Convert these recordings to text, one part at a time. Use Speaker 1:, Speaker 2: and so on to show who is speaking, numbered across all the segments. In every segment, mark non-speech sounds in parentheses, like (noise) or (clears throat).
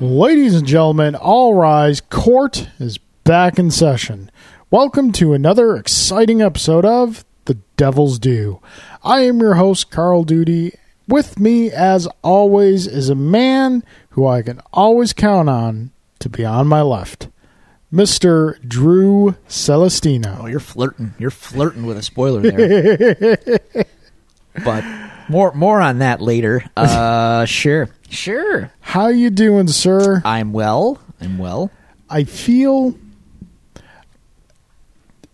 Speaker 1: Ladies and gentlemen, all rise. Court is back in session. Welcome to another exciting episode of The Devil's Due. I am your host, Carl Duty. With me, as always, is a man who I can always count on to be on my left, Mr. Drew Celestino.
Speaker 2: Oh, you're flirting. You're flirting with a spoiler there. (laughs) but more more on that later. (laughs) Uh sure. Sure.
Speaker 1: How you doing, sir?
Speaker 2: I'm well. I'm well.
Speaker 1: I feel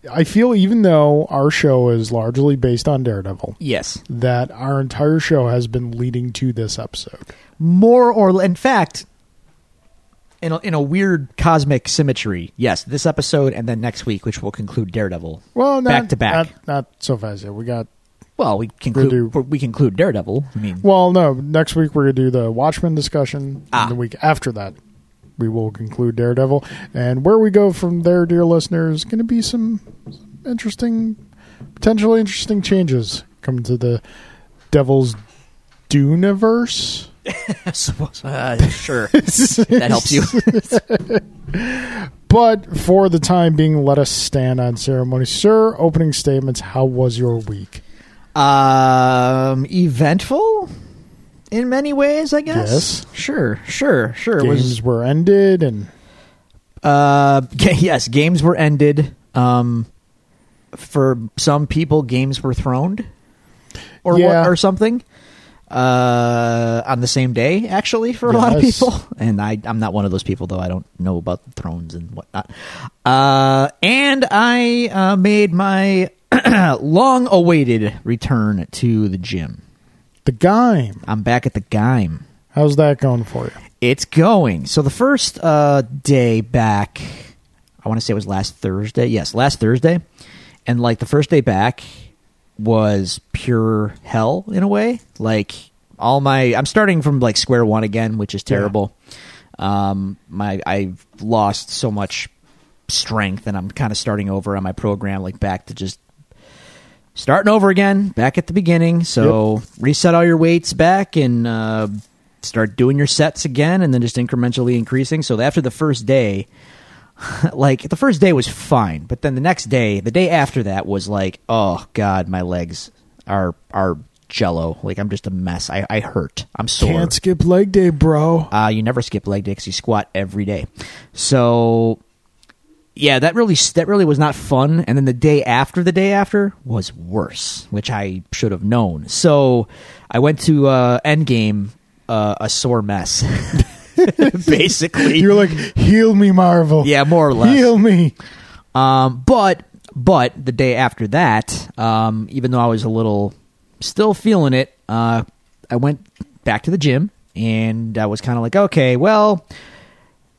Speaker 1: I feel even though our show is largely based on Daredevil,
Speaker 2: Yes.
Speaker 1: that our entire show has been leading to this episode.
Speaker 2: More or le- in fact in a, in a weird cosmic symmetry. Yes, this episode and then next week which will conclude Daredevil.
Speaker 1: Well, not,
Speaker 2: back to back.
Speaker 1: Not, not so fast yet. We got
Speaker 2: well, we
Speaker 1: do-
Speaker 2: conclude we conclude Daredevil. I (laughs) mean,
Speaker 1: well, no. Next week we're gonna do the Watchmen discussion.
Speaker 2: Ah.
Speaker 1: And the week after that, we will conclude Daredevil, and where we go from there, dear listeners, going to be some, some interesting, potentially interesting changes coming to the Devil's Duniverse.
Speaker 2: uh, sure. that helps you. (laughs)
Speaker 1: But for the time being, let us stand on ceremony. Sir, opening statements. How was your week?
Speaker 2: Um, eventful in many ways, I guess.
Speaker 1: Yes.
Speaker 2: Sure, sure, sure. It
Speaker 1: Games
Speaker 2: was
Speaker 1: were ended, and
Speaker 2: uh, g- yes, games were ended. Um, for some people, games were thrown, or
Speaker 1: Yeah.
Speaker 2: what, or something. Uh, on the same day, actually, for a lot of
Speaker 1: Yes.
Speaker 2: people, and I, I'm not one of those people though. I don't know about thrones and whatnot. Uh, and I uh, made my (clears throat) long-awaited return to the gym.
Speaker 1: the game.
Speaker 2: I'm back at the Gaim.
Speaker 1: How's that going for you?
Speaker 2: It's going. So the first uh, day back, I want to say it was last Thursday. Yes, last Thursday, and like the first day back was pure hell in a way. Like all my, I'm starting from like square one again, which is terrible. Um, my I've lost so much strength, and I'm kind of starting over on my program, like back to just starting over again, back at the beginning. So reset all your weights back and uh, start doing your sets again, and then just incrementally increasing. So after the first day, (laughs) like the first day was fine, but then the next day, the day after that was like, oh god, my legs are are jello. Like I'm just a mess. I, I hurt. I'm sore.
Speaker 1: Can't skip leg day, bro.
Speaker 2: Uh, you never skip leg day 'cause you squat every day. So, yeah, that really that really was not fun. And then the day after the day after was worse, which I should have known. So, I went to uh, Endgame uh, a sore mess, (laughs)
Speaker 1: (laughs)
Speaker 2: basically.
Speaker 1: You're like, heal me, Marvel.
Speaker 2: Yeah, more or less.
Speaker 1: Heal me.
Speaker 2: Um, but but the day after that, um, even though I was a little still feeling it, uh, I went back to the gym and I was kind of like, okay, well,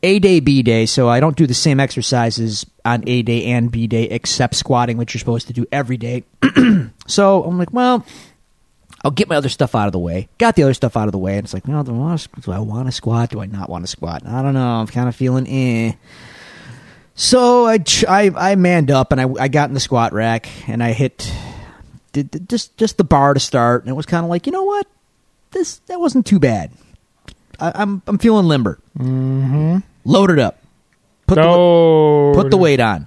Speaker 2: A day, B day. So I don't do the same exercises on A day and B day except squatting, which you're supposed to do every day. so I'm like, well. I'll get my other stuff out of the way. Got the other stuff out of the way, and it's like, no, do I want to, do I want to squat? Do I not want to squat? I don't know. I'm kind of feeling eh. So I, ch- I I manned up and I I got in the squat rack and I hit did, did just just the bar to start and it was kind of like you know what this that wasn't too bad I, I'm I'm feeling limber mm-hmm. loaded up put the
Speaker 1: No.
Speaker 2: put the weight on.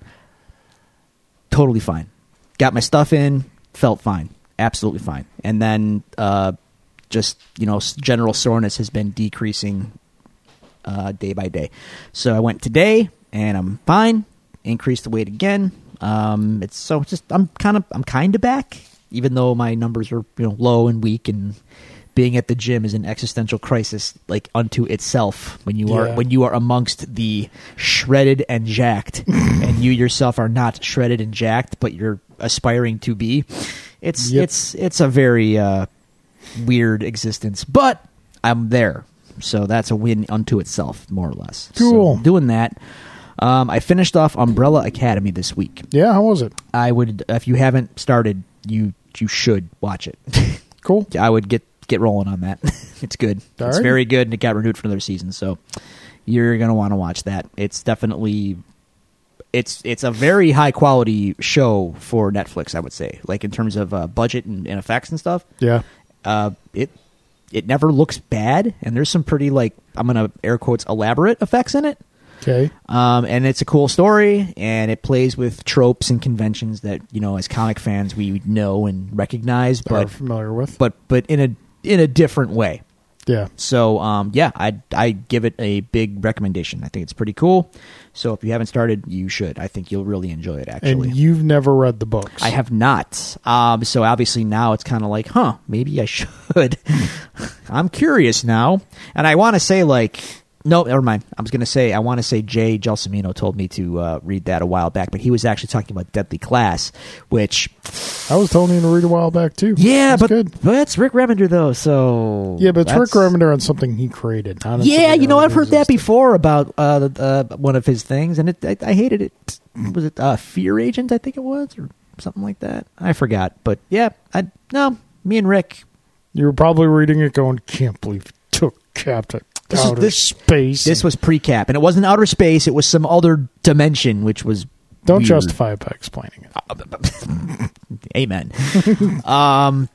Speaker 2: Totally fine. Got my stuff in, felt fine, absolutely fine. And then uh, just you know, s- general soreness has been decreasing uh, day by day. So I went today, and I'm fine. Increased the weight again. Um, it's so it's just I'm kind of I'm kind of back, even though my numbers are you know low and weak and. Being at the gym is an existential crisis, like unto itself. When you are
Speaker 1: Yeah.
Speaker 2: when you are amongst the shredded
Speaker 1: (laughs)
Speaker 2: and jacked, and you yourself are not shredded and jacked, but you're aspiring to be. It's
Speaker 1: Yep.
Speaker 2: it's it's a very uh, weird existence, but I'm there, so that's a win unto itself, more or less. So,
Speaker 1: Cool.
Speaker 2: doing that. Um, I finished off Umbrella Academy this week.
Speaker 1: Yeah, how was it?
Speaker 2: I would, if you haven't started, you you should watch it. (laughs)
Speaker 1: Cool.
Speaker 2: I would get get rolling on that. (laughs) it's good. It's
Speaker 1: Alright.
Speaker 2: very good, and it got renewed for another season. So you're gonna want to watch that. It's definitely it's it's a very high quality show for Netflix. I would say, like in terms of uh, budget and, and effects and stuff.
Speaker 1: Yeah.
Speaker 2: Uh, it it never looks bad, and there's some pretty like I'm gonna air quotes elaborate effects in it.
Speaker 1: Okay.
Speaker 2: Um, and it's a cool story, and it plays with tropes and conventions that you know as comic fans we know and recognize,
Speaker 1: But,
Speaker 2: but
Speaker 1: familiar with.
Speaker 2: but but in a in a different way.
Speaker 1: yeah.
Speaker 2: So um, yeah, I I give it a big recommendation. I think it's pretty cool. So if you haven't started, you should. I think you'll really enjoy it. Actually,
Speaker 1: And you've never read the books.
Speaker 2: I have not. Um, so obviously now it's kind of like, huh, maybe I (laughs) should. I'm curious now, and I want to say like, no, never mind. I was gonna say I want to say Jay Gelsomino told me to uh, read that a while back, but he was actually talking about Deadly Class, which
Speaker 1: I was telling you to read a while back too.
Speaker 2: yeah,
Speaker 1: That's
Speaker 2: but,
Speaker 1: good.
Speaker 2: but that's Rick Remender though. So
Speaker 1: Yeah, but it's Rick
Speaker 2: that's-
Speaker 1: Remender on something he created. not on
Speaker 2: Yeah,
Speaker 1: something
Speaker 2: you know
Speaker 1: that
Speaker 2: I've heard that
Speaker 1: existed.
Speaker 2: before about uh, the- uh, one of his things, and it, I, I hated it. Was it uh, Fear Agent? I think it was, or something like that. I forgot, but yeah, I no. Me and Rick,
Speaker 1: You were probably reading it, going, "Can't believe you took Captain
Speaker 2: This is-
Speaker 1: outer
Speaker 2: this-
Speaker 1: space."
Speaker 2: This
Speaker 1: and-
Speaker 2: was pre-cap, and it wasn't outer space. It was some other dimension, which was
Speaker 1: don't
Speaker 2: weird.
Speaker 1: justify it by explaining it.
Speaker 2: (laughs) Amen. um.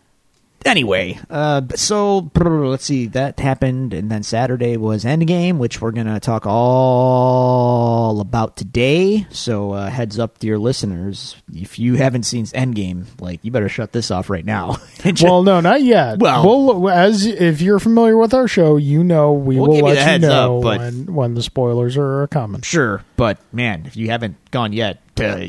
Speaker 2: Anyway, uh, so brr, let's see. That happened, and then Saturday was Endgame, which we're gonna talk all about today. So uh, heads up, dear listeners, if you haven't seen Endgame, like you better shut this off right now. (laughs) And just-
Speaker 1: Well, no, not yet.
Speaker 2: Well-
Speaker 1: we'll, as if you're familiar with our show, you know we
Speaker 2: We'll
Speaker 1: will
Speaker 2: give you
Speaker 1: let
Speaker 2: the
Speaker 1: you
Speaker 2: heads
Speaker 1: know
Speaker 2: up, but-
Speaker 1: when when the spoilers are coming.
Speaker 2: sure, but man, if you haven't gone yet, uh, (laughs)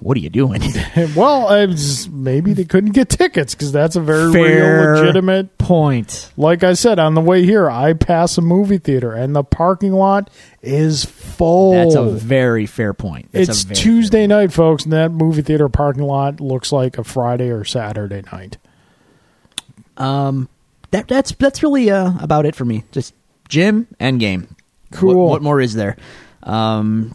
Speaker 2: what are
Speaker 1: (laughs)
Speaker 2: you doing?
Speaker 1: (laughs) well, it's, maybe they couldn't get tickets because that's a very
Speaker 2: Fair
Speaker 1: real, legitimate.
Speaker 2: point.
Speaker 1: Like I said on the way here, I pass a movie theater and the parking lot is full.
Speaker 2: That's a very fair point. That's a
Speaker 1: it's
Speaker 2: very
Speaker 1: Tuesday night, folks, and that movie theater parking lot looks like a Friday or Saturday night.
Speaker 2: fair- Um, that that's that's really uh, about it for me. Just Jim Endgame.
Speaker 1: Cool.
Speaker 2: What, what more is there? Um,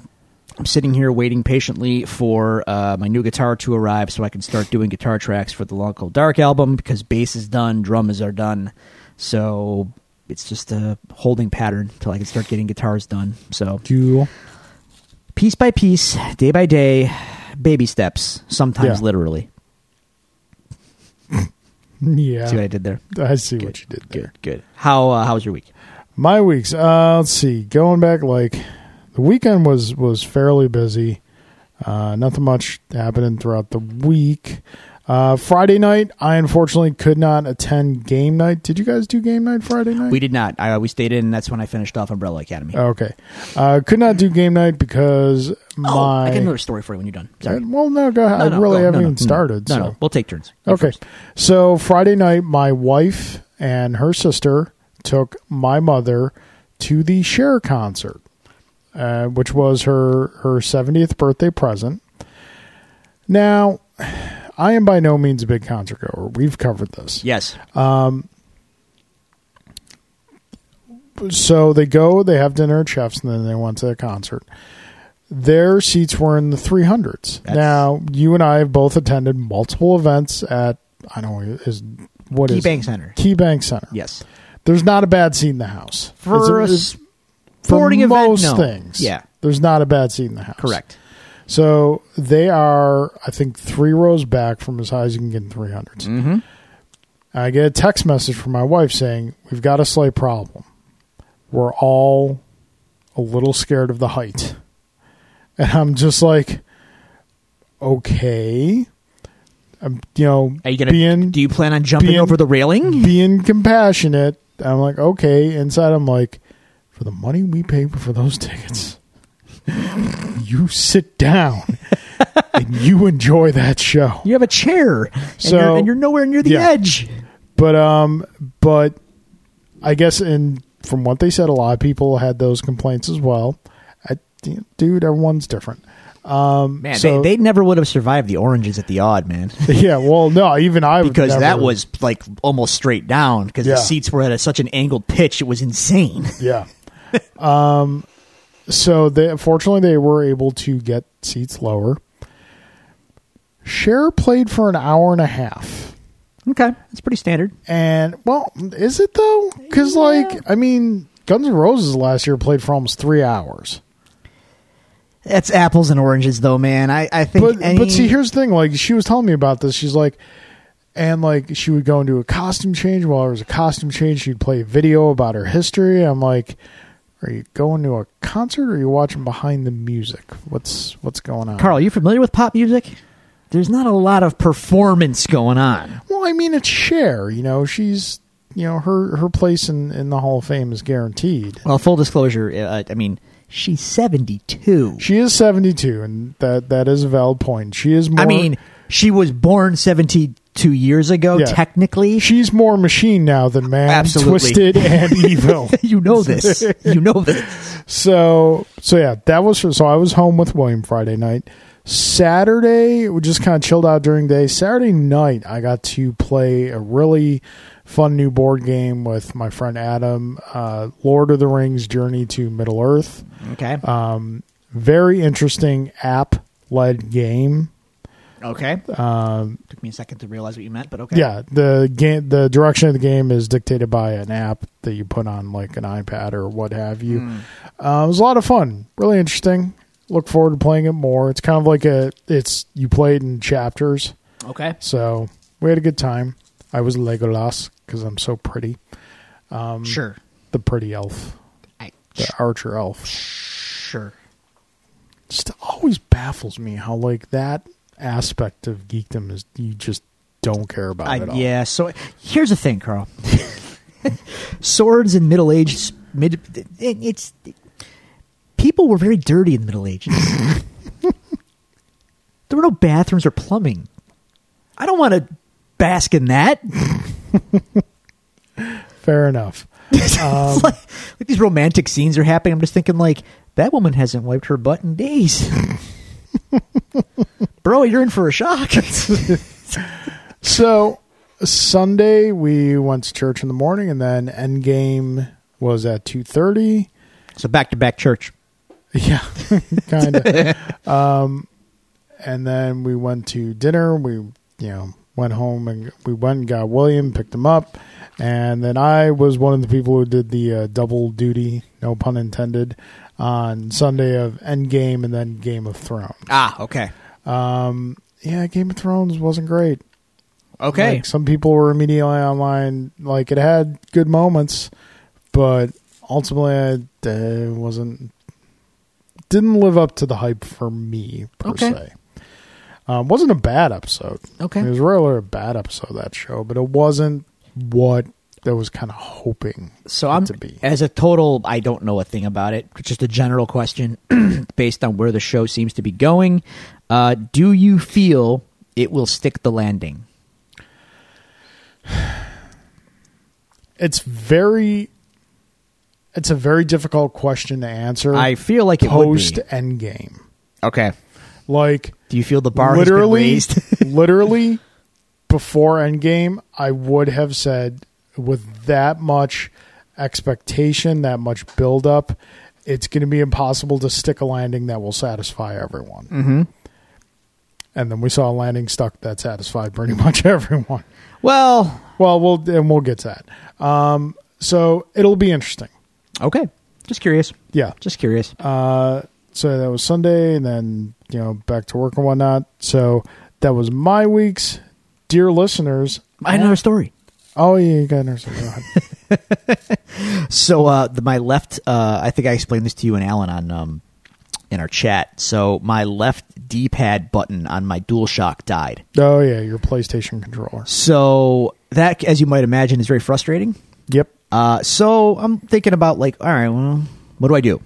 Speaker 2: I'm sitting here waiting patiently for uh, my new guitar to arrive so I can start doing guitar tracks for the Long Cold Dark album because bass is done, drums are done, so it's just a holding pattern till I can start getting guitars done. So
Speaker 1: Cool.
Speaker 2: piece by piece, day by day, baby steps. Sometimes
Speaker 1: Yeah.
Speaker 2: literally. See what
Speaker 1: Yeah,
Speaker 2: I did there?
Speaker 1: I see what you did there.
Speaker 2: Good, good. How uh, how was your week?
Speaker 1: My weeks. Uh, let's see. Going back, like the weekend was was fairly busy. Uh, nothing much happening throughout the week. Uh, Friday night, I unfortunately could not attend game night. Did you guys do game night Friday night?
Speaker 2: We did not. I we stayed in. and That's when I finished off Umbrella Academy.
Speaker 1: okay. Uh, could not do game night because
Speaker 2: Oh,
Speaker 1: my.
Speaker 2: I got another story for you when you're done. Sorry.
Speaker 1: well, no, go ahead.
Speaker 2: No, no,
Speaker 1: I really
Speaker 2: go. No,
Speaker 1: haven't
Speaker 2: no,
Speaker 1: even
Speaker 2: no.
Speaker 1: started.
Speaker 2: No,
Speaker 1: so.
Speaker 2: no, we'll take turns. You
Speaker 1: Okay.
Speaker 2: first.
Speaker 1: So Friday night, my wife and her sister took my mother to the Cher concert, uh, which was her her 70th birthday present. Now, I am by no means a big concert goer. We've covered this.
Speaker 2: Yes.
Speaker 1: So they go, they have dinner at Chef's, and then they went to the concert. Their seats were in the 300s.
Speaker 2: That's-
Speaker 1: now, you and I have both attended multiple events at, I don't know, is what
Speaker 2: Key
Speaker 1: is
Speaker 2: Bank Center.
Speaker 1: KeyBank Center.
Speaker 2: Yes.
Speaker 1: there's not a bad seat in the house
Speaker 2: For a
Speaker 1: It's- it's-
Speaker 2: sporting
Speaker 1: for
Speaker 2: event,
Speaker 1: most
Speaker 2: no.
Speaker 1: things.
Speaker 2: Yeah.
Speaker 1: there's not a bad seat in the house.
Speaker 2: Correct.
Speaker 1: So they are, I think, three rows back from as high as you can get in 300s.
Speaker 2: Mm-hmm.
Speaker 1: I get a text message from my wife saying, "We've got a slight problem. We're all a little scared of the height," (laughs) and I'm just like, "Okay." I'm, you know,
Speaker 2: Are you gonna?
Speaker 1: being
Speaker 2: do you plan on jumping
Speaker 1: being-
Speaker 2: over the railing?
Speaker 1: being compassionate. I'm like, okay. Inside, I'm like, for the money we pay for those tickets, (laughs) you sit
Speaker 2: (laughs)
Speaker 1: down and you enjoy that show.
Speaker 2: You have a chair, and,
Speaker 1: So-
Speaker 2: you're, and you're nowhere near the
Speaker 1: Yeah.
Speaker 2: edge.
Speaker 1: But um, but I guess in from what they said, a lot of people had those complaints as well. I, dude, everyone's different. (laughs)
Speaker 2: Man,
Speaker 1: So-
Speaker 2: they, they never would have survived the oranges at the odd man.
Speaker 1: yeah. Well, no, even I would
Speaker 2: Because that
Speaker 1: never-
Speaker 2: was like almost straight down because
Speaker 1: Yeah.
Speaker 2: the seats were at a, such an angled pitch, it
Speaker 1: (laughs)
Speaker 2: was insane.
Speaker 1: Yeah. um, so they fortunately they were able to get seats lower. Cher played for an hour and a half.
Speaker 2: okay, that's pretty standard.
Speaker 1: And well, is it though? Cuz like I mean, Guns N' Roses last year played for almost 3 hours.
Speaker 2: It's apples and oranges, though, man. I, I think.
Speaker 1: But
Speaker 2: any-
Speaker 1: but see here's the thing like she was telling me about this. She's like and like she would go into a costume change. While there was a costume change, she'd play a video about her history. I'm like, are you going to a concert or are you watching behind the music? What's what's going on?
Speaker 2: Carl, are you familiar with pop music? There's not a lot of performance going on.
Speaker 1: Well, I mean, it's Cher. You know, she's you know her her place in in the Hall of Fame is guaranteed.
Speaker 2: Well, full disclosure, uh, I mean, she's 72.
Speaker 1: She is seventy two, and that that is a valid point. She is. More,
Speaker 2: I mean, she was born 72 years ago,
Speaker 1: Yeah.
Speaker 2: (laughs) technically.
Speaker 1: she's more machine now than man,
Speaker 2: Absolutely.
Speaker 1: twisted and
Speaker 2: (laughs)
Speaker 1: evil.
Speaker 2: you know this. You know this.
Speaker 1: So so yeah, that was so I was home with William Friday night. Saturday we just kind of chilled out during the day. Saturday night I got to play a really fun new board game with my friend Adam, uh, Lord of the Rings Journey to Middle Earth.
Speaker 2: (laughs) Okay.
Speaker 1: Um, very interesting app led game.
Speaker 2: okay.
Speaker 1: Um,
Speaker 2: Took me a second to realize what you meant, but okay.
Speaker 1: yeah, the game, the direction of the game is dictated by an app that you put on like an iPad or what have you.
Speaker 2: Hmm.
Speaker 1: Uh, it was a lot of fun, really interesting. Look forward to playing it more. It's kind of like a it's you play it in chapters,
Speaker 2: Okay.
Speaker 1: so we had a good time. I was Legolas because I'm so pretty,
Speaker 2: Sure.
Speaker 1: the pretty elf,
Speaker 2: I,
Speaker 1: the archer elf.
Speaker 2: sure.
Speaker 1: Just always baffles me how like that aspect of geekdom is you just don't care about
Speaker 2: I,
Speaker 1: it. All.
Speaker 2: yeah. So here's the thing, Carl. (laughs) Swords in Middle Ages. Mid, it, it's people were very dirty in the Middle Ages. (laughs) there were no bathrooms or plumbing. I don't want to bask in (laughs) that.
Speaker 1: fair enough.
Speaker 2: It's Um, like, like these romantic scenes are happening. I'm just thinking, like that woman hasn't wiped her butt in (laughs) days. Bro, you're in for a (laughs) shock.
Speaker 1: So Sunday we went to church in the morning, and then Endgame was at two thirty. (laughs)
Speaker 2: so back to back church.
Speaker 1: Yeah, (laughs) kind of. um, and then we went to dinner. We you know went home and we went and got William, picked him up, and then I was one of the people who did the uh, double duty, no pun intended, on Sunday of Endgame and then Game of Thrones.
Speaker 2: Ah, okay,
Speaker 1: Um, yeah, Game of Thrones wasn't great.
Speaker 2: okay.
Speaker 1: Like, some people were immediately online. Like it had good moments, but ultimately I uh, wasn't didn't live up to the hype for me per
Speaker 2: Okay.
Speaker 1: se. Um, wasn't a bad episode.
Speaker 2: Okay.
Speaker 1: it was rarely a bad episode that show, but it wasn't what I was kind of hoping.
Speaker 2: So
Speaker 1: it
Speaker 2: I'm
Speaker 1: to be.
Speaker 2: as a total. I don't know a thing about it. It's just a general question (clears throat) based on where the show seems to be going. Uh, do you feel it will stick the landing?
Speaker 1: It's very, it's a very difficult question to answer.
Speaker 2: I feel like it
Speaker 1: post
Speaker 2: would be.
Speaker 1: Endgame,
Speaker 2: Okay.
Speaker 1: like
Speaker 2: Do you feel the bar
Speaker 1: literally,
Speaker 2: (laughs) has been raised?
Speaker 1: literally, before Endgame, I would have said with that much expectation, that much buildup, it's going to be impossible to stick a landing that will satisfy everyone. Mm-hmm. And then we saw a landing stuck that satisfied pretty (laughs) much everyone.
Speaker 2: well,
Speaker 1: Well, we'll and we'll get to that. Um, so it'll be interesting.
Speaker 2: okay. Just curious.
Speaker 1: Yeah.
Speaker 2: Just curious.
Speaker 1: Uh, so that was Sunday, and then you know back to work and whatnot. So that was my week's dear listeners.
Speaker 2: I know a story.
Speaker 1: Oh yeah, you got another story. Go ahead.
Speaker 2: (laughs) So uh, the, my left, uh, I think I explained this to you and Alan on um, in our chat. So my left D-pad button on my DualShock died.
Speaker 1: oh yeah, your PlayStation controller.
Speaker 2: So that, as you might imagine, is very frustrating.
Speaker 1: Yep.
Speaker 2: Uh, so I'm thinking about like, all right, well, what do I do?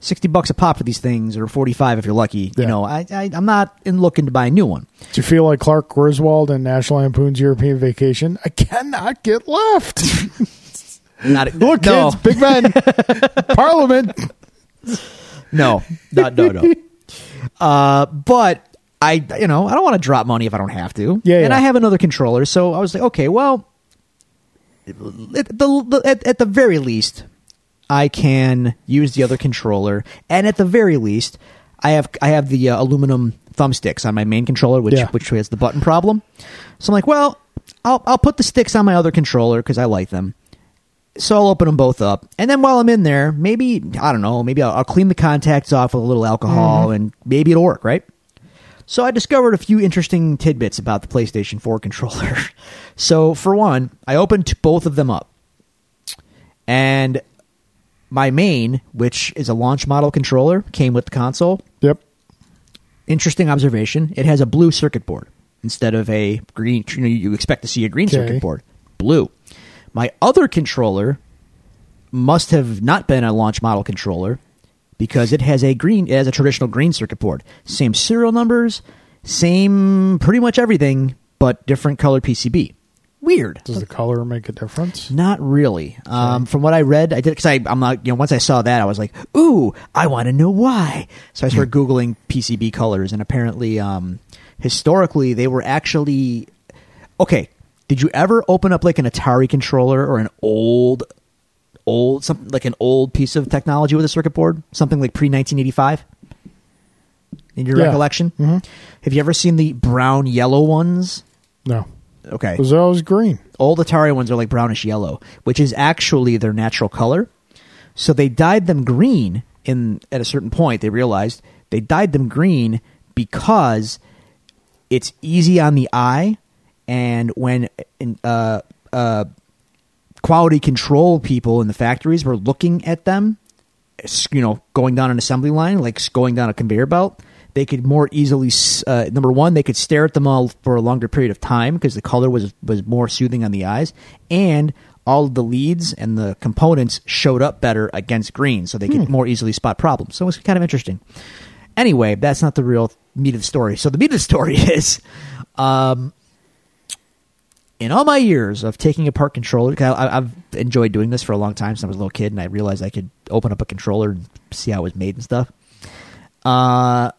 Speaker 2: Sixty bucks a pop for these things, or forty-five if you're lucky.
Speaker 1: Yeah.
Speaker 2: You know, I, I I'm not in looking to buy a new one.
Speaker 1: Do you feel like Clark Griswold in National Lampoon's European Vacation? I cannot get
Speaker 2: (laughs)
Speaker 1: left. (laughs)
Speaker 2: Not
Speaker 1: Look, kids,
Speaker 2: no,
Speaker 1: Big
Speaker 2: (laughs)
Speaker 1: Ben, Parliament.
Speaker 2: no, no,
Speaker 1: (laughs)
Speaker 2: no, no. Uh, but I, you know, I don't want to drop money if I don't have to.
Speaker 1: Yeah,
Speaker 2: And
Speaker 1: yeah.
Speaker 2: I have another controller, so I was like, okay, well, at the, the- at, at the very least, I can use the other controller, and at the very least, I have I have the uh, aluminum thumbsticks on my main controller, which
Speaker 1: Yeah.
Speaker 2: which has the button problem. So I'm like, well, I'll I'll put the sticks on my other controller because I like them. So I'll open them both up, and then while I'm in there, maybe I don't know, maybe I'll, I'll clean the contacts off with a little alcohol, and maybe it'll work, right? So I discovered a few interesting tidbits about the PlayStation 4 (laughs) controller. so, for one, I opened both of them up. And my main, which is a launch model controller, came with the console.
Speaker 1: Yep.
Speaker 2: Interesting observation. It has a blue circuit board instead of a green. You, know, you expect to see a green
Speaker 1: Okay.
Speaker 2: circuit board. Blue. My other controller must have not been a launch model controller because it has a green it has a traditional green circuit board same serial numbers same pretty much everything but different colored pcb weird
Speaker 1: Does the color make a difference?
Speaker 2: not really um, from what i read i did because i'm not you know once i saw that i was like ooh i want to know why so i started googling pcb colors and apparently um, historically they were actually okay did you ever open up like an atari controller or an old old something like an old piece of technology with a circuit board, something like pre nineteen eighty five. In your
Speaker 1: Yeah.
Speaker 2: recollection, have you ever seen the brown yellow ones?
Speaker 1: No.
Speaker 2: Okay,
Speaker 1: It was always green.
Speaker 2: old Atari ones are like brownish yellow, which is actually their natural color. So they dyed them green in at a certain point they realized they dyed them green because it's easy on the eye and when in, uh, uh, quality control people in the factories were looking at them s- you know going down an assembly line like s- going down a conveyor belt they could more easily s- uh, number one they could stare at them all for a longer period of time because the color was was more soothing on the eyes and all of the leads and the components showed up better against green so they could more easily spot problems so it was kind of interesting anyway that's not the real meat of the story so the meat of the story (laughs) is in all my years of taking apart controllers, 'cause I, I've enjoyed doing this for a long time since I was a little kid, and I realized I could open up a controller and see how it was made and stuff. Uh,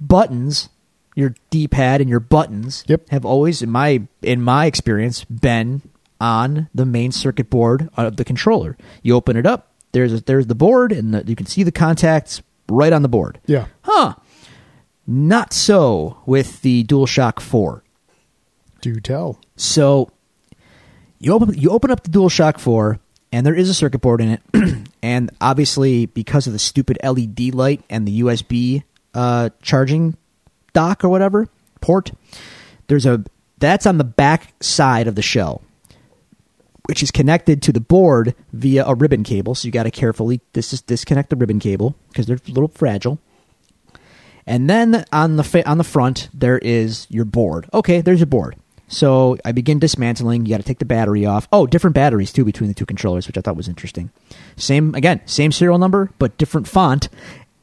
Speaker 2: buttons, your D pad and your buttons,
Speaker 1: Yep.
Speaker 2: have always, in my in my experience, been on the main circuit board of the controller. You open it up, there's a, there's the board, and the, you can see the contacts right on the board.
Speaker 1: Yeah.
Speaker 2: Huh. Not so with the DualShock Four.
Speaker 1: Do tell.
Speaker 2: So you open you open up the DualShock 4 and there is a circuit board in it (clears throat) and obviously because of the stupid LED light and the USB uh, charging dock or whatever port there's a that's on the back side of the shell which is connected to the board via a ribbon cable so you got to carefully this is disconnect the ribbon cable because they're a little fragile and then on the fa- on the front there is your board. Okay, there's your board. So I begin dismantling. You got to take the battery off. Oh, different batteries too between the two controllers, which I thought was interesting. Same again, same serial number, but different font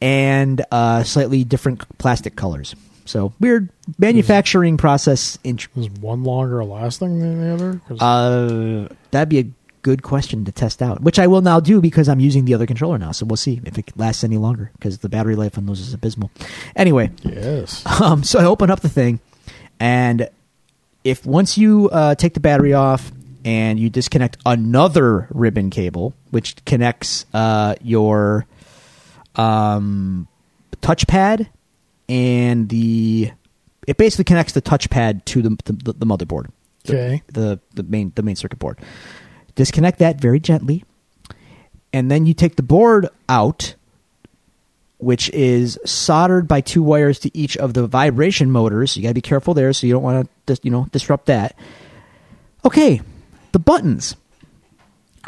Speaker 2: and uh, slightly different plastic colors. So weird manufacturing process. Int-
Speaker 1: Is one longer lasting than the other? 'Cause-
Speaker 2: uh, that'd be a good question to test out, which I will now do because I'm using the other controller now. So we'll see if it lasts any longer because the battery life on those is abysmal. Anyway,
Speaker 1: yes.
Speaker 2: um, so I open up the thing, and if once you uh, take the battery off and you disconnect another ribbon cable, which connects uh, your um, touchpad and the, it basically connects the touchpad to the the, the motherboard. The-
Speaker 1: Okay.
Speaker 2: The, the main the main circuit board. Disconnect that very gently, and then you take the board out which is soldered by two wires to each of the vibration motors. You got to be careful there, so you don't want to dis- you know disrupt that. Okay, the buttons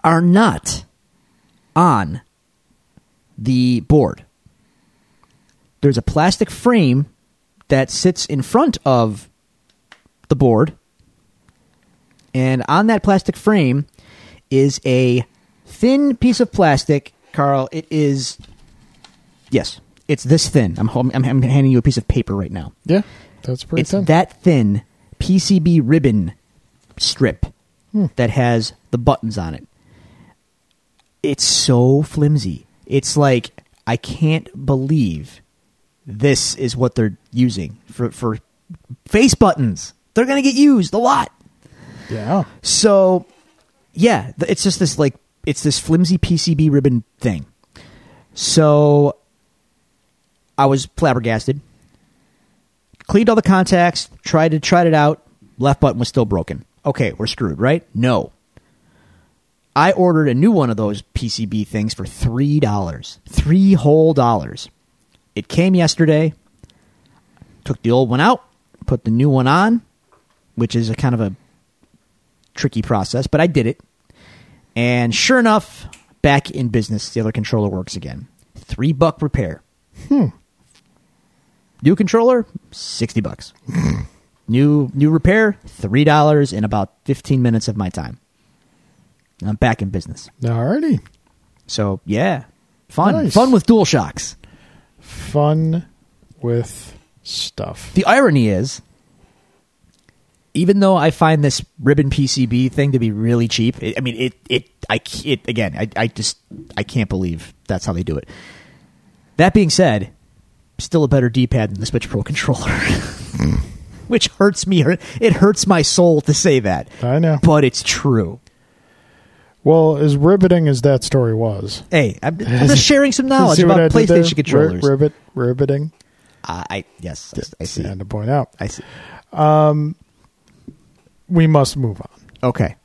Speaker 2: are not on the board. There's a plastic frame that sits in front of the board, and on that plastic frame is a thin piece of plastic. Carl, it is Yes, it's this thin. I'm, I'm, I'm handing you a piece of paper right now.
Speaker 1: Yeah. That's pretty
Speaker 2: it's
Speaker 1: thin.
Speaker 2: that thin PCB ribbon strip that has the buttons on it. It's so flimsy. It's like I can't believe this is what they're using for for face buttons. They're gonna get used a lot.
Speaker 1: yeah.
Speaker 2: So, yeah, th- it's just this like it's this flimsy PCB ribbon thing. So, I was flabbergasted. Cleaned all the contacts, tried to tried it out. Left button was still broken. Okay, we're screwed, right? No. I ordered a new one of those PCB things for three dollars, three whole dollars. It came yesterday. took the old one out, put the new one on, which is a kind of a tricky process, but I did it. And sure enough, back in business, the other controller works again. Three buck repair. Hmm. New controller, sixty bucks. new new repair, three dollars in about fifteen minutes of my time. I'm back in business.
Speaker 1: Alrighty.
Speaker 2: So yeah, fun
Speaker 1: Nice.
Speaker 2: fun with dual shocks.
Speaker 1: Fun with stuff.
Speaker 2: The irony is, even though I find this ribbon PCB thing to be really cheap, it, I mean it it I c- it again I I just I can't believe that's how they do it. That being said, still a better D-pad than the Switch Pro controller. (laughs) Which hurts me. It hurts my soul to say that.
Speaker 1: I know.
Speaker 2: But it's true.
Speaker 1: Well, as riveting as that story was,
Speaker 2: Hey,
Speaker 1: (laughs)
Speaker 2: I'm, I'm just sharing some knowledge
Speaker 1: See what
Speaker 2: Oh, about
Speaker 1: I did there?
Speaker 2: PlayStation controllers.
Speaker 1: Ri- rivet, riveting.
Speaker 2: I, I yes, I, I see.
Speaker 1: And to point out,
Speaker 2: I see.
Speaker 1: we must move on.
Speaker 2: Okay.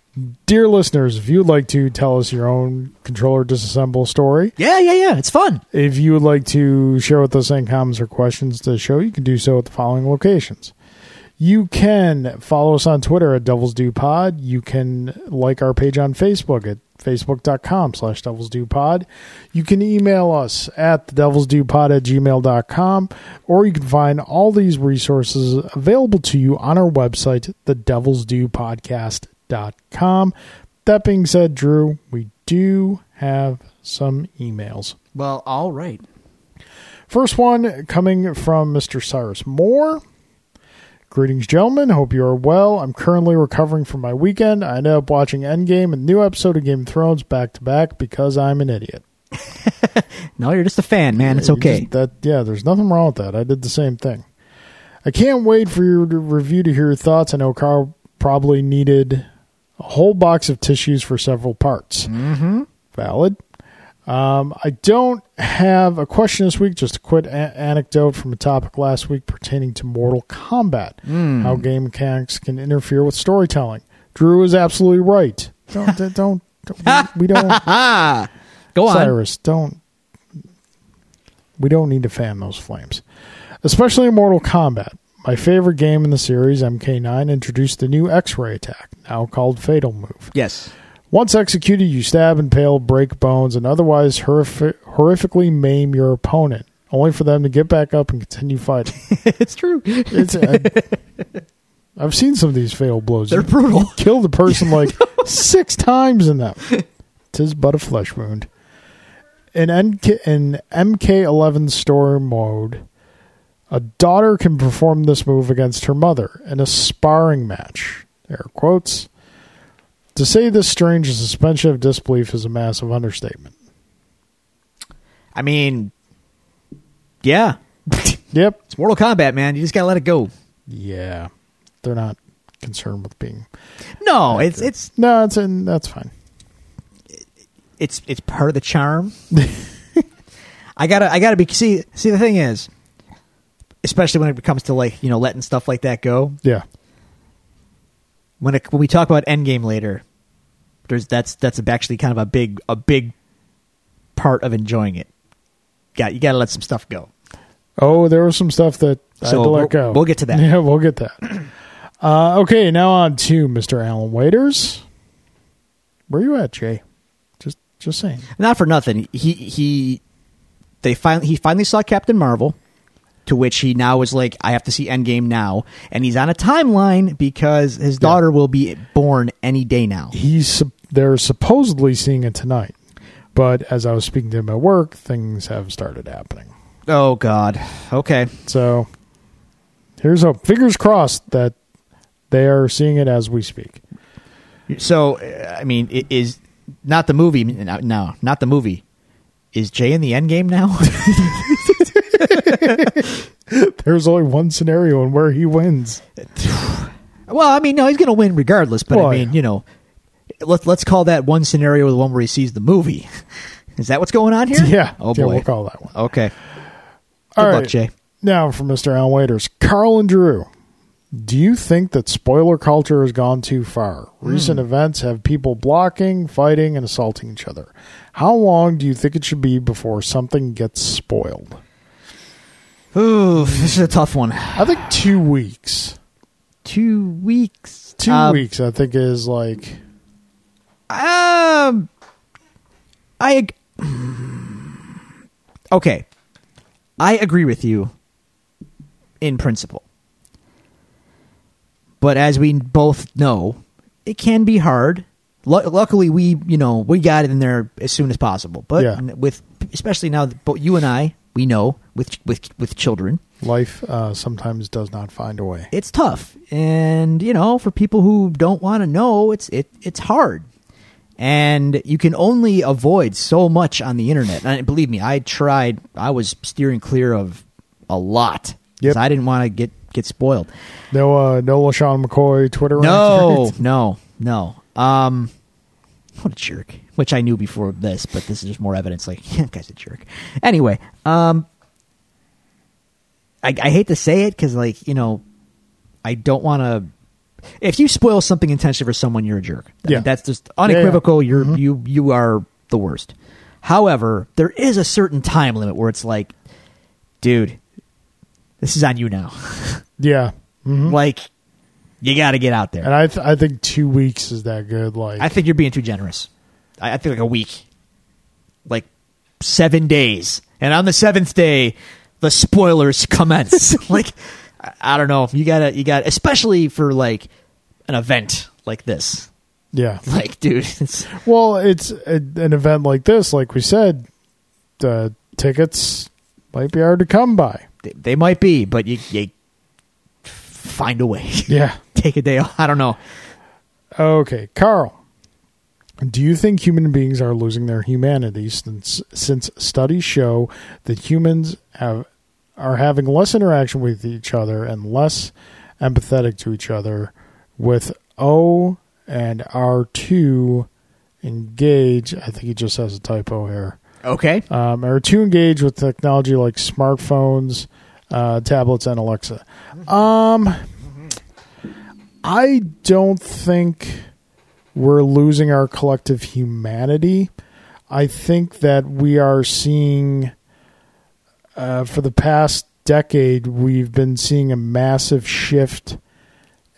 Speaker 1: Dear listeners, if you'd like to tell us your own controller disassemble story,
Speaker 2: Yeah, yeah, yeah. It's fun.
Speaker 1: if you would like to share with us any comments or questions to the show, you can do so at the following locations. You can follow us on Twitter at Devils Do Pod. You can like our page on Facebook at facebook.com slash devils do pod you can email us at the devils do pod at gmail.com or you can find all these resources available to you on our website the devils do podcast.com that being said drew we do have some emails
Speaker 2: Well, all right.
Speaker 1: First one coming from Mr. Cyrus Moore. Greetings, gentlemen. Hope you are well. I'm currently recovering from my weekend. I ended up watching Endgame and new episode of Game of Thrones back to back because I'm an idiot.
Speaker 2: No, you're just a fan, man. It's
Speaker 1: You
Speaker 2: okay.
Speaker 1: just- that yeah, there's nothing wrong with that. I did the same thing. I can't wait for your review to hear your thoughts. I know Carl probably needed a whole box of tissues for several parts. Mm-hmm. Valid. Um, I don't have a question this week. Just a quick a- anecdote from a topic last week pertaining to Mortal Kombat,
Speaker 2: Mm.
Speaker 1: how game mechanics can interfere with storytelling. Drew is absolutely right. Don't (laughs) don't, don't we we don't
Speaker 2: Ah, go on.
Speaker 1: Cyrus, don't. We don't need to fan those flames. Especially in Mortal Kombat. My favorite game in the series, MK9, introduced the new X ray attack, now called Fatal Move.
Speaker 2: Yes.
Speaker 1: Once executed, you stab, impale, break bones, and otherwise horrific- horrifically maim your opponent, only for them to get back up and continue fighting.
Speaker 2: (laughs) it's true.
Speaker 1: It's, I, I've seen some of these fatal blows.
Speaker 2: They're
Speaker 1: You
Speaker 2: brutal.
Speaker 1: killed a person like six times in them. Tis but a flesh wound. In, NK, in MK11 store mode, a daughter can perform this move against her mother in a sparring match. Air quotes. To say this strange is suspension of disbelief is a massive understatement.
Speaker 2: (laughs) I mean, yeah. it's
Speaker 1: Yep.
Speaker 2: Mortal Kombat, man. You just gotta let it go.
Speaker 1: Yeah. They're not concerned with being.
Speaker 2: No, it's it's
Speaker 1: No, it's in, that's fine.
Speaker 2: it's it's part of the charm. (laughs) I gotta I gotta be see see the thing is, especially when it comes to like you know letting stuff like that go.
Speaker 1: Yeah.
Speaker 2: When it, when we talk about Endgame later, there's that's that's actually kind of a big a big part of enjoying it. Got you gotta let some stuff go.
Speaker 1: Oh, there was some stuff that I had
Speaker 2: So
Speaker 1: to
Speaker 2: we'll-
Speaker 1: let go.
Speaker 2: we'll get to
Speaker 1: (laughs)
Speaker 2: that.
Speaker 1: Yeah, we'll get that. Uh, okay, now on to Mr. Alan Waiters. Where you at, Jay? Just, just saying.
Speaker 2: not for nothing. He he they finally he finally saw Captain Marvel, to which he now is like, I have to see Endgame now, and he's on a timeline because his daughter will be born any day now.
Speaker 1: He's sup- they're supposedly seeing it tonight, but as I was speaking to him at work, things have started happening.
Speaker 2: Oh God. Okay.
Speaker 1: So here's hope. Fingers crossed that they are seeing it as we speak.
Speaker 2: So uh, I mean, it is not the movie. No, no, not the movie. Is Jay in the Endgame now? (laughs)
Speaker 1: There's only one scenario in where he wins.
Speaker 2: well, I mean, no, he's going to win regardless. But
Speaker 1: Well,
Speaker 2: I mean,
Speaker 1: yeah.
Speaker 2: you know, let's let's call that one scenario the one where he sees the movie. (laughs) Is that what's going on here?
Speaker 1: Yeah.
Speaker 2: Oh
Speaker 1: Yeah,
Speaker 2: boy.
Speaker 1: we'll call that one.
Speaker 2: Okay. Good
Speaker 1: All
Speaker 2: luck,
Speaker 1: right.
Speaker 2: Jay.
Speaker 1: Now for Mr. Alan Waiters. Carl and Drew, do you think that spoiler culture has gone too far?
Speaker 2: Hmm.
Speaker 1: Recent events have people blocking, fighting, and assaulting each other. How long do you think it should be before something gets spoiled?
Speaker 2: Ooh, (laughs) this is a tough one.
Speaker 1: I think two weeks.
Speaker 2: Two weeks.
Speaker 1: Two
Speaker 2: Uh,
Speaker 1: weeks, I think, is like
Speaker 2: Um, I. ag- okay, I agree with you. In principle, but as we both know, it can be hard. Lu luckily, we you know we got it in there as soon as possible. But
Speaker 1: Yeah.
Speaker 2: with especially now, that both you and I, we know with with with children,
Speaker 1: life uh, sometimes does not find a way.
Speaker 2: it's tough and you know for people who don't want to know it's it it's hard and you can only avoid so much on the internet and believe me i tried i was steering clear of a lot 'cause
Speaker 1: Yep.
Speaker 2: i didn't want to get get spoiled
Speaker 1: No, uh, no LaShawn McCoy Twitter.
Speaker 2: no
Speaker 1: rankings.
Speaker 2: no no um what a jerk which i knew before this but this is just more evidence like (laughs) that guy's a jerk anyway um i, I hate to say it because like you know i don't want to if you spoil something intentionally for someone you're a jerk I mean,
Speaker 1: Yeah.
Speaker 2: that's just
Speaker 1: yeah. Mm-hmm.
Speaker 2: unequivocal you're you you are the worst however there is a certain time limit where it's like dude this is on you now
Speaker 1: (laughs)
Speaker 2: (laughs)
Speaker 1: yeah, hmm
Speaker 2: like you got to get out there
Speaker 1: and I, th- I think two weeks is that good. Like,
Speaker 2: I think you're being too generous. I, I think like a week, like seven days, and on the seventh day, the spoilers commence. like I, I don't know, you gotta you got to especially for like an event like this.
Speaker 1: yeah.
Speaker 2: Like, dude, (laughs) it's,
Speaker 1: Well, it's a, an event like this, like we said, the tickets might be hard to come by.
Speaker 2: they, they might be, but you, you find a way. (laughs)
Speaker 1: Yeah.
Speaker 2: Take a day off. I don't know.
Speaker 1: Okay, Carl. Do you think human beings are losing their humanity since since studies show that humans have are having less interaction with each other and less empathetic to each other with O and R2 engage, I think he just has a typo here.
Speaker 2: Okay.
Speaker 1: um, or to engage with technology like smartphones, uh, tablets, and Alexa. Um, I don't think we're losing our collective humanity. I think that we are seeing, uh, for the past decade, we've been seeing a massive shift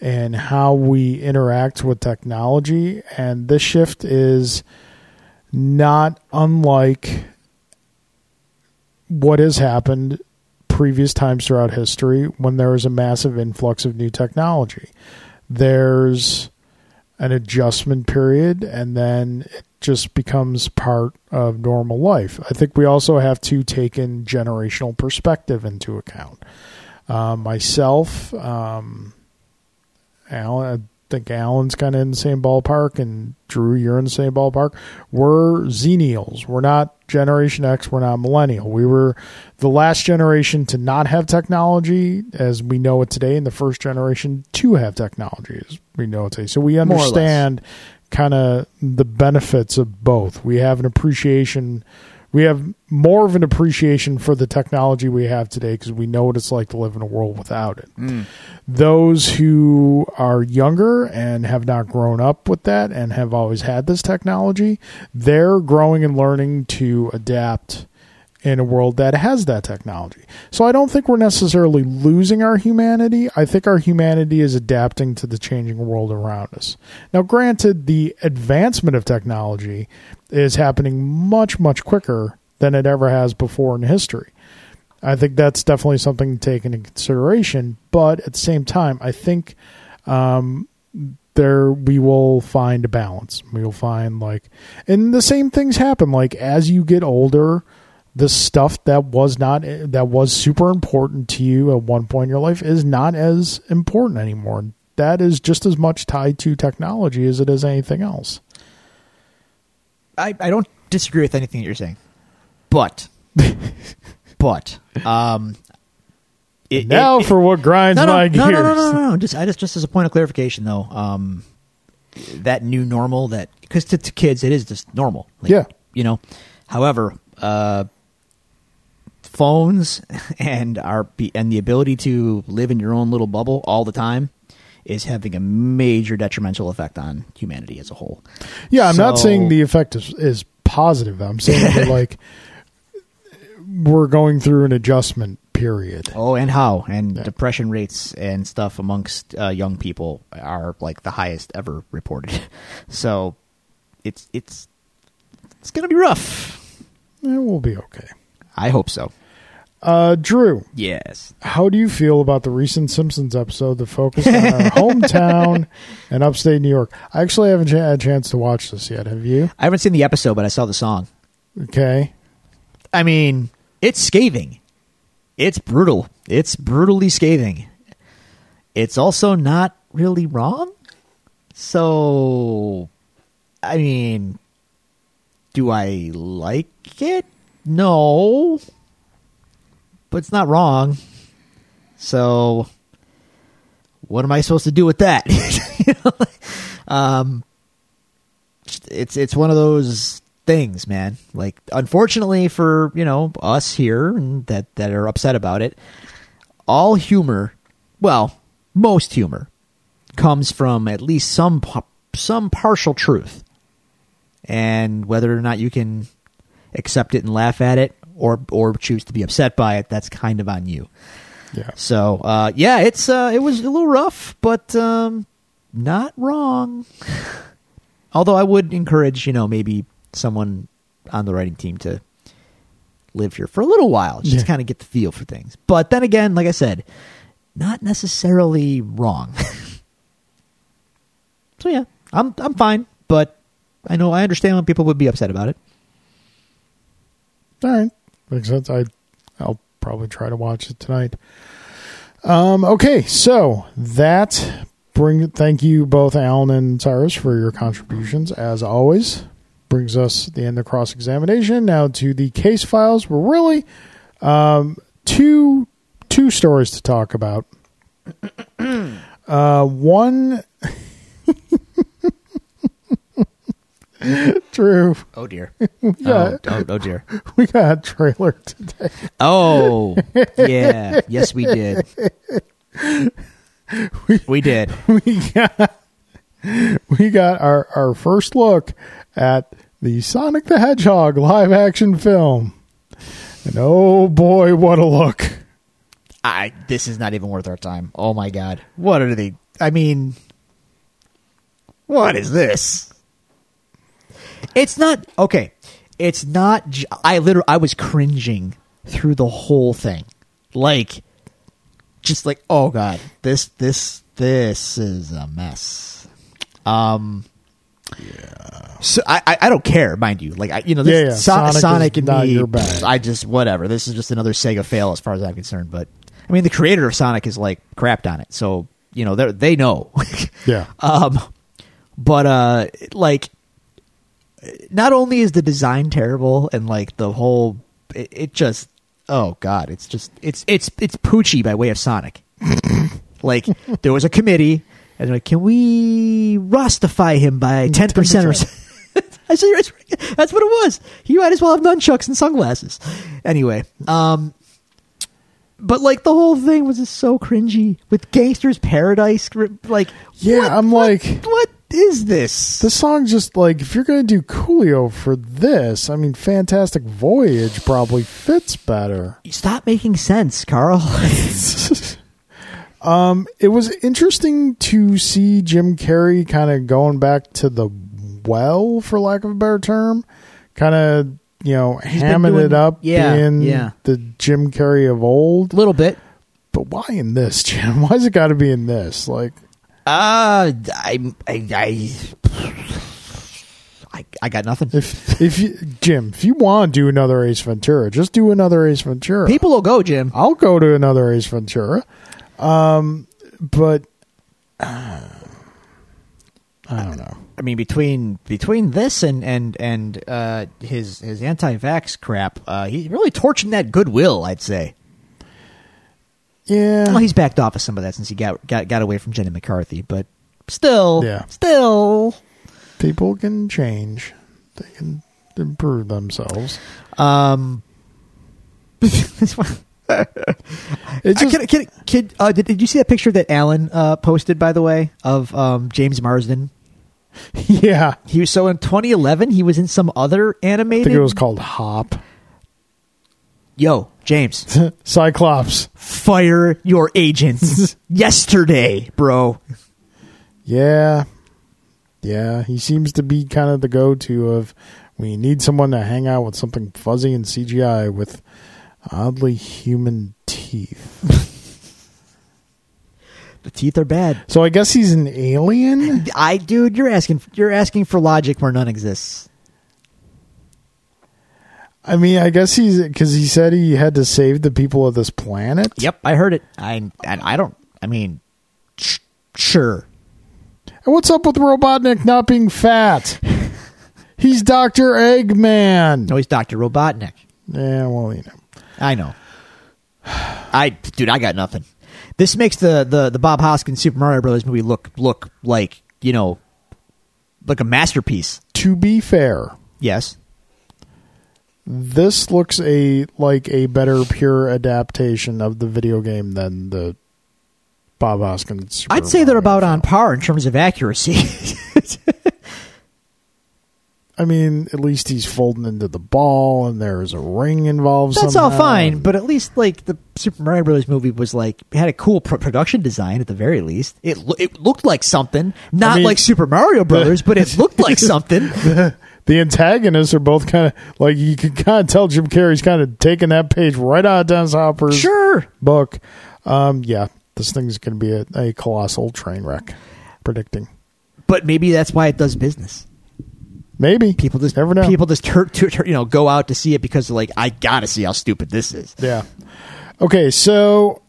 Speaker 1: in how we interact with technology, and this shift is not unlike what has happened previous times throughout history when there is a massive influx of new technology. There's an adjustment period and then it just becomes part of normal life. I think we also have to take in generational perspective into account. Uh, myself, um, Alan, I think Alan's kind of in the same ballpark, and Drew, you're in the same ballpark. We're Xenials. We're not Generation X. We're not Millennial. We were the last generation to not have technology as we know it today, and the first generation to have technology as we know it today. So we
Speaker 2: or less.
Speaker 1: understand kind of the benefits of both. We have an appreciation. We have more of an appreciation for the technology we have today because we know what it's like to live in a world without it those who are younger and have not grown up with that and have always had this technology, they're growing and learning to adapt in a world that has that technology. So I don't think we're necessarily losing our humanity. I think our humanity is adapting to the changing world around us. Now, granted, the advancement of technology is happening much, much quicker than it ever has before in history. I think that's definitely something to take into consideration. But at the same time, I think um, there we will find a balance. We will find like, and the same things happen. Like as you get older, the stuff that was not that was super important to you at one point in your life is not as important anymore. That is just as much tied to technology as it is anything else.
Speaker 2: I, I don't disagree with anything that you're saying, but (laughs) but um, it,
Speaker 1: now
Speaker 2: it-
Speaker 1: for what grinds
Speaker 2: no, no,
Speaker 1: my
Speaker 2: no,
Speaker 1: gears.
Speaker 2: No, no, no, no, no. Just, I just, just as a point of clarification, though, um, that new normal that because to, to kids it is just normal. Like,
Speaker 1: Yeah.
Speaker 2: you know. However, uh, phones (laughs) and our be- and the ability to live in your own little bubble all the time is having a major detrimental effect on humanity as a whole.
Speaker 1: Yeah, I'm not
Speaker 2: So-
Speaker 1: saying the effect is, is
Speaker 2: (laughs)
Speaker 1: positive. I'm saying that like we're going through an adjustment period.
Speaker 2: Oh, and how? And depression rates and stuff amongst uh, young people are like the highest ever reported. (laughs) so it's it's it's gonna be rough.
Speaker 1: It will be okay.
Speaker 2: I hope so.
Speaker 1: Uh, Drew,
Speaker 2: Yes.
Speaker 1: how do you feel about the recent Simpsons episode that focused on our hometown and upstate New York? I actually haven't had a chance to watch this yet. Have you?
Speaker 2: I haven't seen the episode, but I saw the song.
Speaker 1: Okay.
Speaker 2: I mean, it's scathing. It's brutal. It's brutally scathing. It's also not really wrong. So, I mean, do I like it? No. But it's not wrong. So, what am I supposed to do with that? (laughs) You know, like, um, it's it's one of those things, man. Like, unfortunately for you know us here and that that are upset about it, all humor, well, most humor, comes from at least some pa- some partial truth, and whether or not you can accept it and laugh at it or or choose to be upset by it, that's kind of on you.
Speaker 1: Yeah.
Speaker 2: So uh, yeah, it's uh, it was a little rough, but um, not wrong. (laughs) Although I would encourage you know maybe someone on the writing team to live here for a little while, just
Speaker 1: Yeah.
Speaker 2: kind of get the feel for things. But then again, like I said, not necessarily wrong. (laughs) so yeah, I'm I'm fine, but I know I understand when people would be upset about it.
Speaker 1: All right. Makes sense. I, I'll probably try to watch it tonight. Um, okay. So that bring. Thank you both, Alan and Cyrus, for your contributions as always. Brings us the end of cross examination. Now to the case files. We're really um, two two stories to talk about. (clears throat) uh, one. (laughs) True.
Speaker 2: Oh dear.
Speaker 1: (laughs) Yeah.
Speaker 2: Oh, oh, oh dear.
Speaker 1: We got a trailer today.
Speaker 2: Oh, yeah. Yes, we did. We did.
Speaker 1: (laughs) we got we got our our first look at the Sonic the Hedgehog live action film, and oh boy, what a look!
Speaker 2: I. This is not even worth our time. Oh my god. What are they? I mean, what is this? It's not okay. It's not. j- I literally. I was cringing through the whole thing, like, just like, oh god, this, this, this is a mess. Um. So I, I I don't care, mind you. Like I, you know, this,
Speaker 1: Yeah, yeah.
Speaker 2: So-
Speaker 1: Sonic
Speaker 2: Sonic,
Speaker 1: is
Speaker 2: and
Speaker 1: not
Speaker 2: me.
Speaker 1: your bag.
Speaker 2: I just whatever. This is just another Sega fail as far as I'm concerned. But I mean, the creator of Sonic is like crapped on it, so you know they they know. (laughs)
Speaker 1: Yeah,
Speaker 2: Um, but uh, like, not only is the design terrible, and like the whole, it, it just, oh god, it's just, it's it's it's Poochie by way of (laughs) Sonic. like there was a committee, and they're like, can we Rostify him by Mm, ten percent or? something? (laughs) I said, "That's- that's what it was. He might as well have nunchucks and sunglasses. Anyway, um, but like the whole thing was just so cringy with Gangster's Paradise. Like,
Speaker 1: yeah. I'm like
Speaker 2: what is this?
Speaker 1: the song. Just like if you're gonna do Coolio for this, I mean, Fantastic Voyage probably fits better.
Speaker 2: Stop making sense, (laughs) Carl.
Speaker 1: (laughs) um, it was interesting to see Jim Carrey kind of going back to the well, for lack of a better term, kind of you know
Speaker 2: been
Speaker 1: hamming
Speaker 2: doing-
Speaker 1: it up,
Speaker 2: yeah,
Speaker 1: being
Speaker 2: yeah.
Speaker 1: the Jim Carrey of old.
Speaker 2: little bit.
Speaker 1: But why in this, Jim? (laughs) Why's it got to be in this? Like,
Speaker 2: Uh, I, I, I, I, I got nothing.
Speaker 1: if if you, Jim, if you want to do another Ace Ventura, just do another Ace Ventura.
Speaker 2: (laughs) People will go, Jim.
Speaker 1: I'll go to another Ace Ventura. Um, but (sighs) uh, I don't know.
Speaker 2: I mean, between between this and and and uh, his his anti-vax crap, uh, he's really torching that goodwill. I'd say.
Speaker 1: Yeah.
Speaker 2: Well, he's backed off of some of that since he got got, got away from Jenny McCarthy, but still,
Speaker 1: Yeah.
Speaker 2: still.
Speaker 1: people can change they can improve themselves
Speaker 2: (laughs) Um, this one.
Speaker 1: it just
Speaker 2: can, can, can, uh, did, did you see that picture that Alan uh, posted, by the way, of um, James Marsden?
Speaker 1: (laughs) yeah
Speaker 2: He was so in 2011. He was in some other
Speaker 1: i
Speaker 2: animated.
Speaker 1: think it was called hop
Speaker 2: yo, James,
Speaker 1: (laughs)
Speaker 2: (laughs)
Speaker 1: Cyclops.
Speaker 2: fire your (laughs) agents yesterday, bro.
Speaker 1: Yeah. Yeah, he seems to be kind of the go-to of when you need someone to hang out with something fuzzy and CGI with oddly human teeth.
Speaker 2: The teeth are bad.
Speaker 1: So I guess he's an alien?
Speaker 2: I, dude, you're asking, you're asking for logic where none exists.
Speaker 1: I mean, I guess he's cuz he said he had to save the people of this planet.
Speaker 2: Yep, I heard it. I, I, I don't. I mean, sh- sure.
Speaker 1: And what's up with Robotnik not being fat? he's Dr. Eggman.
Speaker 2: No, he's Doctor Robotnik.
Speaker 1: Yeah, well, you know.
Speaker 2: I know. (sighs) I, dude, I got nothing. This makes the the the Bob Hoskins Super Mario Brothers movie look look like you know, like a masterpiece.
Speaker 1: To be fair,
Speaker 2: Yes.
Speaker 1: this looks a like a better pure adaptation of the video game than the Bob Hoskins. Super
Speaker 2: I'd say they're
Speaker 1: Mario.
Speaker 2: about on par in terms of accuracy. (laughs)
Speaker 1: I mean, at least he's folding into the ball, and there's a ring involved.
Speaker 2: That's all
Speaker 1: somehow.
Speaker 2: fine, but at least like the Super Mario Brothers movie was like had a cool pr- production design at the very least. It lo- it looked like something, not
Speaker 1: mean-
Speaker 2: like Super Mario Brothers,
Speaker 1: (laughs)
Speaker 2: but it looked like something.
Speaker 1: the antagonists are both kind of like you can kind of tell Jim Carrey's kind of taking that page right out of Dennis Hopper's
Speaker 2: Sure.
Speaker 1: book. Um, yeah, this thing's going to be a, a colossal train wreck. Predicting,
Speaker 2: But maybe that's why it does business.
Speaker 1: maybe
Speaker 2: People just
Speaker 1: never know.
Speaker 2: people just tur- tur- tur- you know go out to see it because they're like I got to see how stupid this is.
Speaker 1: Yeah. Okay, so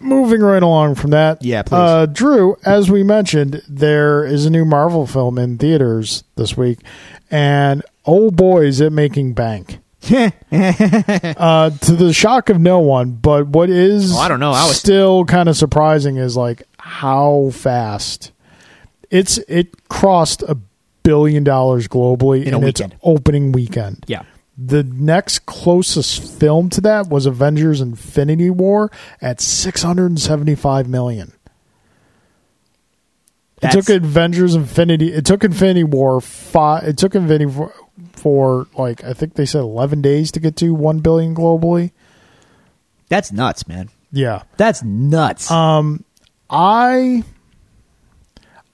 Speaker 1: moving right along from that.
Speaker 2: Yeah, please.
Speaker 1: Uh, Drew, as we mentioned, there is a new Marvel film in theaters this week, and oh boy, is it making
Speaker 2: (laughs)
Speaker 1: bank. uh, to the shock of no one, but what is
Speaker 2: Oh, I don't know. I was-
Speaker 1: still kind of surprising is like how fast it's it crossed a billion dollars globally
Speaker 2: In a
Speaker 1: its
Speaker 2: weekend.
Speaker 1: opening weekend.
Speaker 2: Yeah.
Speaker 1: The next closest film to that was Avengers Infinity War at 675 million.
Speaker 2: That's-
Speaker 1: it took Avengers Infinity it took Infinity War five it took Infinity War for like I think they said 11 days to get to 1 billion globally.
Speaker 2: That's nuts, man.
Speaker 1: Yeah.
Speaker 2: That's nuts.
Speaker 1: Um, I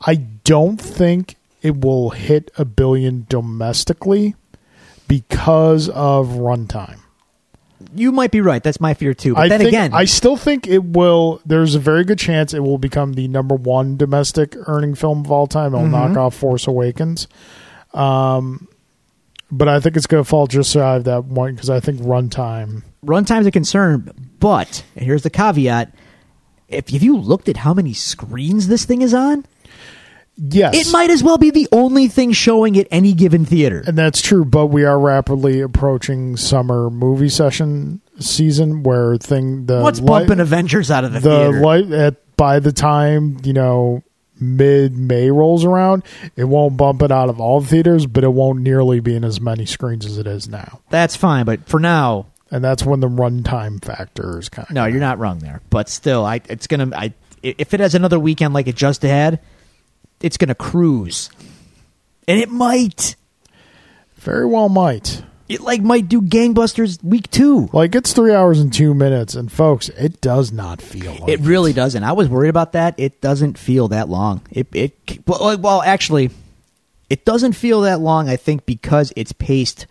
Speaker 1: I don't think it will hit a billion domestically because of runtime.
Speaker 2: you might be right. That's my fear too. But
Speaker 1: I
Speaker 2: then
Speaker 1: think,
Speaker 2: again,
Speaker 1: I still think it will. There's a very good chance it will become the number one domestic earning film of all time. It'll
Speaker 2: Mm-hmm.
Speaker 1: knock off Force Awakens, um, but I think it's going to fall just shy of that one because I think runtime.
Speaker 2: runtime's a concern, but and here's the caveat: if if you looked at how many screens this thing is on,
Speaker 1: Yes,
Speaker 2: it might as well be the only thing showing at any given theater.
Speaker 1: and that's true. But we are rapidly approaching summer movie session season, where thing the
Speaker 2: What's
Speaker 1: light-
Speaker 2: bumping Avengers out of the,
Speaker 1: the
Speaker 2: theater?
Speaker 1: light at by the time you know mid May rolls around, it won't bump it out of all theaters, but it won't nearly be in as many screens as it is now.
Speaker 2: That's fine, but for now,
Speaker 1: And that's when the runtime factor is kind of
Speaker 2: no, you're not wrong there. But still, I it's gonna I if it has another weekend like it just had, it's gonna cruise, and it might
Speaker 1: very well might.
Speaker 2: it like might do gangbusters week two.
Speaker 1: Like it's three hours and two minutes, and folks, it does not feel like
Speaker 2: It really doesn't. I was worried about that. It doesn't feel that long. It it well, well actually, it doesn't feel that long. I think because it's paced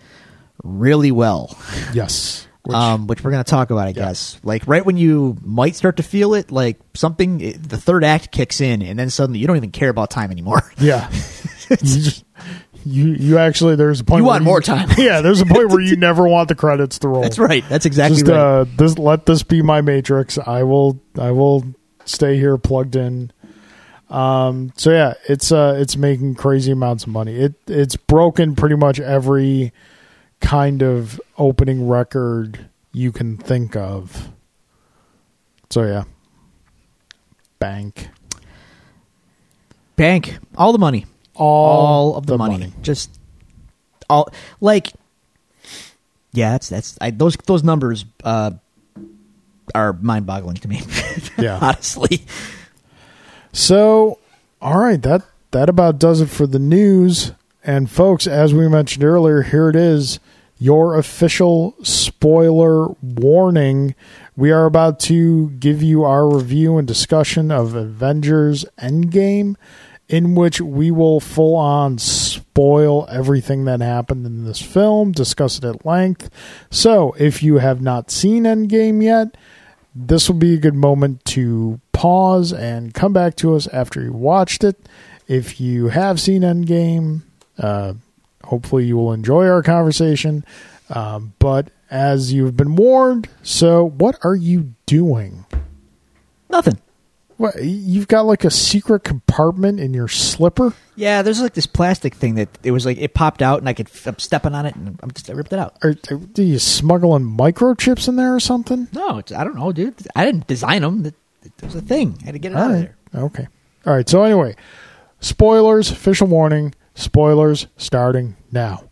Speaker 2: really well,
Speaker 1: yes. Which,
Speaker 2: um, which we're gonna talk about. I guess like right when you might start to feel it, like something it- the third act kicks in, and then suddenly you don't even care about time anymore. (laughs)
Speaker 1: yeah. you, just, you you actually there's a point
Speaker 2: You
Speaker 1: where
Speaker 2: want more time.
Speaker 1: (laughs) yeah, there's a point where
Speaker 2: (laughs)
Speaker 1: you never want the credits to roll.
Speaker 2: That's right. That's exactly
Speaker 1: just
Speaker 2: right.
Speaker 1: uh, this let this be my matrix. I will I will stay here plugged in. Um, so yeah, it's uh, it's making crazy amounts of money. It it's broken pretty much every kind of opening record you can think of. So yeah, bank
Speaker 2: Bank all the money,
Speaker 1: all,
Speaker 2: all of the, money. just all like yeah. That's that's I, those those numbers. Uh, are mind-boggling to me. (laughs)
Speaker 1: Yeah.
Speaker 2: honestly.
Speaker 1: So, all right, that that about does it for the news. And folks, as we mentioned earlier, here it is: your official spoiler warning. We are about to give you our review and discussion of Avengers Endgame, in which we will full on spoil everything that happened in this film, discuss it at length. So, if you have not seen Endgame yet, this will be a good moment to pause and come back to us after you watched it. If you have seen Endgame, uh, hopefully you will enjoy our conversation. Um, but as you've been warned, so what are you doing?
Speaker 2: Nothing.
Speaker 1: What, you've got like a secret compartment in your slipper?
Speaker 2: Yeah, there's like this plastic thing that it was like it popped out, and I could I'm stepping on it, and I'm just I ripped it out.
Speaker 1: Are, are you smuggling microchips in there or something?
Speaker 2: No, it's, I don't know, dude. I didn't design them. It, it was a thing. I had to get it out
Speaker 1: All
Speaker 2: of
Speaker 1: right.
Speaker 2: there.
Speaker 1: Okay. All right. So anyway, spoilers. Official warning. Spoilers starting now.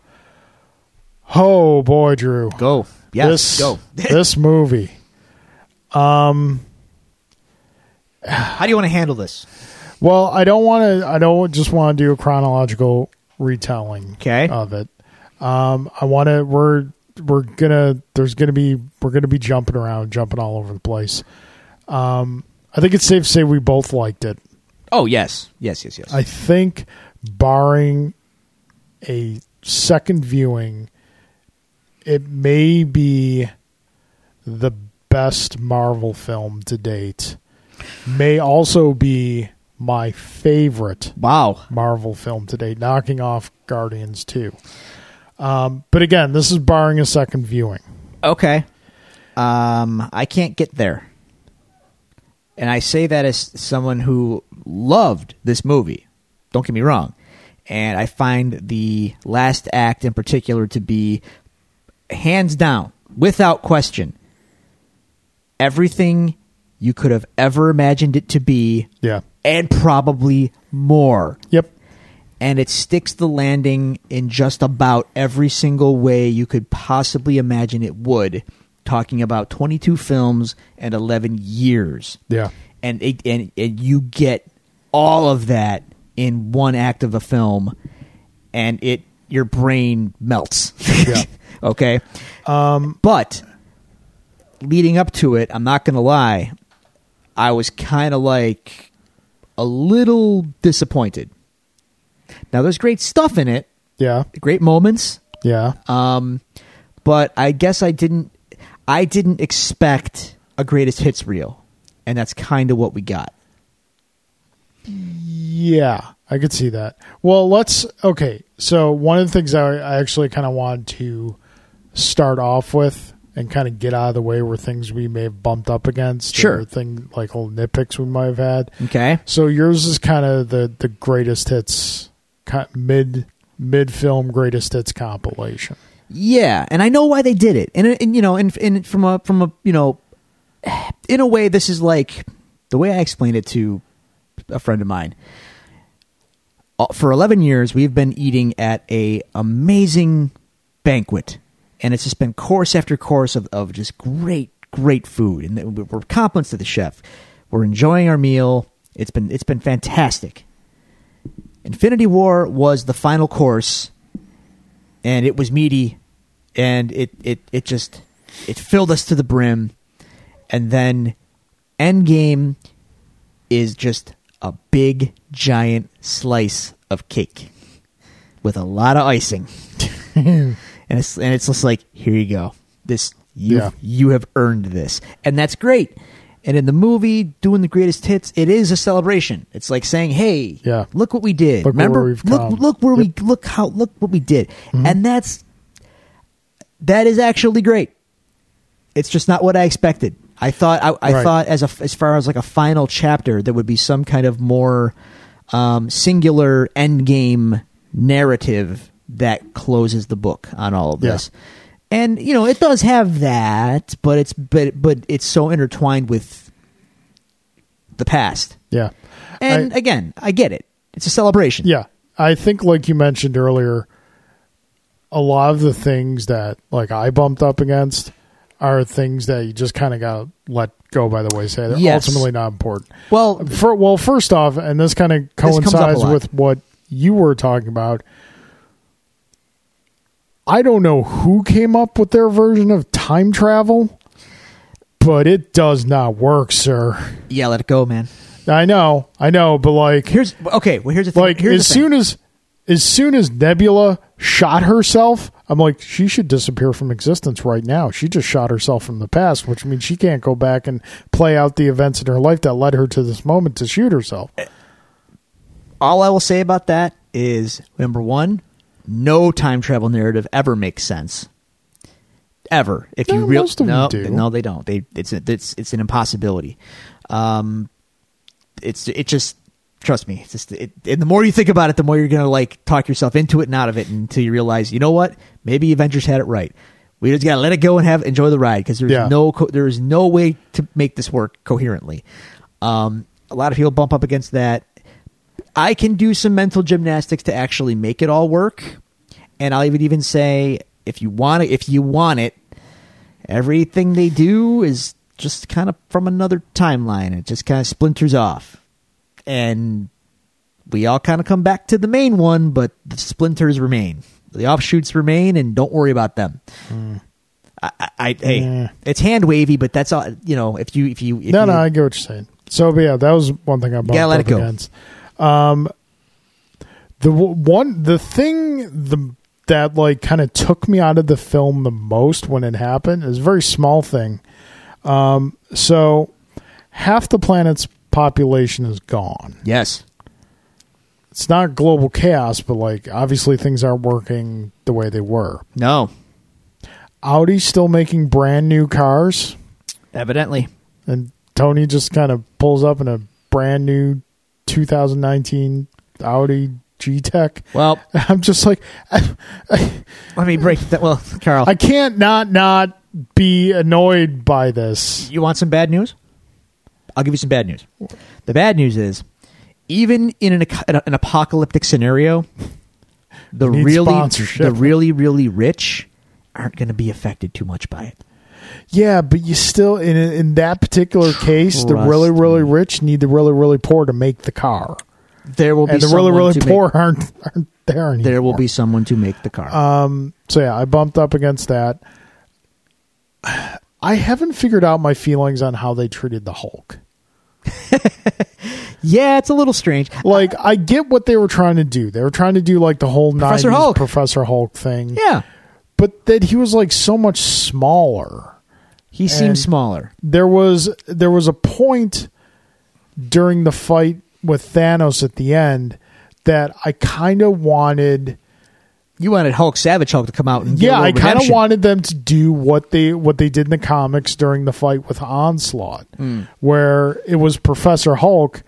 Speaker 1: Oh boy, Drew.
Speaker 2: Go. Yes.
Speaker 1: this
Speaker 2: Go. (laughs)
Speaker 1: this movie.
Speaker 2: How do you want to handle this?
Speaker 1: Well, I don't want to. I don't just want to do a chronological retelling.
Speaker 2: Okay.
Speaker 1: Of it. Um, I want to. We're we're gonna. There's gonna be. We're gonna be jumping around, jumping all over the place. Um, I think it's safe to say we both liked it.
Speaker 2: Oh yes, yes, yes, yes.
Speaker 1: I think, barring a second viewing, it may be the best Marvel film to date. May also be my favorite
Speaker 2: wow.
Speaker 1: Marvel film to date, knocking off Guardians 2. Um, but again, this is barring a second viewing.
Speaker 2: Okay. Um, I can't get there. And I say that as someone who loved this movie. Don't get me wrong. And I find the last act in particular to be hands down, without question, everything you could have ever imagined it to be,
Speaker 1: Yeah.
Speaker 2: and probably more
Speaker 1: Yep.
Speaker 2: and it sticks the landing in just about every single way you could possibly imagine it would talking about 22 films and 11 years
Speaker 1: Yeah.
Speaker 2: and it, and, and you get all of that in one act of a film and it your brain melts
Speaker 1: Yeah.
Speaker 2: (laughs) okay um but leading up to it i'm not going to lie i was kind of like a little disappointed now there's great stuff in it
Speaker 1: Yeah.
Speaker 2: great moments
Speaker 1: Yeah.
Speaker 2: um, but I guess I didn't. I didn't expect a greatest hits reel, and that's kind of what we got.
Speaker 1: Yeah, I could see that. Well, let's okay. So one of the things I, I actually kind of wanted to start off with and kind of get out of the way were things we may have bumped up against,
Speaker 2: Sure.
Speaker 1: or thing like little nitpicks we might have had.
Speaker 2: Okay.
Speaker 1: So yours is kind of the the greatest hits ki- mid mid film greatest hits compilation.
Speaker 2: Yeah, and I know why they did it, and, uh, and you know, and, and from a from a you know, in a way, this is like the way I explained it to a friend of mine. Uh, For eleven years, we've been eating at a amazing banquet, and it's just been course after course of, of just great great food, and we're we're compliments to the chef. We're enjoying our meal. It's been it's been fantastic. Infinity War was the final course and it was meaty and it, it, it just it filled us to the brim and then endgame is just a big giant slice of cake with a lot of icing and it's and it's just like here you go this you
Speaker 1: Yeah.
Speaker 2: you have earned this and that's great and in the movie doing the greatest hits it is a celebration it's like saying hey
Speaker 1: Yeah.
Speaker 2: look what we did
Speaker 1: Look where
Speaker 2: Remember,
Speaker 1: we've
Speaker 2: look,
Speaker 1: come. Mm-hmm.
Speaker 2: look where we look how look what we did, and that's that is actually great. It's just not what I expected. I thought I, I
Speaker 1: Right.
Speaker 2: thought as a as far as like a final chapter, there would be some kind of more um, singular endgame narrative that closes the book on all of
Speaker 1: Yeah.
Speaker 2: this. And you know it does have that, but it's but but it's so intertwined with the past.
Speaker 1: Yeah.
Speaker 2: And
Speaker 1: I-
Speaker 2: again, I get it. It's a celebration.
Speaker 1: Yeah. I think like you mentioned earlier, a lot of the things that like I bumped up against are things that you just kind of got to let go by the wayside. They're
Speaker 2: Yes.
Speaker 1: ultimately not important.
Speaker 2: Well,
Speaker 1: For, well, first off, and this kind of
Speaker 2: comes up a
Speaker 1: coincides
Speaker 2: lot.
Speaker 1: with what you were talking about. I don't know who came up with their version of time travel, but it does not work, sir.
Speaker 2: Yeah, let it go, man.
Speaker 1: I know, I know, but like,
Speaker 2: Here's okay. Well, here's the thing.
Speaker 1: like
Speaker 2: here's
Speaker 1: as
Speaker 2: the thing.
Speaker 1: soon as as soon as Nebula shot herself, I'm like, she should disappear from existence right now. She just shot herself from the past, which means she can't go back and play out the events in her life that led her to this moment to shoot herself.
Speaker 2: all I will say about that is number one, no time travel narrative ever makes sense. Ever, if
Speaker 1: No,
Speaker 2: you real
Speaker 1: most of them
Speaker 2: no,
Speaker 1: do.
Speaker 2: no, they don't. They it's a, it's it's an impossibility. Um, it's it just trust me. It's just it, and the more you think about it, the more you're gonna like talk yourself into it and out of it until you realize you know what? Maybe Avengers had it right. We just gotta let it go and have enjoy the ride because there's
Speaker 1: Yeah.
Speaker 2: no co- there is no way to make this work coherently. Um, a lot of people bump up against that. I can do some mental gymnastics to actually make it all work, and I'll even even say if you want it, if you want it, everything they do is just kind of from another timeline. It just kind of splinters off, and we all kind of come back to the main one, but the splinters remain. The offshoots remain, and don't worry about them. I, I, I hey,
Speaker 1: Yeah.
Speaker 2: it's hand wavy, but that's all. You know, if you if you if
Speaker 1: no,
Speaker 2: you,
Speaker 1: no, I get what you're saying. So, but yeah, that was one thing I bumped
Speaker 2: gotta let
Speaker 1: up
Speaker 2: it go.
Speaker 1: against. Um, the w- one, the thing, the that like kind of took me out of the film the most when it happened is a very small thing. Um, so half the planet's population is gone.
Speaker 2: yes,
Speaker 1: It's not global chaos, but like obviously things aren't working the way they were.
Speaker 2: no,
Speaker 1: Audi's still making brand new cars.
Speaker 2: evidently.
Speaker 1: and Tony just kind of pulls up in a brand new 2019 Audi G Tech.
Speaker 2: Well,
Speaker 1: (laughs) I'm just like, (laughs) I, I,
Speaker 2: let me break that. Well, Carl,
Speaker 1: I can't not not be annoyed by this.
Speaker 2: you want some bad news? I'll give you some bad news. The bad news is, even in an, ac- an apocalyptic scenario, the
Speaker 1: We need
Speaker 2: really,
Speaker 1: sponsorship.
Speaker 2: the really, really rich aren't going to be affected too much by it.
Speaker 1: Yeah, but you still in in that (sighs) particular case, the
Speaker 2: Trust
Speaker 1: really really
Speaker 2: me.
Speaker 1: rich need the really really poor to make the car,
Speaker 2: There will be
Speaker 1: and the really
Speaker 2: someone
Speaker 1: really
Speaker 2: to make-
Speaker 1: poor aren't aren't there anymore.
Speaker 2: there will be someone to make the car.
Speaker 1: Um, so yeah, I bumped up against that. (sighs) I haven't figured out my feelings on how they treated the Hulk.
Speaker 2: yeah, it's a little strange.
Speaker 1: like I get what they were trying to do. They were trying to do like the whole
Speaker 2: Professor
Speaker 1: 90s
Speaker 2: Hulk.
Speaker 1: Professor Hulk thing.
Speaker 2: Yeah,
Speaker 1: But that he was like so much smaller.
Speaker 2: he
Speaker 1: And-
Speaker 2: seems smaller.
Speaker 1: There was there was a point during the fight with Thanos at the end that I kind of wanted
Speaker 2: You wanted Hulk Savage Hulk to come out and get a
Speaker 1: yeah,
Speaker 2: little
Speaker 1: I kind of
Speaker 2: redemption.
Speaker 1: wanted them to do what they what they did in the comics during the fight with Onslaught,
Speaker 2: Hmm.
Speaker 1: where it was Professor Hulk,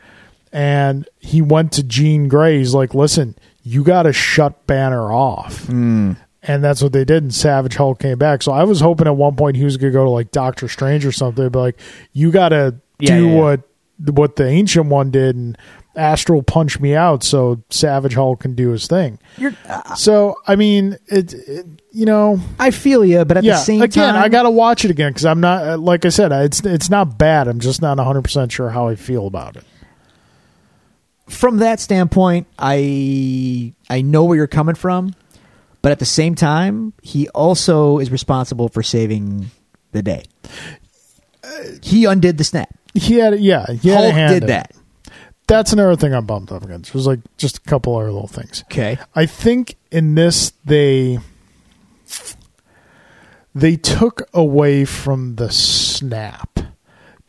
Speaker 1: and he went to Jean Grey. He's like, "Listen, you got to shut Banner off,"
Speaker 2: Hmm.
Speaker 1: and that's what they did. And Savage Hulk came back. So I was hoping at one point he was going to go to like Doctor Strange or something, but like, you got to
Speaker 2: Yeah,
Speaker 1: do
Speaker 2: yeah, yeah.
Speaker 1: what what the Ancient One did and Astral punch me out, so Savage Hulk can do his thing.
Speaker 2: You're,
Speaker 1: So I mean, it, it you know,
Speaker 2: I feel you, but at
Speaker 1: yeah.
Speaker 2: the same
Speaker 1: again,
Speaker 2: time,
Speaker 1: I gotta watch it again because I'm not uh, like I said, I- it's it's not bad. I'm just not 100 percent sure how I feel about it.
Speaker 2: from that standpoint, I I know where you're coming from, but at the same time, he also is responsible for saving the day. He undid the snap.
Speaker 1: He had yeah, he had a
Speaker 2: Hulk
Speaker 1: hand
Speaker 2: did
Speaker 1: in it.
Speaker 2: that.
Speaker 1: That's another thing I bumped up against. It was like just a couple other little things.
Speaker 2: Okay.
Speaker 1: I think in this they they took away from the snap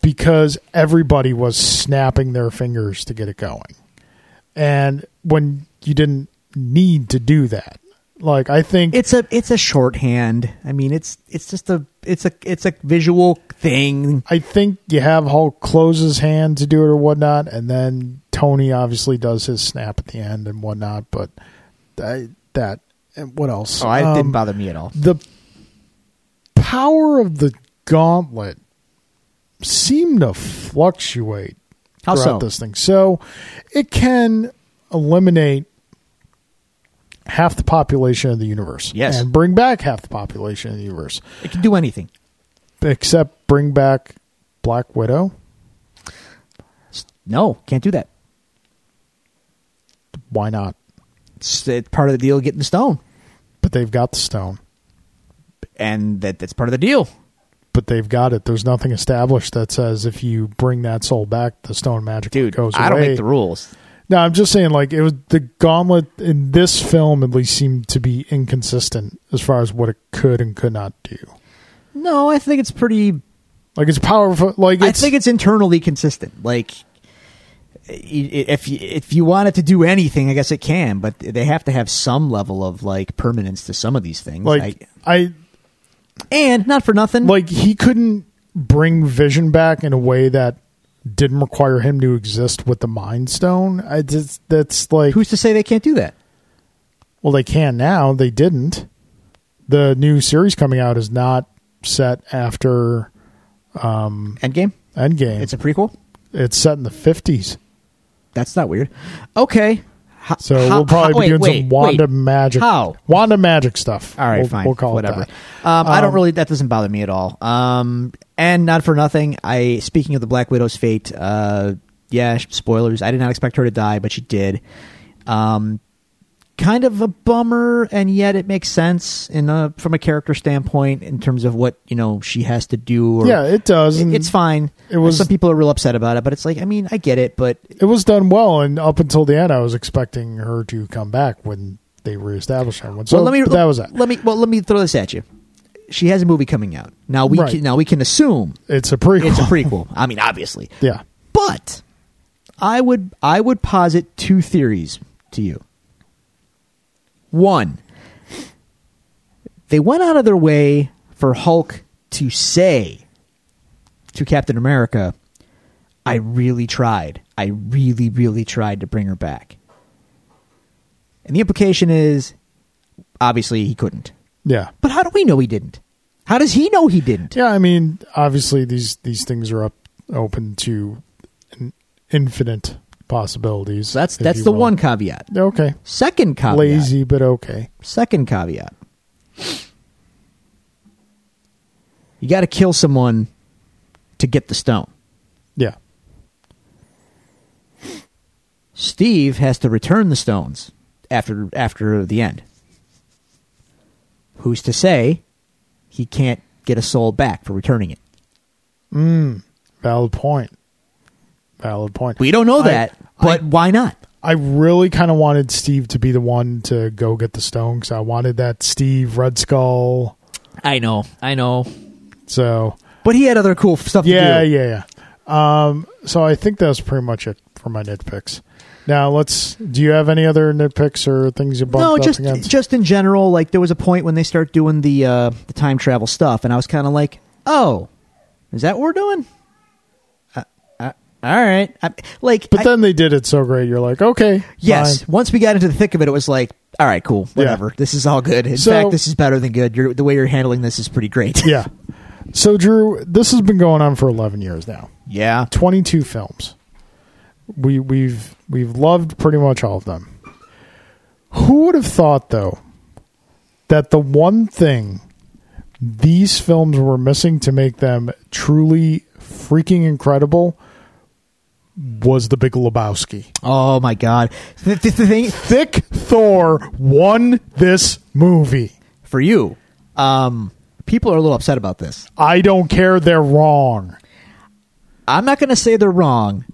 Speaker 1: because everybody was snapping their fingers to get it going. And when you didn't need to do that. Like I think
Speaker 2: It's a it's a shorthand. I mean, it's it's just a it's a it's a visual thing.
Speaker 1: I think you have Hulk close his hand to do it or whatnot, and then Tony obviously does his snap at the end and whatnot. But I, that, and what else?
Speaker 2: Oh, it
Speaker 1: Um,
Speaker 2: didn't bother me at all.
Speaker 1: the power of the gauntlet seemed to fluctuate
Speaker 2: How
Speaker 1: throughout
Speaker 2: so?
Speaker 1: this thing. So it can eliminate half the population of the universe.
Speaker 2: Yes.
Speaker 1: And bring back half the population of the universe.
Speaker 2: It can do anything.
Speaker 1: Except bring back Black Widow.
Speaker 2: No, can't do that.
Speaker 1: Why not?
Speaker 2: It's, it's part of the deal getting the stone.
Speaker 1: But they've got the stone.
Speaker 2: and that that's part of the deal.
Speaker 1: But they've got it. There's nothing established that says if you bring that soul back, the stone magic
Speaker 2: Dude,
Speaker 1: goes
Speaker 2: I don't
Speaker 1: away.
Speaker 2: make the rules.
Speaker 1: no, I'm just saying, like it was the gauntlet in this film at least seemed to be inconsistent as far as what it could and could not do.
Speaker 2: No, I think it's pretty
Speaker 1: Like it's powerful. Like
Speaker 2: I
Speaker 1: it's,
Speaker 2: think it's internally consistent. Like i- i- if you, if you want it to do anything, I guess it can, but they have to have some level of like permanence to some of these things.
Speaker 1: like I
Speaker 2: I- and not for nothing.
Speaker 1: like he couldn't bring Vision back in a way that didn't require him to exist with the Mind Stone. I just that's like
Speaker 2: who's to say they can't do that?
Speaker 1: well they can now. They didn't. The new series coming out is not set after
Speaker 2: Endgame.
Speaker 1: Endgame. It's
Speaker 2: It's a prequel.
Speaker 1: it's set in the fifties.
Speaker 2: That's not weird. Okay. Ho-
Speaker 1: So
Speaker 2: ho-
Speaker 1: we'll probably
Speaker 2: ho-
Speaker 1: be doing
Speaker 2: wait,
Speaker 1: some
Speaker 2: wait,
Speaker 1: Wanda
Speaker 2: wait.
Speaker 1: magic.
Speaker 2: How?
Speaker 1: Wanda magic stuff.
Speaker 2: All right,
Speaker 1: We'll-
Speaker 2: fine.
Speaker 1: We'll call
Speaker 2: whatever.
Speaker 1: it that.
Speaker 2: Um, I don't really. That doesn't bother me at all. Um, and not for nothing. I speaking of the Black Widow's fate. Uh, yeah, sh- spoilers. I did not expect her to die, but she did. Um, kind of a bummer, and yet it makes sense in a, from a character standpoint in terms of what you know she has to do. Or,
Speaker 1: Yeah, it does. and
Speaker 2: it's fine.
Speaker 1: It was-
Speaker 2: some people are real upset about it, but it's like I mean I get it, but
Speaker 1: It was done well, and up until the end, I was expecting her to come back when they reestablished her. So
Speaker 2: well, let me.
Speaker 1: but that was that.
Speaker 2: Let me. Well, let me throw this at you. She has a movie coming out now. We
Speaker 1: Right.
Speaker 2: can, now we can assume
Speaker 1: It's a prequel.
Speaker 2: (laughs) it's a prequel. I mean, obviously,
Speaker 1: (laughs) yeah.
Speaker 2: but I would I would posit two theories to you. One, they went out of their way for Hulk to say to Captain America, "I really tried. I really, really tried to bring her back." And the implication is, obviously, he couldn't.
Speaker 1: Yeah.
Speaker 2: But how do we know he didn't? How does he know he didn't?
Speaker 1: Yeah, I mean, obviously these these things are up open to an infinite possibilities.
Speaker 2: So that's
Speaker 1: if
Speaker 2: that's
Speaker 1: you
Speaker 2: the
Speaker 1: will.
Speaker 2: one caveat.
Speaker 1: Okay.
Speaker 2: Second caveat.
Speaker 1: Lazy, but okay.
Speaker 2: Second caveat. You got to kill someone to get the stone.
Speaker 1: Yeah.
Speaker 2: Steve has to return the stones after after the end. Who's to say he can't get a soul back for returning it?
Speaker 1: Valid point. Valid point.
Speaker 2: We don't know
Speaker 1: I-
Speaker 2: that, but why not?
Speaker 1: I really kind of wanted Steve to be the one to go get the stone because I wanted that Steve Red Skull.
Speaker 2: I know, I know.
Speaker 1: So
Speaker 2: But he had other cool stuff
Speaker 1: Yeah,
Speaker 2: to do.
Speaker 1: yeah, yeah. Um, so I think that's pretty much it for my nitpicks. Now let's. Do you have any other nitpicks or things you bumped
Speaker 2: No,
Speaker 1: up
Speaker 2: just
Speaker 1: against?
Speaker 2: just in general, like there was a point when they start doing the uh, the time travel stuff, and I was kind of like, "Oh, is that what we're doing?" Uh, uh, all right, I, like,
Speaker 1: but
Speaker 2: I-
Speaker 1: then they did it so great. You're like, okay,
Speaker 2: yes.
Speaker 1: fine.
Speaker 2: Once we got into the thick of it, it was like, "All right, cool, whatever. This is all good. In
Speaker 1: So-
Speaker 2: fact, this is better than good. You're, the way you're handling this is pretty great."
Speaker 1: yeah. So Drew, this has been going on for 11 years now.
Speaker 2: (laughs) yeah.
Speaker 1: 22 films. We we've we've loved pretty much all of them. Who would have thought though that the one thing these films were missing to make them truly freaking incredible was the Big Lebowski.
Speaker 2: Oh my god. The, the, the thing
Speaker 1: Thick Thor won this movie.
Speaker 2: for you, um, people are a little upset about this.
Speaker 1: I don't care they're wrong.
Speaker 2: I'm not going to say they're wrong,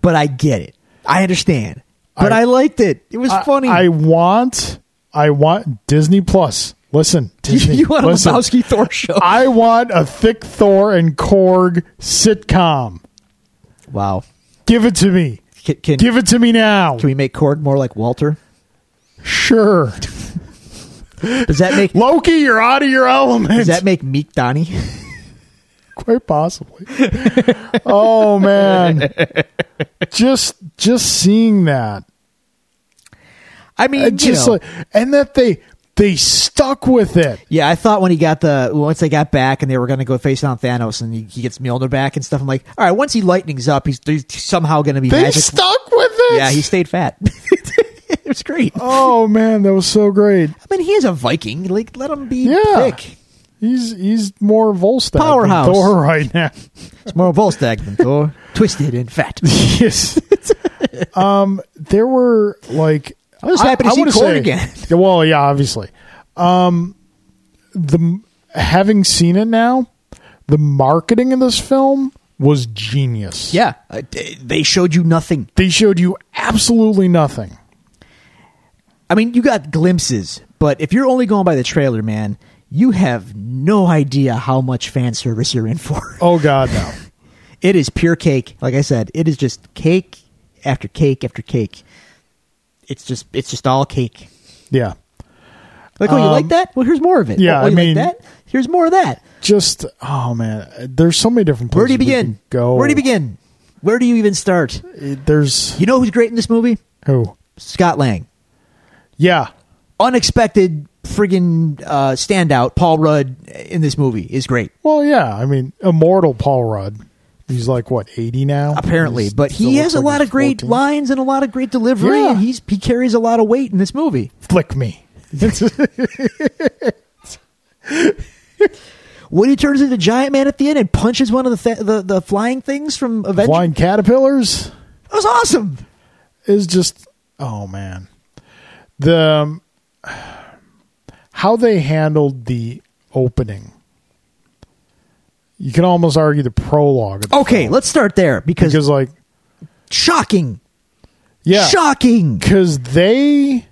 Speaker 2: but I get it. I understand. But I,
Speaker 1: I-
Speaker 2: liked it. It was
Speaker 1: I-
Speaker 2: funny.
Speaker 1: I, want I want Disney Plus. Listen, Disney.
Speaker 2: (laughs) (laughs) you want a
Speaker 1: listen.
Speaker 2: Lebowski Thor show?
Speaker 1: I want a thick Thor and Korg sitcom.
Speaker 2: wow.
Speaker 1: Give it to me.
Speaker 2: Can, can,
Speaker 1: Give it to me now.
Speaker 2: can we make Korg more like Walter?
Speaker 1: Sure.
Speaker 2: Does that make
Speaker 1: Loki, you're out of your element.
Speaker 2: does that make Meek Donnie? (laughs)
Speaker 1: Quite possibly. oh man. Just just seeing that.
Speaker 2: I mean,
Speaker 1: Uh,
Speaker 2: you
Speaker 1: Just
Speaker 2: know.
Speaker 1: like, and that they they stuck with it.
Speaker 2: yeah, I thought when he got the once they got back and they were going to go face down Thanos and he, he gets Mjolnir back and stuff. I'm like, all right, once he lightnings up, he's, he's somehow going to be
Speaker 1: They
Speaker 2: magic.
Speaker 1: stuck with it.
Speaker 2: yeah, he stayed fat. (laughs) it was great.
Speaker 1: Oh man, that was so great.
Speaker 2: I mean, he is a Viking. Like, let him be
Speaker 1: Yeah.
Speaker 2: thick.
Speaker 1: He's he's more Volstagg
Speaker 2: Powerhouse.
Speaker 1: than Thor right now.
Speaker 2: It's more Volstagg (laughs) than Thor. Twisted
Speaker 1: (laughs)
Speaker 2: and fat. (laughs)
Speaker 1: yes. um, there were like
Speaker 2: I was happy to see
Speaker 1: wanna (laughs)
Speaker 2: Korg
Speaker 1: say-
Speaker 2: again.
Speaker 1: Yeah, well, yeah, obviously. Um, the having seen it now, the marketing in this film was genius.
Speaker 2: Yeah, uh, d- they showed you nothing.
Speaker 1: They showed you absolutely nothing.
Speaker 2: I mean, you got glimpses, but if you're only going by the trailer, man, you have no idea how much fan service you're in for.
Speaker 1: Oh god, no.
Speaker 2: (laughs)
Speaker 1: (laughs)
Speaker 2: It is pure cake. Like I said, it is just cake after cake after cake. It's just it's just all cake.
Speaker 1: Yeah.
Speaker 2: Like, oh, you like that? Well, here's more of it.
Speaker 1: Um, yeah,
Speaker 2: oh,
Speaker 1: I
Speaker 2: you
Speaker 1: mean-
Speaker 2: like that? Here's more of that.
Speaker 1: Just oh man, there's so many different places.
Speaker 2: Where do you
Speaker 1: we
Speaker 2: begin?
Speaker 1: could Go.
Speaker 2: Where do you begin? Where do you even start?
Speaker 1: begin? There's
Speaker 2: You know who's great in this movie?
Speaker 1: who?
Speaker 2: Scott Lang.
Speaker 1: Yeah.
Speaker 2: Unexpected friggin' uh, standout. Paul Rudd in this movie is great.
Speaker 1: Well, yeah. I mean, immortal Paul Rudd. He's like what eighty now,
Speaker 2: apparently.
Speaker 1: He's-
Speaker 2: But
Speaker 1: still
Speaker 2: he
Speaker 1: looks
Speaker 2: has a
Speaker 1: like
Speaker 2: lot
Speaker 1: he's
Speaker 2: of great
Speaker 1: 14.
Speaker 2: lines and a lot of great delivery,
Speaker 1: Yeah.
Speaker 2: and he's he carries a lot of weight in this movie.
Speaker 1: Flick
Speaker 2: (laughs)
Speaker 1: me.
Speaker 2: When he turns into Giant Man at the end and punches one of the th- the, the flying things from Avengers,
Speaker 1: Flying caterpillars
Speaker 2: that was awesome.
Speaker 1: is just oh man, the um, how they handled the opening. You can almost argue the prologue. of the
Speaker 2: Okay,
Speaker 1: film.
Speaker 2: let's start there because,
Speaker 1: because like
Speaker 2: shocking,
Speaker 1: yeah,
Speaker 2: shocking.
Speaker 1: because they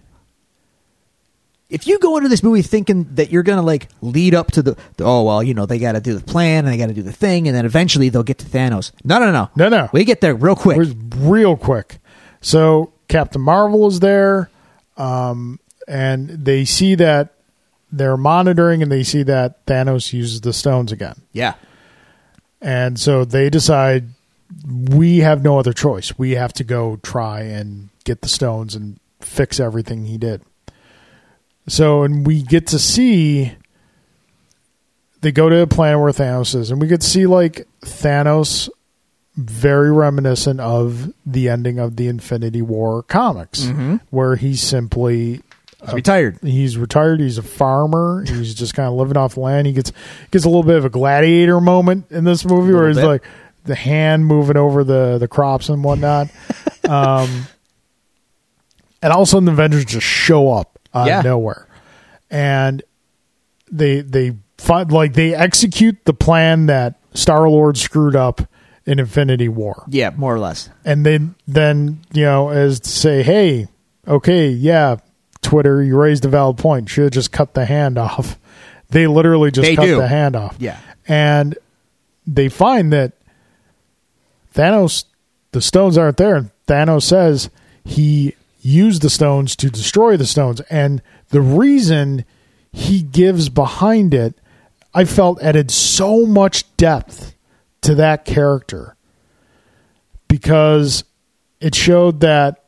Speaker 2: If you go into this movie thinking that you're gonna like lead up to the, the oh well, you know they got to do the plan and they got to do the thing, and then eventually they'll get to Thanos. No, no, no,
Speaker 1: No, no.
Speaker 2: We get there real quick.
Speaker 1: was real quick. So Captain Marvel is there, um, and they see that they're monitoring, and they see that Thanos uses the stones again,
Speaker 2: yeah,
Speaker 1: and so they decide we have no other choice. We have to go try and get the stones and fix everything he did. So, and we get to see they go to a planet where Thanos is, and we get to see like Thanos very reminiscent of the ending of the Infinity War comics, where he's simply
Speaker 2: he's retired.
Speaker 1: he's retired, he's a farmer, he's just kind of living off the land. He gets gets a little bit of a gladiator moment in this movie where he's
Speaker 2: Little bit.
Speaker 1: like the hand moving over the the crops and
Speaker 2: (laughs)
Speaker 1: whatnot. um, and all of a sudden, the Avengers just show up out
Speaker 2: Yeah.
Speaker 1: of nowhere, and they they find like they execute the plan that Star Lord screwed up in Infinity War
Speaker 2: Yeah, more or less.
Speaker 1: and then then you know as to say hey okay yeah twitter you raised a valid point should have just cut the hand off they literally just
Speaker 2: They
Speaker 1: cut
Speaker 2: do.
Speaker 1: the hand off
Speaker 2: Yeah.
Speaker 1: and they find that thanos the stones aren't there and thanos says he used the stones to destroy the stones and the reason he gives behind it i felt added so much depth to that character because it showed that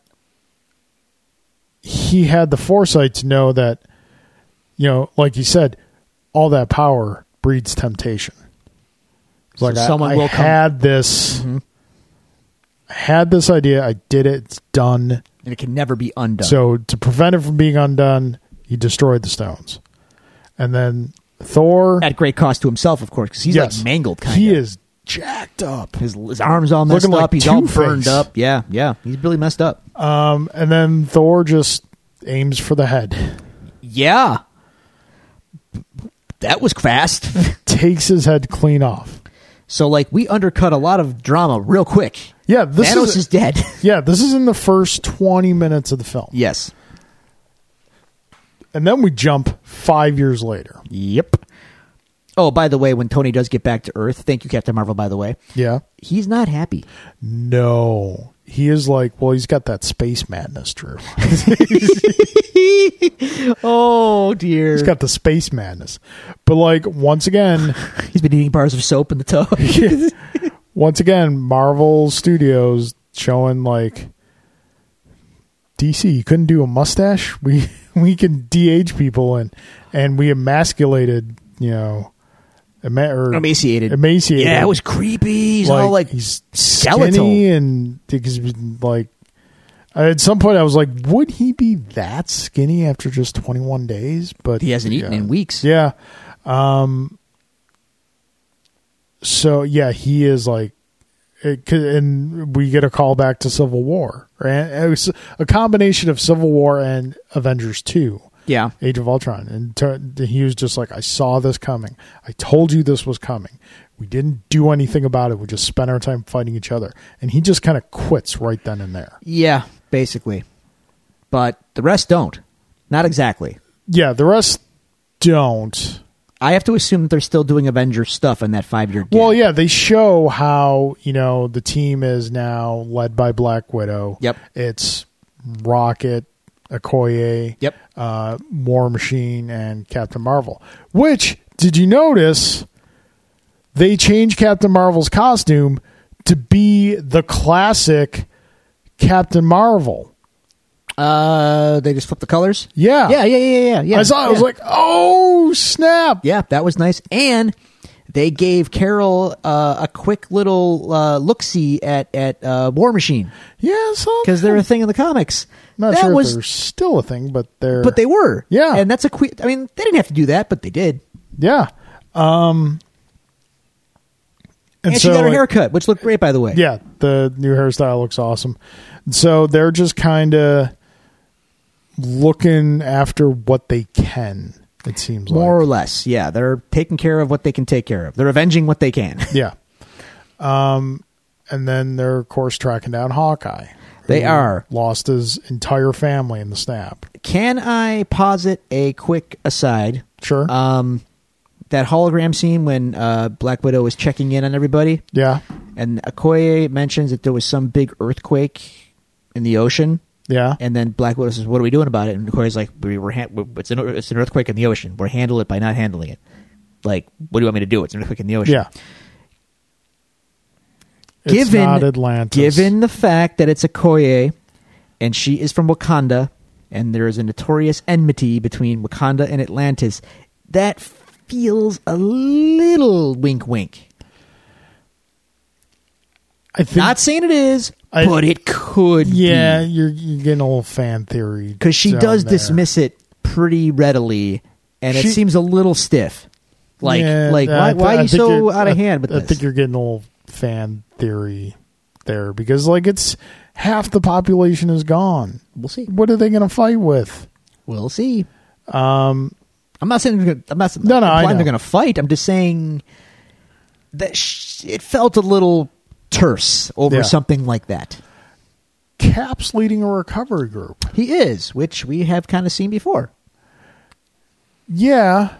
Speaker 1: he had the foresight to know that, you know, like you said, all that power breeds temptation. It's
Speaker 2: So
Speaker 1: like I-
Speaker 2: someone
Speaker 1: I,
Speaker 2: will come- Mm-hmm.
Speaker 1: had this, I had this idea. I did it. It's done.
Speaker 2: And it can never be undone.
Speaker 1: So to prevent it from being undone, he destroyed the stones, and then Thor.
Speaker 2: at great cost to himself, of course, because he's
Speaker 1: yes,
Speaker 2: like mangled. Kind
Speaker 1: He
Speaker 2: of.
Speaker 1: is jacked up.
Speaker 2: His, his arms all messed
Speaker 1: Looking like
Speaker 2: up. he's all
Speaker 1: Two-Face.
Speaker 2: burned up. Yeah, yeah. He's really messed up.
Speaker 1: Um, and then Thor just aims for the head.
Speaker 2: Yeah. That was fast. (laughs)
Speaker 1: takes his head clean off.
Speaker 2: so like we undercut a lot of drama real quick.
Speaker 1: Yeah, this
Speaker 2: Thanos
Speaker 1: is,
Speaker 2: is dead. (laughs)
Speaker 1: yeah, this is in the first twenty minutes of the film,
Speaker 2: yes.
Speaker 1: and then we jump five years later.
Speaker 2: Yep. Oh, by the way, when Tony does get back to Earth, thank you, Captain Marvel. By the way,
Speaker 1: Yeah,
Speaker 2: he's not happy.
Speaker 1: no, he is like, well, he's got that space madness, Drew.
Speaker 2: oh dear.
Speaker 1: He's got the space madness, but like once again, (laughs)
Speaker 2: he's been eating bars of soap in the tub.
Speaker 1: once again, Marvel Studios showing like DC. You couldn't do a mustache. We (laughs) we can DH people and and we emasculated, you know, ema- or
Speaker 2: Emaciated.
Speaker 1: emaciated.
Speaker 2: Yeah, it was creepy. He's all like
Speaker 1: he's
Speaker 2: skeletal.
Speaker 1: skinny and because he was, like at some point I was like, would he be that skinny after just 21 days? But
Speaker 2: he hasn't eaten
Speaker 1: yeah.
Speaker 2: in weeks.
Speaker 1: Yeah. Um. So yeah, he is like, it, could- and we get a call back to Civil War, right? It was a combination of Civil War and Avengers Two,
Speaker 2: Yeah.
Speaker 1: Age of Ultron, and tur- he was just like, "I saw this coming. I told you this was coming. We didn't do anything about it. We just spent our time fighting each other." And he just kind of quits right then and there.
Speaker 2: Yeah, basically. But the rest don't. Not exactly.
Speaker 1: Yeah, the rest don't.
Speaker 2: I have to assume that they're still doing Avenger stuff in that five year gap.
Speaker 1: Well, yeah, they show how you know the team is now led by Black Widow.
Speaker 2: Yep.
Speaker 1: it's Rocket, Okoye,
Speaker 2: Yep.
Speaker 1: uh, War Machine, and Captain Marvel. Which did you notice? They changed Captain Marvel's costume to be the classic Captain Marvel.
Speaker 2: Uh, they just flipped the colors.
Speaker 1: Yeah,
Speaker 2: Yeah, yeah, yeah, yeah, yeah.
Speaker 1: I saw. it. I was
Speaker 2: Yeah.
Speaker 1: like, oh snap!
Speaker 2: yeah, that was nice. And they gave Carol uh, a quick little uh, look see at at uh, War Machine
Speaker 1: Yeah, so hmm,
Speaker 2: because they're a thing in the comics.
Speaker 1: Not
Speaker 2: that
Speaker 1: sure
Speaker 2: was,
Speaker 1: if they're still a thing, but they're
Speaker 2: but they were.
Speaker 1: Yeah.
Speaker 2: and that's a quick. I mean, they didn't have to do that, but they did.
Speaker 1: Yeah. Um,
Speaker 2: And, she got her
Speaker 1: like,
Speaker 2: haircut, which looked great, by the way.
Speaker 1: Yeah, the new hairstyle looks awesome. And so they're just kind of looking after what they can. It seems
Speaker 2: more
Speaker 1: like.
Speaker 2: or less. Yeah, they're taking care of what they can take care of. They're avenging what they can. (laughs)
Speaker 1: Yeah. Um, and then they're of course tracking down Hawkeye. who
Speaker 2: They are.
Speaker 1: lost his entire family in the snap.
Speaker 2: Can I posit a quick aside?
Speaker 1: Sure.
Speaker 2: Um, that hologram scene when uh, Black Widow was checking in on everybody,
Speaker 1: yeah.
Speaker 2: and Okoye mentions that there was some big earthquake in the ocean,
Speaker 1: Yeah.
Speaker 2: and then Black Widow says, "What are we doing about it?" And Okoye's like, we "We're han- we- it's an it's an earthquake in the ocean. We're handle it by not handling it. Like, what do you want me to do? It's an earthquake in the ocean.
Speaker 1: yeah. it's
Speaker 2: given
Speaker 1: not Atlantis.
Speaker 2: given the fact that it's a Koye and she is from Wakanda and there is a notorious enmity between Wakanda and Atlantis, that feels a little wink wink.
Speaker 1: I think
Speaker 2: Not saying it is,
Speaker 1: I-
Speaker 2: but it could
Speaker 1: Yeah, you're, you're getting a little fan theory
Speaker 2: Because she
Speaker 1: down
Speaker 2: does
Speaker 1: there.
Speaker 2: dismiss it pretty readily and
Speaker 1: She-
Speaker 2: it seems a little stiff. Like
Speaker 1: Yeah,
Speaker 2: like
Speaker 1: I
Speaker 2: why,
Speaker 1: th-
Speaker 2: why
Speaker 1: I
Speaker 2: are you
Speaker 1: think
Speaker 2: so
Speaker 1: you're-
Speaker 2: out of
Speaker 1: I-
Speaker 2: hand with
Speaker 1: I
Speaker 2: this?
Speaker 1: think you're getting a little fan theory there because like it's half the population is gone.
Speaker 2: we'll see.
Speaker 1: What are they going to fight with?
Speaker 2: We'll see. Um, I'm not saying they're gonna, I'm not
Speaker 1: No, no, I
Speaker 2: implying
Speaker 1: know.
Speaker 2: they're going to fight. I'm just saying that sh- it felt a little terse over
Speaker 1: Yeah.
Speaker 2: something like that.
Speaker 1: Cap's leading a recovery group.
Speaker 2: He is, which we have kind of seen before.
Speaker 1: Yeah.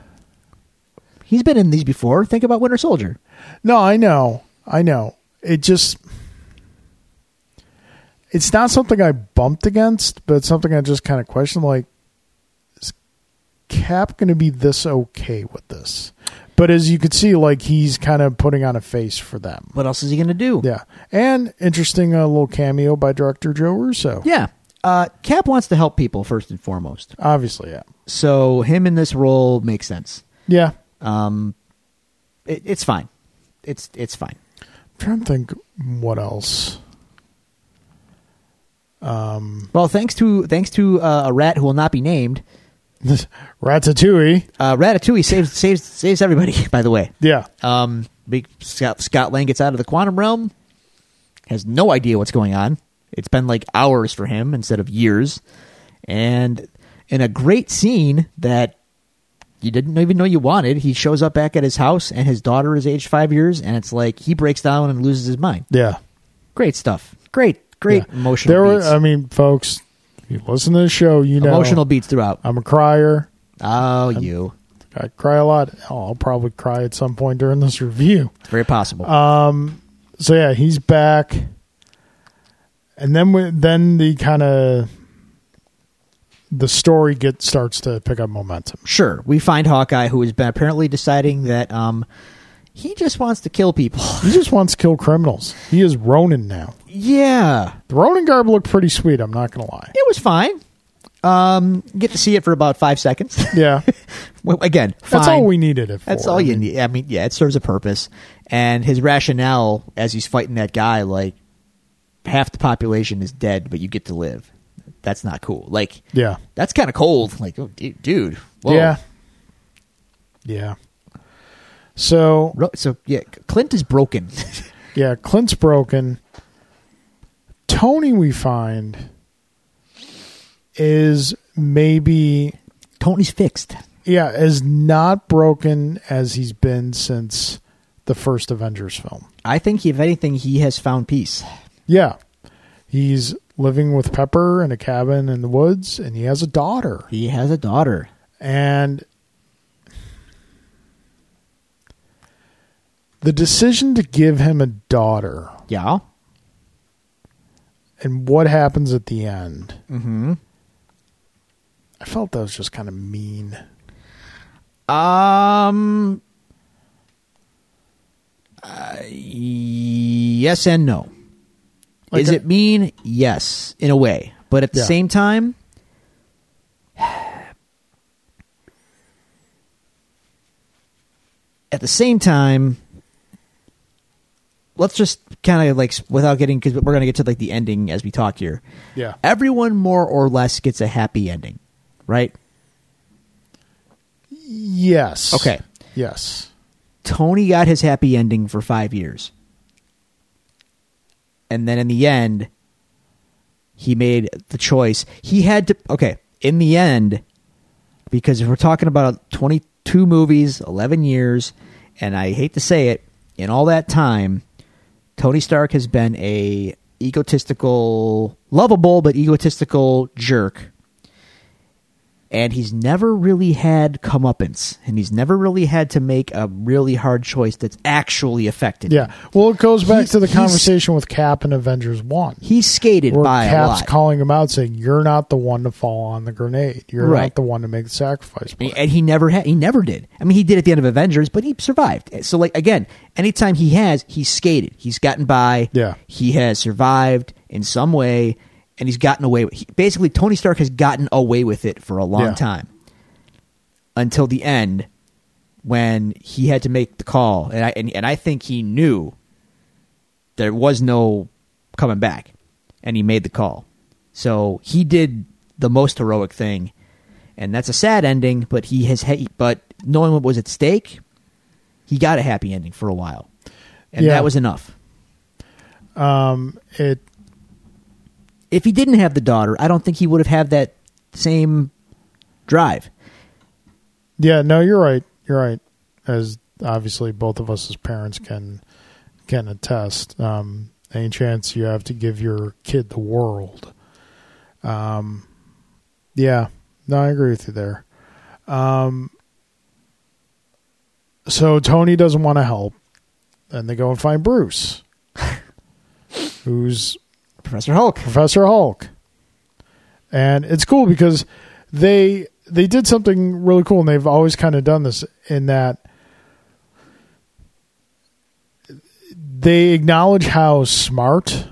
Speaker 2: He's been in these before. Think about Winter Soldier.
Speaker 1: No, I know. I know. It just it's not something I bumped against, but it's something I just kind of questioned like is Cap going to be this okay with this? But as you could see like he's kind of putting on a face for them.
Speaker 2: What else is he going to do?
Speaker 1: Yeah. And interesting uh, little cameo by director Joe Russo.
Speaker 2: Yeah. Uh, Cap wants to help people first and foremost.
Speaker 1: Obviously, yeah.
Speaker 2: So him in this role makes sense.
Speaker 1: Yeah.
Speaker 2: Um, it, it's fine. It's it's fine.
Speaker 1: I'm trying to think what else. (laughs)
Speaker 2: Well, thanks to thanks to uh, a rat who will not be named.
Speaker 1: Ratatouille.
Speaker 2: Uh, Ratatouille saves saves saves everybody. (laughs) By the way,
Speaker 1: Yeah.
Speaker 2: um, big Scott, Scott Lang gets out of the quantum realm, has no idea what's going on. It's been like hours for him instead of years, and in a great scene that you didn't even know you wanted, he shows up back at his house and his daughter is aged five years, and it's like he breaks down and loses his mind.
Speaker 1: Yeah.
Speaker 2: Great stuff. Great, great
Speaker 1: Yeah.
Speaker 2: emotional
Speaker 1: There
Speaker 2: beats.
Speaker 1: were, I mean, folks, you listen to the show, you know, um,
Speaker 2: emotional beats throughout.
Speaker 1: I'm a crier.
Speaker 2: Oh, you.
Speaker 1: I cry a lot. Oh, I'll probably cry at some point during this review. Um,
Speaker 2: It's very possible.
Speaker 1: So yeah, he's back, and then we, then the kind of the story get starts to pick up momentum.
Speaker 2: sure, we find Hawkeye who has been apparently deciding that um, he just wants to kill people. (laughs)
Speaker 1: He just wants to kill criminals. He is Ronin now.
Speaker 2: yeah,
Speaker 1: The Ronin garb looked pretty sweet. I'm not gonna lie.
Speaker 2: it was fine. Um, you get to see it for about five seconds. (laughs)
Speaker 1: Yeah,
Speaker 2: Well, Again, fine.
Speaker 1: that's all we needed it for.
Speaker 2: That's all you need. I mean, yeah, it serves a purpose. And his rationale as he's fighting that guy, like half the population is dead, but you get to live. That's not cool. Like,
Speaker 1: Yeah,
Speaker 2: that's kind of cold. Like, oh, du- dude. Whoa.
Speaker 1: yeah, yeah. So
Speaker 2: Ro- So yeah, Clint is broken. (laughs)
Speaker 1: Yeah, Clint's broken. Tony, we find, is maybe
Speaker 2: Tony's fixed.
Speaker 1: Yeah, as not broken as he's been since the first Avengers film.
Speaker 2: I think, if anything, he has found peace.
Speaker 1: Yeah. He's living with Pepper in a cabin in the woods and he has a daughter.
Speaker 2: He has a daughter.
Speaker 1: And the decision to give him a daughter
Speaker 2: Yeah.
Speaker 1: and what happens at the end,
Speaker 2: Mm-hmm.
Speaker 1: I felt that was just kind of mean.
Speaker 2: Um. uh, yes and no.
Speaker 1: Like
Speaker 2: Is
Speaker 1: I-
Speaker 2: it mean? Yes, in a way, but at the
Speaker 1: Yeah.
Speaker 2: same time, (sighs) at the same time, let's just kind of like without getting because we're gonna get to like the ending as we talk here.
Speaker 1: Yeah.
Speaker 2: Everyone more or less gets a happy ending, right?
Speaker 1: Yes.
Speaker 2: Okay.
Speaker 1: Yes.
Speaker 2: Tony got his happy ending for five years. And then in the end, he made the choice. He had to, okay, in the end, because if we're talking about 22 movies, 11 years, and I hate to say it, in all that time, Tony Stark has been a egotistical, lovable but egotistical jerk and he's never really had comeuppance, and he's never really had to make a really hard choice that's actually affected.
Speaker 1: Yeah. Well, it goes back
Speaker 2: He's-
Speaker 1: to the
Speaker 2: he's-
Speaker 1: conversation with Cap and Avengers 1.
Speaker 2: he skated
Speaker 1: where
Speaker 2: by a
Speaker 1: Cap's
Speaker 2: lot,
Speaker 1: calling him out saying, You're not the one to fall on the grenade. You're
Speaker 2: Right.
Speaker 1: not the one to make the sacrifice. But
Speaker 2: and he never had. He never did. I mean, he did at the end of Avengers, but he survived. So, like again, anytime he has, he's skated. He's gotten by.
Speaker 1: Yeah.
Speaker 2: he has survived in some way, and he's gotten away with. He, basically, Tony Stark has gotten away with it for a long
Speaker 1: Yeah.
Speaker 2: time until the end when he had to make the call, and I and, and I think he knew there was no coming back, and he made the call. So he did the most heroic thing, and that's a sad ending. But he has, ha- but knowing what was at stake, he got a happy ending for a while, and
Speaker 1: Yeah.
Speaker 2: that was enough.
Speaker 1: um, it
Speaker 2: If he didn't have the daughter, I don't think he would have had that same drive.
Speaker 1: Yeah, no, you're right. You're right. As obviously both of us as parents can can attest. Um, any chance you have to give your kid the world. Um, yeah, no, I agree with you there. Um, so Tony doesn't want to help, and they go and find Bruce, who's
Speaker 2: Professor Hulk.
Speaker 1: Professor Hulk. And it's cool because they they did something really cool and they've always kind of done this in that they acknowledge how smart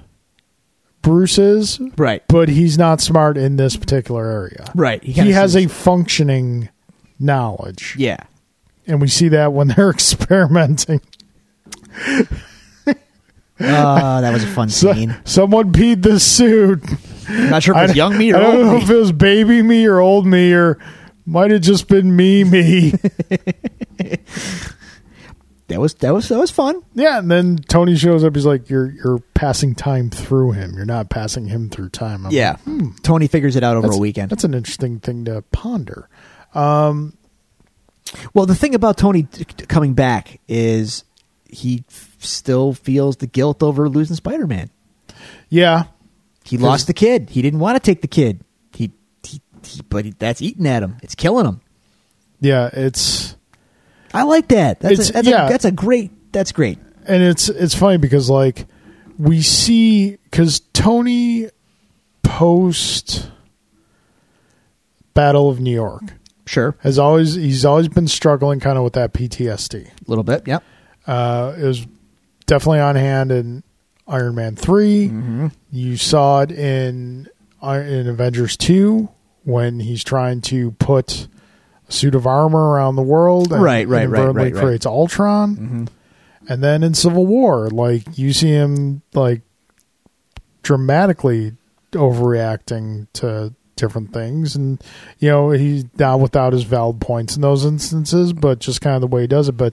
Speaker 1: Bruce is,
Speaker 2: Right.
Speaker 1: but he's not smart in this particular area.
Speaker 2: Right.
Speaker 1: He, has a functioning knowledge.
Speaker 2: yeah.
Speaker 1: And we see that when they're (laughs) experimenting.
Speaker 2: Oh, that was a
Speaker 1: (laughs)
Speaker 2: fun
Speaker 1: So-
Speaker 2: scene.
Speaker 1: someone peed this suit.
Speaker 2: I'm not sure if it was young me or
Speaker 1: I don't
Speaker 2: old
Speaker 1: know
Speaker 2: me.
Speaker 1: if it was baby me or old me or might have just been me
Speaker 2: (laughs)
Speaker 1: me.
Speaker 2: That was that was that was fun.
Speaker 1: yeah, and then Tony shows up. He's like, "You're you're passing time through him. You're not passing him through time." I'm like,
Speaker 2: Tony figures it out over
Speaker 1: Hmm. that's,
Speaker 2: a weekend.
Speaker 1: That's an interesting thing to ponder.
Speaker 2: Well, the thing about Tony t- t- coming back is he f- still feels the guilt over losing Spider-Man.
Speaker 1: Yeah,
Speaker 2: He
Speaker 1: Cause-
Speaker 2: lost the kid. He didn't want to take the kid. He, he, he but he, that's eating at him. It's killing him.
Speaker 1: yeah. It's
Speaker 2: I like that. That's
Speaker 1: It's-
Speaker 2: a, that's,
Speaker 1: yeah.
Speaker 2: a, that's a great. That's great.
Speaker 1: and it's it's funny because like we see because Tony post Battle of New York
Speaker 2: Sure,
Speaker 1: has always he's always been struggling kind of with that PTSD.
Speaker 2: a little bit. Yep.
Speaker 1: uh, it was definitely on hand in Iron Man 3
Speaker 2: Mm-hmm.
Speaker 1: You saw it in uh, in Avengers two when he's trying to put a suit of armor around the world, and
Speaker 2: Right, right, right,
Speaker 1: inadvertently
Speaker 2: right, Mm-hmm. right.
Speaker 1: creates Ultron, and then in Civil War, like you see him like dramatically overreacting to different things and you know he's not without his valid points in those instances but just kind of the way he does it but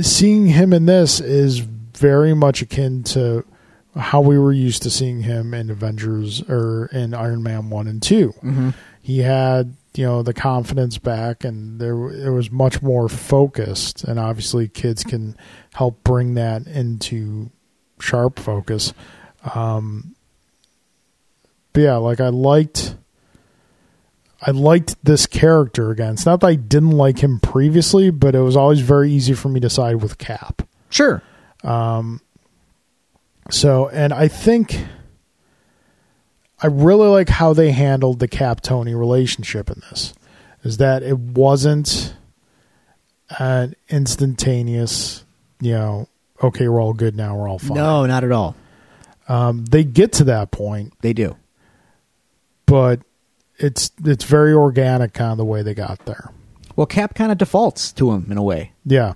Speaker 1: seeing him in this is very much akin to how we were used Mm-hmm. to seeing him in avengers or in iron man 1 and 2 he had you know the confidence back and there it was much more focused and obviously kids can help bring that into sharp focus um but yeah like i liked i liked this character again it's not that i didn't like him previously but it was always very easy for me to side with cap
Speaker 2: Sure.
Speaker 1: so and i think i really like how they handled the cap tony relationship in this is that it wasn't an instantaneous you know okay we're all good now we're all fine
Speaker 2: No, not at all.
Speaker 1: um, they get to that point
Speaker 2: They do.
Speaker 1: but it's it's very organic kind of the way they got there.
Speaker 2: Well, Cap kind of defaults to him in a way.
Speaker 1: Yeah.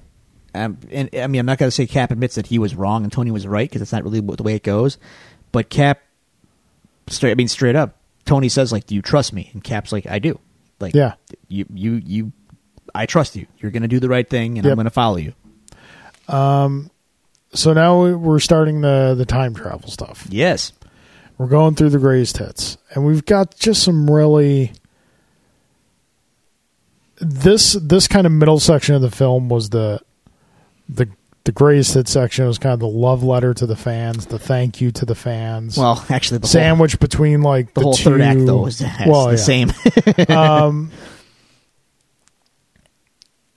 Speaker 2: Um, and I mean, I'm not gonna say Cap admits that he was wrong and Tony was right because that's not really what- the way it goes. But Cap, straight, I mean, straight up, Tony says like, "Do you trust me?" And Cap's like, "I do." Like,
Speaker 1: Yeah.
Speaker 2: you, you, you, I trust you. You're gonna do the right thing, and I'm
Speaker 1: Yep.
Speaker 2: gonna follow you.
Speaker 1: So now we're starting the the time travel stuff.
Speaker 2: Yes.
Speaker 1: We're going through the greatest hits, and we've got just some really this this kind of middle section of the film was the the the greatest hit section It was kind of the love letter to the fans, the thank you to the fans.
Speaker 2: Well, (laughs) actually, the whole,
Speaker 1: sandwiched between like
Speaker 2: the
Speaker 1: the,
Speaker 2: whole
Speaker 1: two,
Speaker 2: third act though is, is (laughs) the
Speaker 1: yeah.
Speaker 2: same.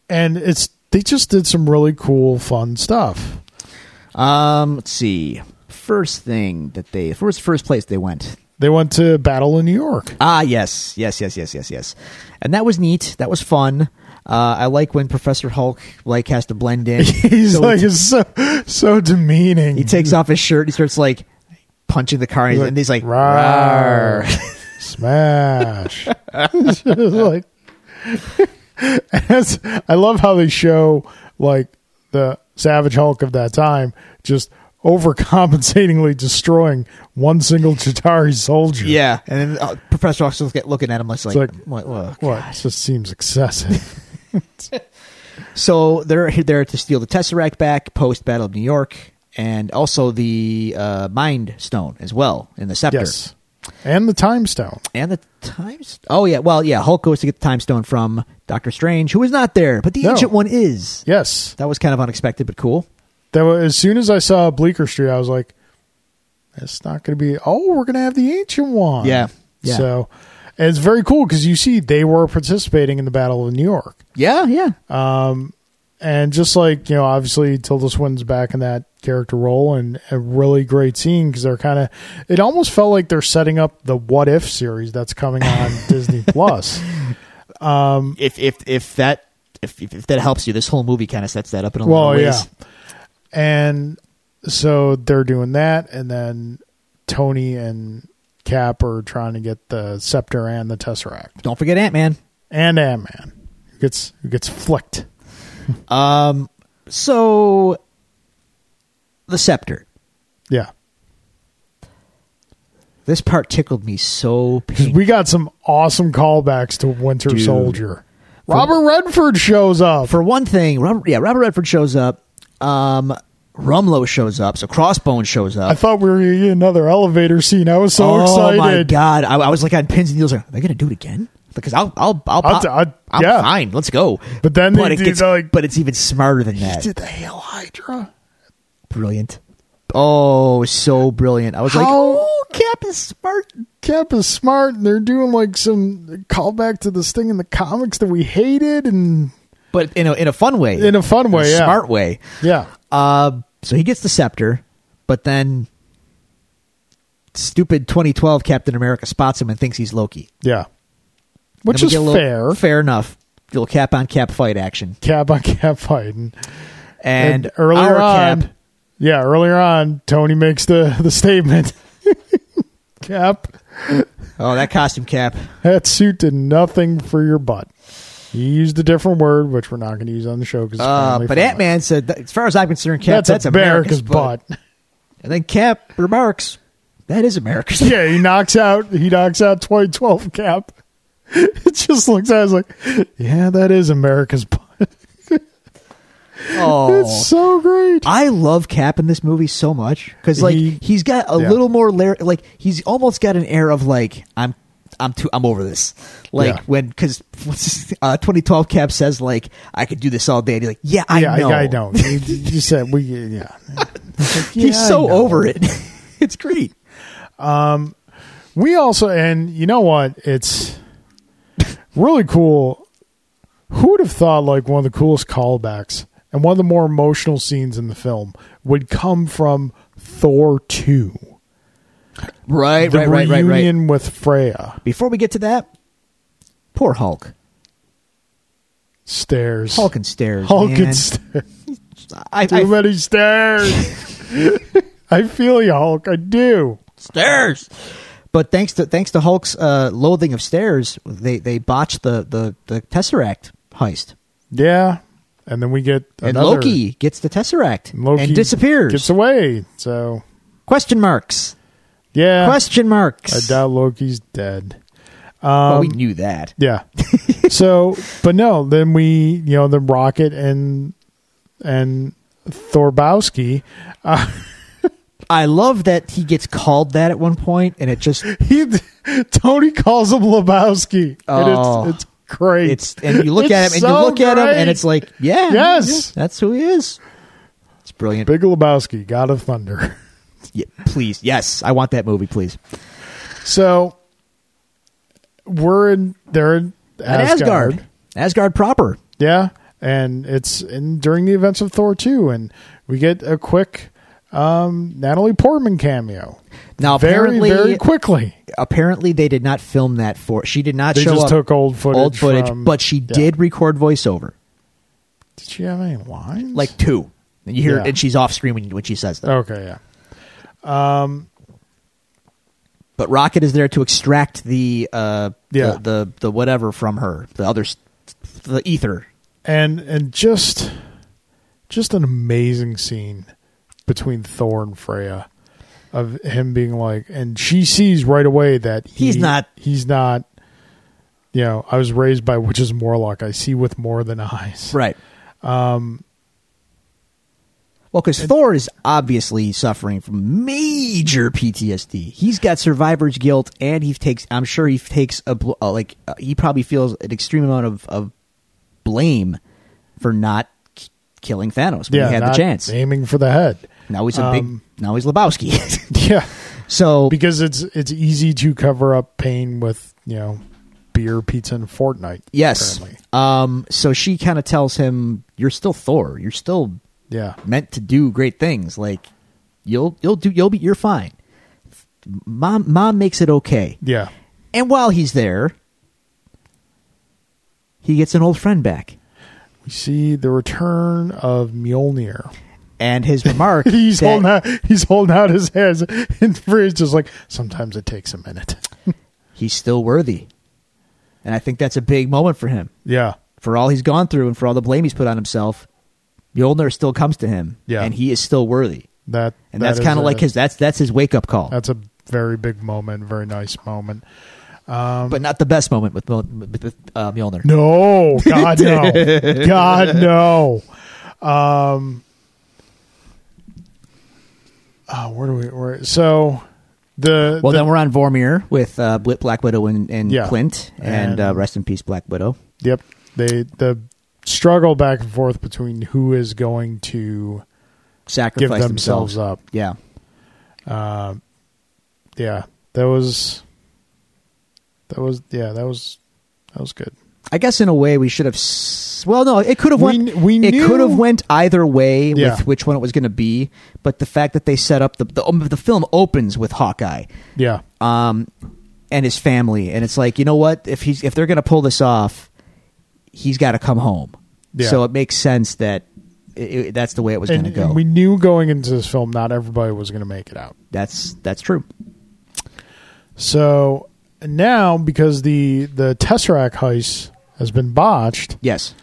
Speaker 1: and it's they just did some really cool, fun stuff.
Speaker 2: um, let's see. First thing that they first first place they went.
Speaker 1: They went to battle in New York. (laughs)
Speaker 2: Ah, yes, yes, yes, yes, yes, yes. And that was neat. That was fun. Uh, I like when Professor Hulk like has to blend
Speaker 1: (laughs)
Speaker 2: in.
Speaker 1: He's
Speaker 2: So
Speaker 1: like,
Speaker 2: he,
Speaker 1: it's so so demeaning.
Speaker 2: he takes off his shirt. And he starts like punching the car, and he's, and he's like,
Speaker 1: "Rawr,
Speaker 2: "Rawr."
Speaker 1: (laughs)
Speaker 2: (laughs)
Speaker 1: smash. (laughs) It's just like, (laughs) As- I love how they show like the Savage Hulk of that time just overcompensatingly destroying one single Chitari soldier.
Speaker 2: Yeah, and then uh, Professor Hulk's look- looking at him like, like,
Speaker 1: like-
Speaker 2: what, what?
Speaker 1: What? It just seems excessive.
Speaker 2: So they're there to steal the Tesseract back post Battle of New York, and also the uh, Mind Stone as well in the Scepter.
Speaker 1: yes. And the time stone.
Speaker 2: And the time. St- oh yeah, well yeah. Hulk goes to get the time stone from Doctor Strange, who is not there, but the
Speaker 1: No.
Speaker 2: ancient one is.
Speaker 1: Yes.
Speaker 2: That was kind of unexpected, but cool.
Speaker 1: That was, as soon as I saw Bleecker Street, I was like, "It's not going to be." Oh, we're going to have the Ancient One.
Speaker 2: Yeah, yeah.
Speaker 1: So and it's very cool because you see they were participating in the Battle of New York,
Speaker 2: Yeah, yeah,
Speaker 1: and just like you know, obviously Tilda Swinton's back in that character role, and a really great scene because they're kind of. It almost felt like they're setting up the What If series that's coming
Speaker 2: (laughs)
Speaker 1: on Disney Plus.
Speaker 2: Um, if if if that if if if that helps you, this whole movie kind of sets that up in a
Speaker 1: Well,
Speaker 2: lot of ways.
Speaker 1: yeah. And so they're doing that, and then Tony and Cap are trying to get the scepter and the tesseract
Speaker 2: Don't forget Ant Man.
Speaker 1: and Ant Man, who gets who gets flicked.
Speaker 2: Um, so the scepter.
Speaker 1: Yeah,
Speaker 2: This part tickled me so
Speaker 1: because
Speaker 2: pink.
Speaker 1: we got some awesome callbacks to Winter
Speaker 2: Dude.
Speaker 1: Soldier. Robert Redford shows up.
Speaker 2: For one thing, Robert, yeah, Robert Redford shows up. Um, Rumlow shows up. So Crossbone shows up.
Speaker 1: I thought we were gonna get another elevator scene. I was so excited.
Speaker 2: Oh my god! I, I was like on pins and needles. Like, are they gonna do it again? Because I'll, I'll, I'll,
Speaker 1: I'll
Speaker 2: pop-
Speaker 1: t- I'll-
Speaker 2: I'm
Speaker 1: yeah.
Speaker 2: fine. Let's go.
Speaker 1: But then
Speaker 2: but
Speaker 1: they
Speaker 2: it
Speaker 1: do
Speaker 2: gets,
Speaker 1: the, like-
Speaker 2: but it's even smarter than
Speaker 1: He
Speaker 2: that.
Speaker 1: did the Hail Hydra?
Speaker 2: Brilliant. Oh, so brilliant! I was like,
Speaker 1: How-
Speaker 2: oh, Cap is smart.
Speaker 1: Cap is smart, and they're doing like some callback to this thing in the comics that we hated, and
Speaker 2: But in a in a fun way,
Speaker 1: In a fun way, yeah.
Speaker 2: smart way.
Speaker 1: yeah,
Speaker 2: Uh, so he gets the scepter, but then stupid 2012 Captain America spots him and thinks he's Loki,
Speaker 1: Yeah. Which
Speaker 2: Then we
Speaker 1: is
Speaker 2: get a little-
Speaker 1: fair.
Speaker 2: Fair enough. Little cap on cap fight action,
Speaker 1: Cap on cap fighting.
Speaker 2: and,
Speaker 1: earlier
Speaker 2: our um,
Speaker 1: on.
Speaker 2: Cap,
Speaker 1: Yeah, earlier on, Tony makes the, (laughs) the statement. cap,
Speaker 2: oh, that costume cap.
Speaker 1: that suit did nothing for your butt. He used a different word, which we're not going to use on the show because
Speaker 2: Uh, but Ant Man said, that, as far as I'm concerned, Cap,
Speaker 1: That's,
Speaker 2: that's,
Speaker 1: America's, butt. (laughs)
Speaker 2: And then Cap remarks, that is
Speaker 1: (laughs)
Speaker 2: America's butt.
Speaker 1: yeah, he knocks out. He knocks out 2012 Cap. (laughs) It just looks at us like, yeah, that is America's butt. (laughs) It's
Speaker 2: Oh.
Speaker 1: so great.
Speaker 2: I love Cap in this movie so much because like
Speaker 1: He-
Speaker 2: he, has got a
Speaker 1: yeah.
Speaker 2: little more lar- like he's almost got an air of like I'm I'm too I'm over this. Like
Speaker 1: Yeah.
Speaker 2: when because uh, 2012 Cap says like I could do this all day. And he's like, yeah, I
Speaker 1: yeah,
Speaker 2: know.
Speaker 1: I, I don't. You, you said we.
Speaker 2: (laughs)
Speaker 1: Yeah.
Speaker 2: He's so over it. (laughs) it's great.
Speaker 1: We also, and you know what? It's really cool. Who would have thought like one of the coolest callbacks and one of the more emotional scenes in the film would come from Thor 2?
Speaker 2: Right,
Speaker 1: The
Speaker 2: right, right, right, right.
Speaker 1: reunion with Freya
Speaker 2: Before we get to that, poor Hulk.
Speaker 1: stairs.
Speaker 2: Hulk and stairs.
Speaker 1: Hulk
Speaker 2: man.
Speaker 1: and stairs.
Speaker 2: I,
Speaker 1: Too
Speaker 2: I,
Speaker 1: many
Speaker 2: (laughs)
Speaker 1: stairs. I feel you, Hulk. I do.
Speaker 2: stairs. But thanks to thanks to Hulk's uh, loathing of stairs, they they botched the the, the tesseract heist,
Speaker 1: Yeah. And then we get
Speaker 2: and
Speaker 1: another-
Speaker 2: Loki gets the tesseract
Speaker 1: Loki
Speaker 2: and disappears.
Speaker 1: Gets away. So
Speaker 2: Question marks.
Speaker 1: yeah,
Speaker 2: Question
Speaker 1: I
Speaker 2: marks.
Speaker 1: doubt Loki's dead.
Speaker 2: well, we knew that.
Speaker 1: Yeah. (laughs) so, but no, then we, you know, the Rocket and and Thorbowski, (laughs)
Speaker 2: I love that he gets called that at one point, and it just
Speaker 1: (laughs) he Tony calls him Lebowski,
Speaker 2: Oh.
Speaker 1: and it's it's great.
Speaker 2: it's and you look at him
Speaker 1: It's
Speaker 2: and you
Speaker 1: so
Speaker 2: look at him and
Speaker 1: great.
Speaker 2: it's like yeah
Speaker 1: Yes.
Speaker 2: yeah, that's who he is. It's brilliant.
Speaker 1: Big Lebowski, God of Thunder. (laughs)
Speaker 2: Yeah, please, yes, I want that movie, please.
Speaker 1: So we're in they're in
Speaker 2: And
Speaker 1: Asgard.
Speaker 2: Asgard, Asgard proper.
Speaker 1: Yeah, and it's in during the events of Thor two, and we get a quick um, Natalie Portman cameo.
Speaker 2: Now,
Speaker 1: Very,
Speaker 2: apparently,
Speaker 1: very quickly.
Speaker 2: apparently they did not film that for. She did not
Speaker 1: They
Speaker 2: show
Speaker 1: just
Speaker 2: up.
Speaker 1: took old footage.
Speaker 2: old footage,
Speaker 1: from-
Speaker 2: but she
Speaker 1: yeah.
Speaker 2: did record voiceover,
Speaker 1: Did she have any lines?
Speaker 2: like two. And you hear,
Speaker 1: Yeah. Oh.
Speaker 2: and she's off screen when, when she says that.
Speaker 1: okay, yeah,
Speaker 2: But Rocket is there to extract the uh,
Speaker 1: Yeah.
Speaker 2: the, the the whatever from her, the other, s- the ether.
Speaker 1: and and just just an amazing scene between Thor and Freya of him being like, and she sees right away that he-
Speaker 2: He's not-
Speaker 1: he's not. You know, I was raised by witches and warlock. I see with more than eyes.
Speaker 2: Right. Um.
Speaker 1: Um,
Speaker 2: Well, because Thor is obviously suffering from major PTSD. He's got survivor's guilt, and he takes. I'm sure he takes a bl- uh, like. Uh, he probably feels an extreme amount of, of blame for not k- killing Thanos when he had the
Speaker 1: not
Speaker 2: chance.
Speaker 1: aiming for the head.
Speaker 2: Now he's a
Speaker 1: Um,
Speaker 2: big. Now he's Lebowski. (laughs)
Speaker 1: Yeah,
Speaker 2: so
Speaker 1: because it's it's easy to cover up pain with you know beer, pizza, and Fortnite.
Speaker 2: yes.
Speaker 1: apparently.
Speaker 2: Um. So she kind of tells him, "You're still Thor. You're still
Speaker 1: yeah,
Speaker 2: meant to do great things. Like you'll you'll do you'll be you're fine. Mom mom makes it okay.
Speaker 1: yeah.
Speaker 2: And while he's there, he gets an old friend back.
Speaker 1: We see the return of Mjolnir. (laughs)
Speaker 2: And his remark
Speaker 1: He's
Speaker 2: that-
Speaker 1: holding out. He's holding out his hands, and Freya's just like sometimes it takes a minute.
Speaker 2: he's still worthy. And I think that's a big moment for him.
Speaker 1: Yeah,
Speaker 2: For all he's gone through and for all the blame he's put on himself, Mjolnir still comes to him.
Speaker 1: Yeah.
Speaker 2: And he is still worthy.
Speaker 1: that
Speaker 2: And
Speaker 1: that
Speaker 2: that's
Speaker 1: is
Speaker 2: kind
Speaker 1: a-
Speaker 2: of like his that's that's his wake up call.
Speaker 1: That's a very big moment. Very nice moment.
Speaker 2: but not the best moment with, Mjol- with, with uh, Mjolnir. (laughs)
Speaker 1: No, God no, God no. Um, oh, where do we? Where, so the
Speaker 2: Well,
Speaker 1: the-
Speaker 2: then we're on Vormir with uh, Bl- Black Widow and, and
Speaker 1: Yeah.
Speaker 2: Clint, and,
Speaker 1: And-
Speaker 2: uh, rest in peace, Black Widow.
Speaker 1: yep they the struggle back and forth between who is going to give
Speaker 2: Sacrifice
Speaker 1: themselves, up.
Speaker 2: themselves. Yeah,
Speaker 1: Yeah, that was that was yeah that was that was good.
Speaker 2: I guess in a way we should have. S- well, no, it could have
Speaker 1: We
Speaker 2: went.
Speaker 1: kn- we
Speaker 2: it
Speaker 1: knew-
Speaker 2: could have went either way
Speaker 1: Yeah.
Speaker 2: with which one it was going to be. But the fact that they set up the the, um, the film opens with Hawkeye,
Speaker 1: Yeah,
Speaker 2: um, and his family, and it's like you know what if he's if they're going to pull this off, he's got to come home.
Speaker 1: Yeah.
Speaker 2: So it makes sense that it, it, that's the way it was going
Speaker 1: and,
Speaker 2: to go.
Speaker 1: and we knew going into this film not everybody was going to make it out.
Speaker 2: that's that's true.
Speaker 1: So now, because the the Tesseract heist has been botched,
Speaker 2: Yes.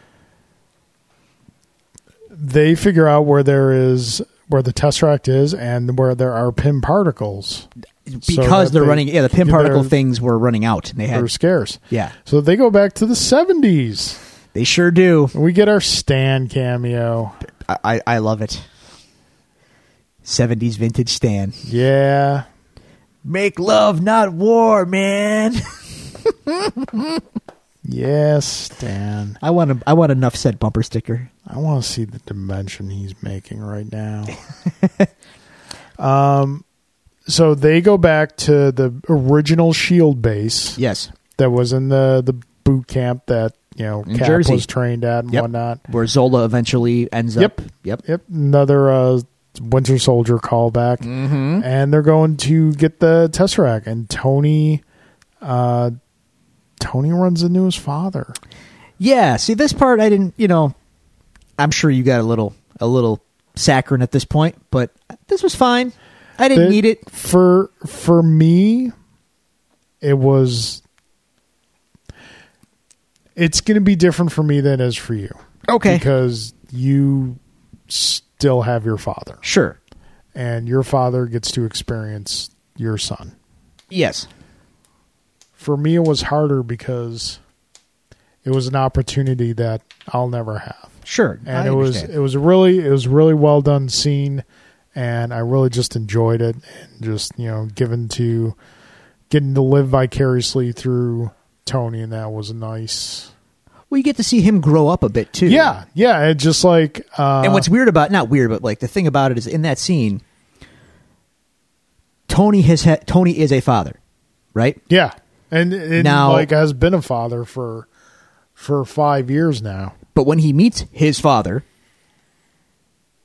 Speaker 1: they figure out where there is where the Tesseract is and where there are pin particles. So
Speaker 2: because
Speaker 1: that
Speaker 2: they're
Speaker 1: they-
Speaker 2: running yeah the pin
Speaker 1: they're-
Speaker 2: particle things were running out and they
Speaker 1: They're
Speaker 2: had
Speaker 1: scarce.
Speaker 2: yeah
Speaker 1: So they go back to the seventies.
Speaker 2: they sure do
Speaker 1: We get our Stan cameo.
Speaker 2: I, I, I love it 70s vintage stan
Speaker 1: Yeah.
Speaker 2: make love not war man (laughs)
Speaker 1: Yes, Dan.
Speaker 2: I want a, I want enough said bumper sticker.
Speaker 1: I want to see the dimension he's making right now. um, so they go back to the original Shield base
Speaker 2: Yes,
Speaker 1: that was in the the boot camp that you know
Speaker 2: In
Speaker 1: Cap
Speaker 2: Jersey.
Speaker 1: was trained at and
Speaker 2: Yep.
Speaker 1: whatnot.
Speaker 2: where Zola eventually ends
Speaker 1: Yep.
Speaker 2: up. Yep.
Speaker 1: Yep, another uh, Winter Soldier callback,
Speaker 2: Mm-hmm.
Speaker 1: and they're going to get the Tesseract, and Tony, uh, Tony runs into his father.
Speaker 2: Yeah. See, this part I didn't. You know, I'm sure you got a little a little saccharine at this point, but this was fine. I didn't
Speaker 1: The-
Speaker 2: need it.
Speaker 1: for for me it was it's going to be different for me than it is for you
Speaker 2: Okay.
Speaker 1: because you still have your father
Speaker 2: sure.
Speaker 1: and your father gets to experience your son
Speaker 2: Yes.
Speaker 1: for me it was harder because it was an opportunity that I'll never have
Speaker 2: Sure.
Speaker 1: and
Speaker 2: I
Speaker 1: it was
Speaker 2: understand.
Speaker 1: it was really it was really well done scene and i really just enjoyed it and just you know given to getting to live vicariously through tony and that was nice
Speaker 2: Well, you get to see him grow up a bit too.
Speaker 1: yeah yeah it just like uh
Speaker 2: and what's weird about not weird, but like the thing about it is in that scene, Tony has ha- Tony is a father, right?
Speaker 1: yeah and it
Speaker 2: Now-
Speaker 1: like has been a father for for five years now
Speaker 2: But when he meets his father,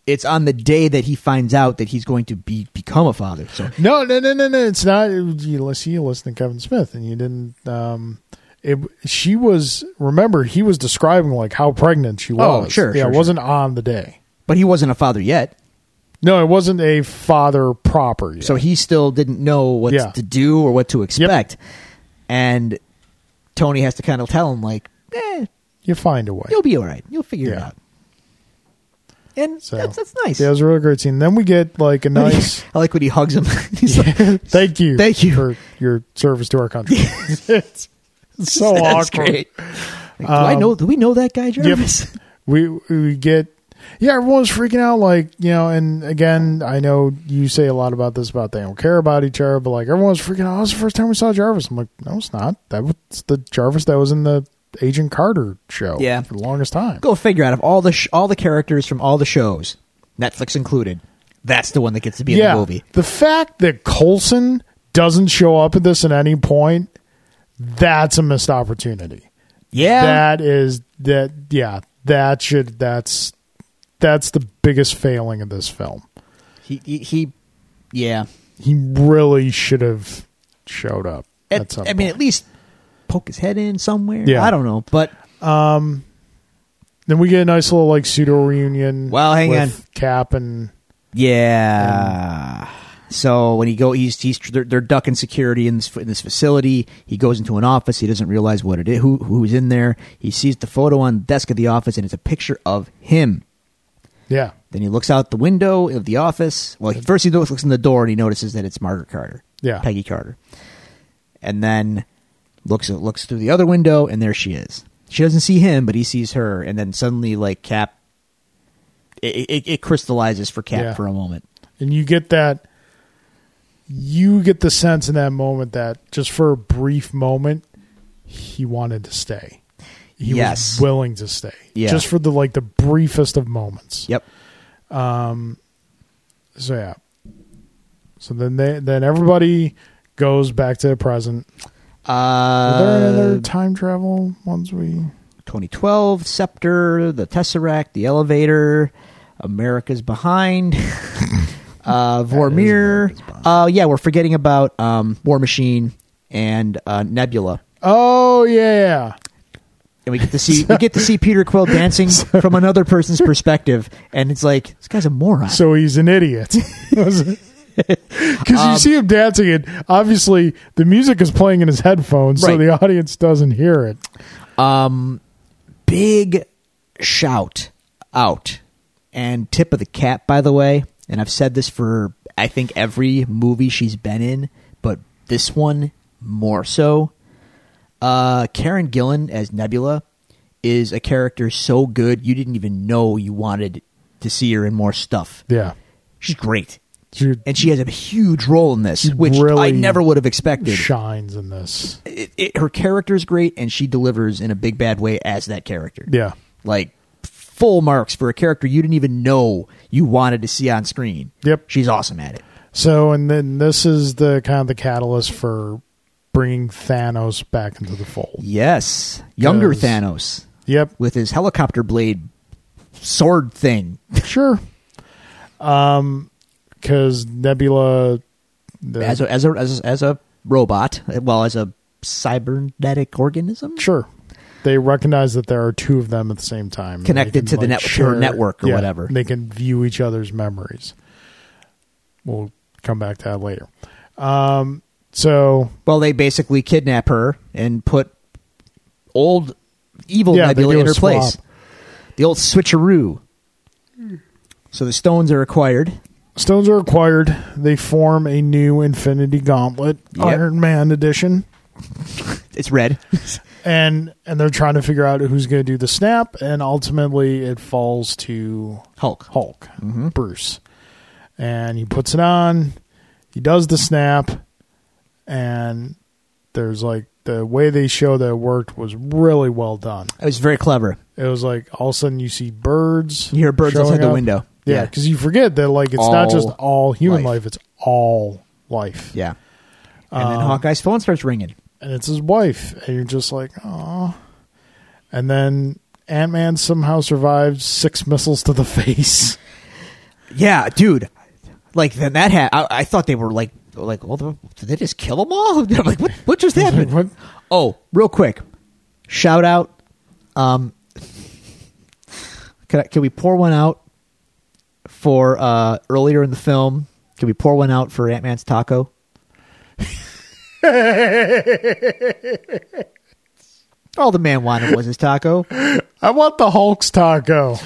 Speaker 2: it's on the day that he finds out that he's going to be become a father. So
Speaker 1: no no no no no it's not you listen you listen to kevin smith and you didn't um it, she was remember he was describing like how pregnant she
Speaker 2: Oh,
Speaker 1: was
Speaker 2: sure,
Speaker 1: yeah
Speaker 2: sure,
Speaker 1: it
Speaker 2: sure.
Speaker 1: wasn't on the day
Speaker 2: but he wasn't a father yet.
Speaker 1: No, it wasn't a father proper. Yet.
Speaker 2: So he still didn't know what
Speaker 1: Yeah.
Speaker 2: to do or what to expect. And Tony has to kind of tell him like, eh,
Speaker 1: you find a way.
Speaker 2: you'll be all right. You'll figure it
Speaker 1: Yeah.
Speaker 2: out. And
Speaker 1: So-
Speaker 2: that's, that's nice.
Speaker 1: Yeah, it was a really great scene. Then we get like a nice
Speaker 2: (laughs) I like when he hugs him. (laughs) He's like,
Speaker 1: thank you,
Speaker 2: Thank you.
Speaker 1: for your service to our
Speaker 2: (laughs)
Speaker 1: country. it's so
Speaker 2: That's
Speaker 1: awkward.
Speaker 2: great. Like, do I
Speaker 1: Um,
Speaker 2: know? Do we know that guy, Jarvis?
Speaker 1: (laughs) We we get yeah, everyone's freaking out. Like you know, and again, I know you say a lot about this about they don't care about each other, but like everyone's freaking out. Oh, it's the first time we saw Jarvis. I'm like, no, it's not. That was the Jarvis that was in the Agent Carter show.
Speaker 2: Yeah.
Speaker 1: for the longest time.
Speaker 2: (laughs) Go figure. Out of all the sh- all the characters from all the shows, Netflix included, that's the one that gets to be in the movie.
Speaker 1: The fact that Colson doesn't show up at this at any point, that's a missed opportunity.
Speaker 2: Yeah,
Speaker 1: That is that yeah, that should that's that's the biggest failing of this film.
Speaker 2: he, he he yeah.
Speaker 1: He really should have showed up.
Speaker 2: At-
Speaker 1: at some
Speaker 2: I mean,
Speaker 1: point.
Speaker 2: at least poke his head in somewhere.
Speaker 1: Yeah.
Speaker 2: I don't know, but
Speaker 1: then we get a nice little like pseudo reunion.
Speaker 2: Well, hang
Speaker 1: with Cap and
Speaker 2: yeah. so when he go, he's he's they're, they're ducking security in this in this facility. He goes into an office. He doesn't realize what it is, who who's in there. He sees the photo on the desk of the office, and it's a picture of him.
Speaker 1: yeah,
Speaker 2: Then he looks out the window of the office. Well, he, first he looks looks in the door and he notices that it's Margaret Carter.
Speaker 1: Yeah.
Speaker 2: Peggy Carter. And then looks looks through the other window and there she is. She doesn't see him, but he sees her. And then suddenly, like Cap, it, it, it crystallizes for Cap
Speaker 1: Yeah.
Speaker 2: for a moment.
Speaker 1: and you get that you get the sense in that moment that just for a brief moment he wanted to stay he
Speaker 2: Yes.
Speaker 1: was willing to stay
Speaker 2: Yeah.
Speaker 1: just for the like the briefest of moments
Speaker 2: Yep.
Speaker 1: so yeah so then they then everybody goes back to the present are there any
Speaker 2: Uh,
Speaker 1: other time travel ones we
Speaker 2: 2012 scepter, the tesseract, the elevator, America's behind, (laughs) uh, Vormir.
Speaker 1: America's Behind.
Speaker 2: Uh, yeah, we're forgetting about um, War Machine and uh, Nebula,
Speaker 1: oh yeah
Speaker 2: and we get to see we get to see Peter
Speaker 1: (laughs)
Speaker 2: Quill dancing from another person's perspective, and it's like this guy's a moron.
Speaker 1: so he's an idiot. (laughs) Because
Speaker 2: Um,
Speaker 1: you see him dancing, and obviously the music is playing in his headphones, so
Speaker 2: Right.
Speaker 1: the audience doesn't hear it.
Speaker 2: Big shout out and tip of the cap, by the way. And I've said this for I think every movie she's been in, but this one more so. Uh, Karen Gillan as Nebula is a character so good you didn't even know you wanted to see her in more stuff.
Speaker 1: Yeah,
Speaker 2: She's great.
Speaker 1: She
Speaker 2: and she has a huge role in this, which I
Speaker 1: really
Speaker 2: never would have expected.
Speaker 1: shines in this.
Speaker 2: It, it, her character is great, and she delivers in a big bad way as that character.
Speaker 1: Yeah.
Speaker 2: like full marks for a character you didn't even know you wanted to see on screen.
Speaker 1: Yep.
Speaker 2: she's awesome at it.
Speaker 1: So, and then this is the kind of the catalyst for bringing Thanos back into the fold.
Speaker 2: Yes, younger
Speaker 1: 'Cause-
Speaker 2: Thanos
Speaker 1: Yep.
Speaker 2: with his helicopter blade sword thing.
Speaker 1: Sure. Um, because Nebula, the,
Speaker 2: as a, as a as a, as a robot, well as a cybernetic organism
Speaker 1: sure, they recognize that there are two of them at the same time, and they
Speaker 2: Connected to the net- to her network or whatever.
Speaker 1: They can view each other's memories. We'll come back to that later. Um, so
Speaker 2: Well, they basically kidnap her and put old evil
Speaker 1: Yeah, they
Speaker 2: Nebula
Speaker 1: do
Speaker 2: in
Speaker 1: a
Speaker 2: her place.
Speaker 1: swap.
Speaker 2: The old switcheroo. So the stones are acquired.
Speaker 1: stones are acquired. They form a new Infinity Gauntlet,
Speaker 2: Yep.
Speaker 1: Iron Man edition. (laughs)
Speaker 2: It's red.
Speaker 1: And and they're trying to figure out who's going to do the snap, and ultimately it falls to
Speaker 2: Hulk.
Speaker 1: Hulk, Bruce. And he puts it on, he does the snap, and there's like the way they show that it worked was really well done.
Speaker 2: It was very clever.
Speaker 1: It was like all of a sudden you see birds.
Speaker 2: You hear birds
Speaker 1: showing
Speaker 2: outside the
Speaker 1: up.
Speaker 2: window.
Speaker 1: Yeah,
Speaker 2: Yeah.
Speaker 1: because you forget that like it's not
Speaker 2: All
Speaker 1: just all human
Speaker 2: life.
Speaker 1: life. it's all life.
Speaker 2: Yeah. Um, And then Hawkeye's phone starts ringing.
Speaker 1: And it's his wife, and you're just like, oh. And then Ant Man somehow survives six missiles to the (laughs) face.
Speaker 2: Yeah, dude. Like then that had I, I thought they were like like well did they just kill them all? (laughs) I'm like what what just happened?
Speaker 1: What?
Speaker 2: Oh, real quick, shout out. Um, can I, can we pour one out for uh earlier in the film? Can we pour one out for Ant Man's (laughs) taco? All the man wanted was his taco.
Speaker 1: I want the Hulk's taco.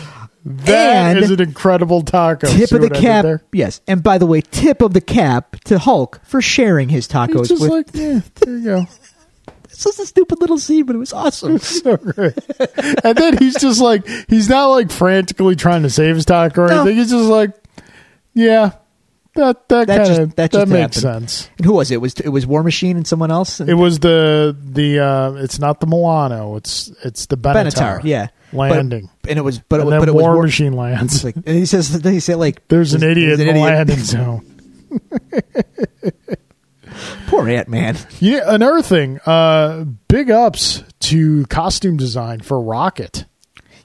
Speaker 1: That
Speaker 2: And
Speaker 1: is an incredible taco.
Speaker 2: tip
Speaker 1: See
Speaker 2: of the
Speaker 1: what I did
Speaker 2: cap.
Speaker 1: there?
Speaker 2: Yes. And by the way, tip of the cap to Hulk for sharing his
Speaker 1: It's
Speaker 2: tacos
Speaker 1: just
Speaker 2: with.
Speaker 1: like, yeah, there you go.
Speaker 2: it's just a stupid little scene, but it was
Speaker 1: (laughs)
Speaker 2: awesome.
Speaker 1: So great. and then he's just like, he's not like frantically trying to save his taco or
Speaker 2: No.
Speaker 1: anything. He's just like, yeah, that that,
Speaker 2: That
Speaker 1: kind
Speaker 2: just-
Speaker 1: of
Speaker 2: that
Speaker 1: that,
Speaker 2: just
Speaker 1: makes
Speaker 2: happened.
Speaker 1: sense.
Speaker 2: and who was it? it? Was it was War Machine and someone else? And-
Speaker 1: It was the the uh it's not the Milano, it's it's the Benatar.
Speaker 2: Benatar, yeah.
Speaker 1: landing.
Speaker 2: But, and it was, but it,
Speaker 1: and
Speaker 2: was-
Speaker 1: then
Speaker 2: but it was
Speaker 1: War
Speaker 2: war-
Speaker 1: Machine lands.
Speaker 2: (laughs) It's like, and he says, he said, like,
Speaker 1: there's an
Speaker 2: there's-
Speaker 1: idiot
Speaker 2: there's
Speaker 1: in the landing zone.
Speaker 2: (laughs) Poor Ant Man. (laughs)
Speaker 1: Yeah, another thing. Uh, big ups to costume design for Rocket.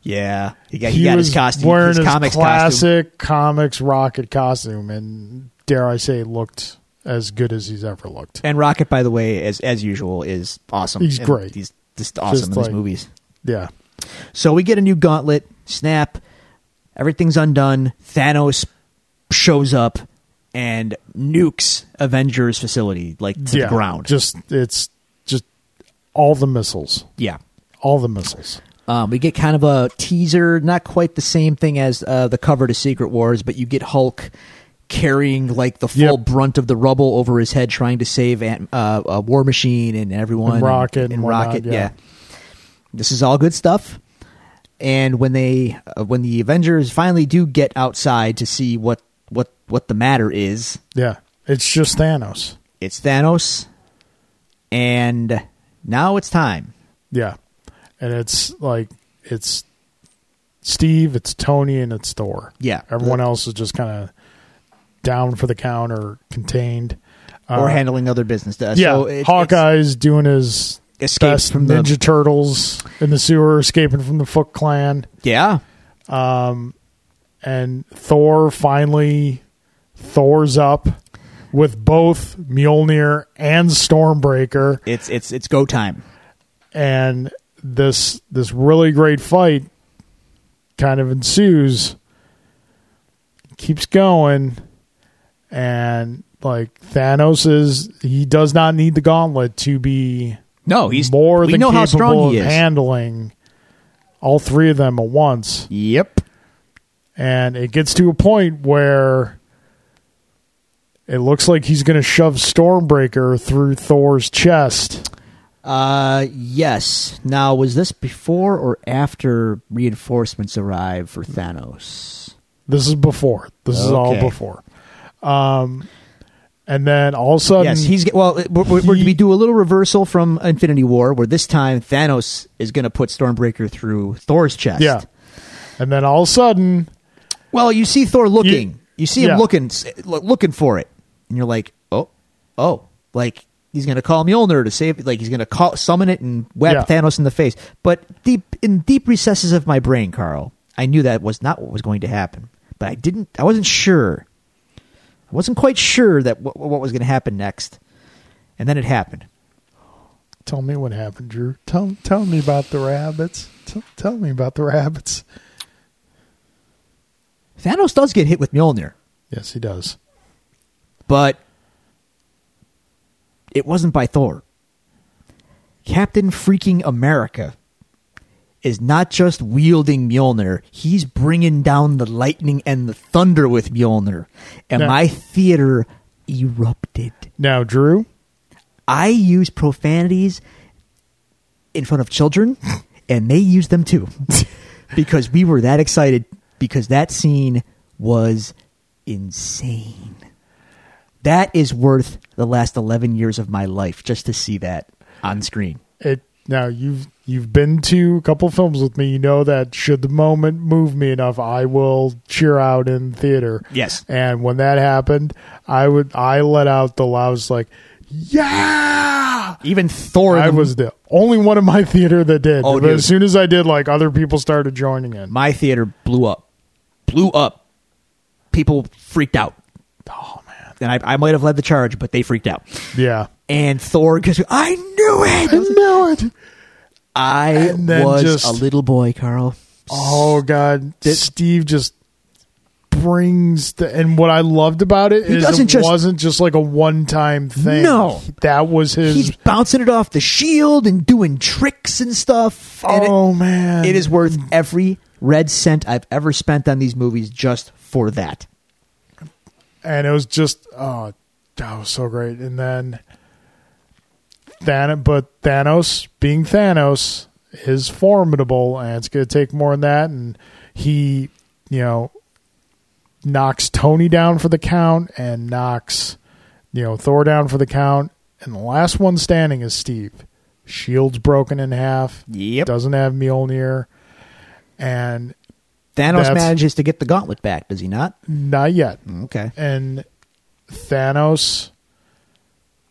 Speaker 2: Yeah, he got, he got his costume,
Speaker 1: wearing
Speaker 2: his,
Speaker 1: his
Speaker 2: comics costume.
Speaker 1: classic comics Rocket costume, and dare I say, looked as good as he's ever looked.
Speaker 2: And Rocket, by the way, as as usual, is awesome.
Speaker 1: He's
Speaker 2: And
Speaker 1: great.
Speaker 2: He's just awesome in
Speaker 1: like-
Speaker 2: these movies.
Speaker 1: Yeah,
Speaker 2: So we get a new gauntlet. Snap. Everything's undone. Thanos shows up and nukes Avengers facility like to
Speaker 1: yeah.
Speaker 2: the ground.
Speaker 1: Just it's just all the missiles,
Speaker 2: yeah.
Speaker 1: all the missiles.
Speaker 2: Um, we get kind of a teaser, not quite the same thing as uh, the cover to Secret Wars, but you get Hulk carrying like the full
Speaker 1: Yep.
Speaker 2: brunt of the rubble over his head, trying to save Ant- uh, uh, War Machine and everyone,
Speaker 1: And Rocket and whatnot,
Speaker 2: Rocket.
Speaker 1: yeah.
Speaker 2: yeah, this is all good stuff. And when they, uh, when the Avengers finally do get outside to see what what what the matter is,
Speaker 1: Yeah, it's just Thanos.
Speaker 2: it's Thanos, and now it's time.
Speaker 1: Yeah, and it's like it's Steve, it's Tony, and it's Thor.
Speaker 2: Yeah.
Speaker 1: everyone else is just kind of down for the count or contained.
Speaker 2: or
Speaker 1: Uh,
Speaker 2: handling other business. Uh,
Speaker 1: Yeah,
Speaker 2: so it- it's-
Speaker 1: Hawkeye's doing his
Speaker 2: Escape
Speaker 1: best
Speaker 2: from the-
Speaker 1: Ninja Turtles in the sewer, escaping from the Foot Clan,
Speaker 2: Yeah,
Speaker 1: and Thor finally Thor's up with both Mjolnir and Stormbreaker,
Speaker 2: it's it's it's go time.
Speaker 1: and this this really great fight kind of ensues, keeps going, and like Thanos is he does not need the gauntlet to be
Speaker 2: No, he's
Speaker 1: more
Speaker 2: we
Speaker 1: than
Speaker 2: know
Speaker 1: capable
Speaker 2: how strong he
Speaker 1: of
Speaker 2: is.
Speaker 1: handling all three of them at once.
Speaker 2: yep.
Speaker 1: And it gets to a point where it looks like he's going to shove Stormbreaker through Thor's chest.
Speaker 2: Uh, yes. Now, was this before or after reinforcements arrive for Thanos?
Speaker 1: This is before. This is all
Speaker 2: Okay.
Speaker 1: before. Um, and then all of a sudden,
Speaker 2: Yes, he's well. it- We're, we're,
Speaker 1: He-
Speaker 2: we do a little reversal from Infinity War, where this time Thanos is going to put Stormbreaker through Thor's chest.
Speaker 1: yeah. And then all of a sudden,
Speaker 2: Well, you see Thor looking. You, see him
Speaker 1: yeah.
Speaker 2: looking, s- lo- looking for it, and you're like, oh, oh, like he's going to call Mjolnir to save. Like he's going to call summon it and whack
Speaker 1: Yeah.
Speaker 2: Thanos in the face. But deep in deep recesses of my brain, Carl, I knew that was not what was going to happen. But I didn't. I wasn't sure. I wasn't quite sure that w- what was going to happen next, and then it happened.
Speaker 1: tell me what happened, Drew. Tell tell me about the rabbits. Tell, tell me about the rabbits.
Speaker 2: Thanos does get hit with Mjolnir,
Speaker 1: Yes, he does.
Speaker 2: but it wasn't by Thor. Captain freaking America is not just wielding Mjolnir, he's bringing down the lightning and the thunder with Mjolnir. And
Speaker 1: No.
Speaker 2: my theater erupted.
Speaker 1: Now, Drew,
Speaker 2: I use profanities in front of children, and they use
Speaker 1: (laughs)
Speaker 2: them too. because we were that excited because that scene was insane. That is worth the last 11 years of my life just to see that on screen.
Speaker 1: it now you've you've been to a couple films with me. You know that should the moment move me enough, I will cheer out in theater.
Speaker 2: Yes.
Speaker 1: And when that happened, I would I let out the loudest like, yeah.
Speaker 2: Even Thor
Speaker 1: I
Speaker 2: in the-
Speaker 1: was the only one in my (laughs) theater that did.
Speaker 2: Oh,
Speaker 1: but
Speaker 2: dude.
Speaker 1: as soon as I did, like other people started joining in.
Speaker 2: my theater blew up. Blew up. People freaked out. Oh man. And I, I might have led the charge, but they freaked out.
Speaker 1: yeah.
Speaker 2: And Thor goes, I knew it.
Speaker 1: I know it.
Speaker 2: I
Speaker 1: And then
Speaker 2: was
Speaker 1: just-
Speaker 2: a little boy, Carl.
Speaker 1: Oh God, Steve just brings the and what I loved about it is
Speaker 2: doesn't
Speaker 1: it
Speaker 2: just-
Speaker 1: wasn't just like a one time thing.
Speaker 2: No.
Speaker 1: that was his.
Speaker 2: He's bouncing it off the shield and doing tricks and stuff. And it-
Speaker 1: oh man,
Speaker 2: it is worth every red cent I've ever spent on these movies just for that.
Speaker 1: and it was just oh that was so great. And then Thanos, but Thanos being Thanos is formidable, and it's going to take more than that. And he, you know, knocks Tony down for the count, and knocks you know Thor down for the count. And the last one standing is Steve. Shield's broken in half.
Speaker 2: Yep.
Speaker 1: Doesn't have Mjolnir. And
Speaker 2: Thanos
Speaker 1: That's-
Speaker 2: manages to get the gauntlet back, does he not?
Speaker 1: not yet.
Speaker 2: Okay.
Speaker 1: and Thanos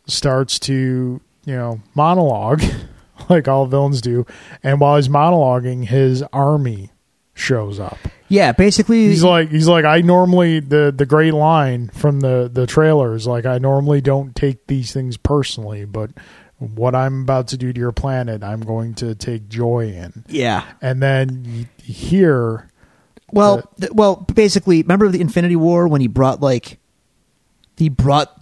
Speaker 1: starts to, you know, monologue (laughs) like all villains do. And while he's monologuing, his army shows up.
Speaker 2: Yeah, basically
Speaker 1: He's like he's like I normally the the great line from the the trailer is like I normally don't take these things personally, but what I'm about to do to your planet, I'm going to take joy in.
Speaker 2: Yeah.
Speaker 1: And then you hear
Speaker 2: Well,
Speaker 1: Uh,
Speaker 2: th- well, basically, remember the Infinity War when he brought like he brought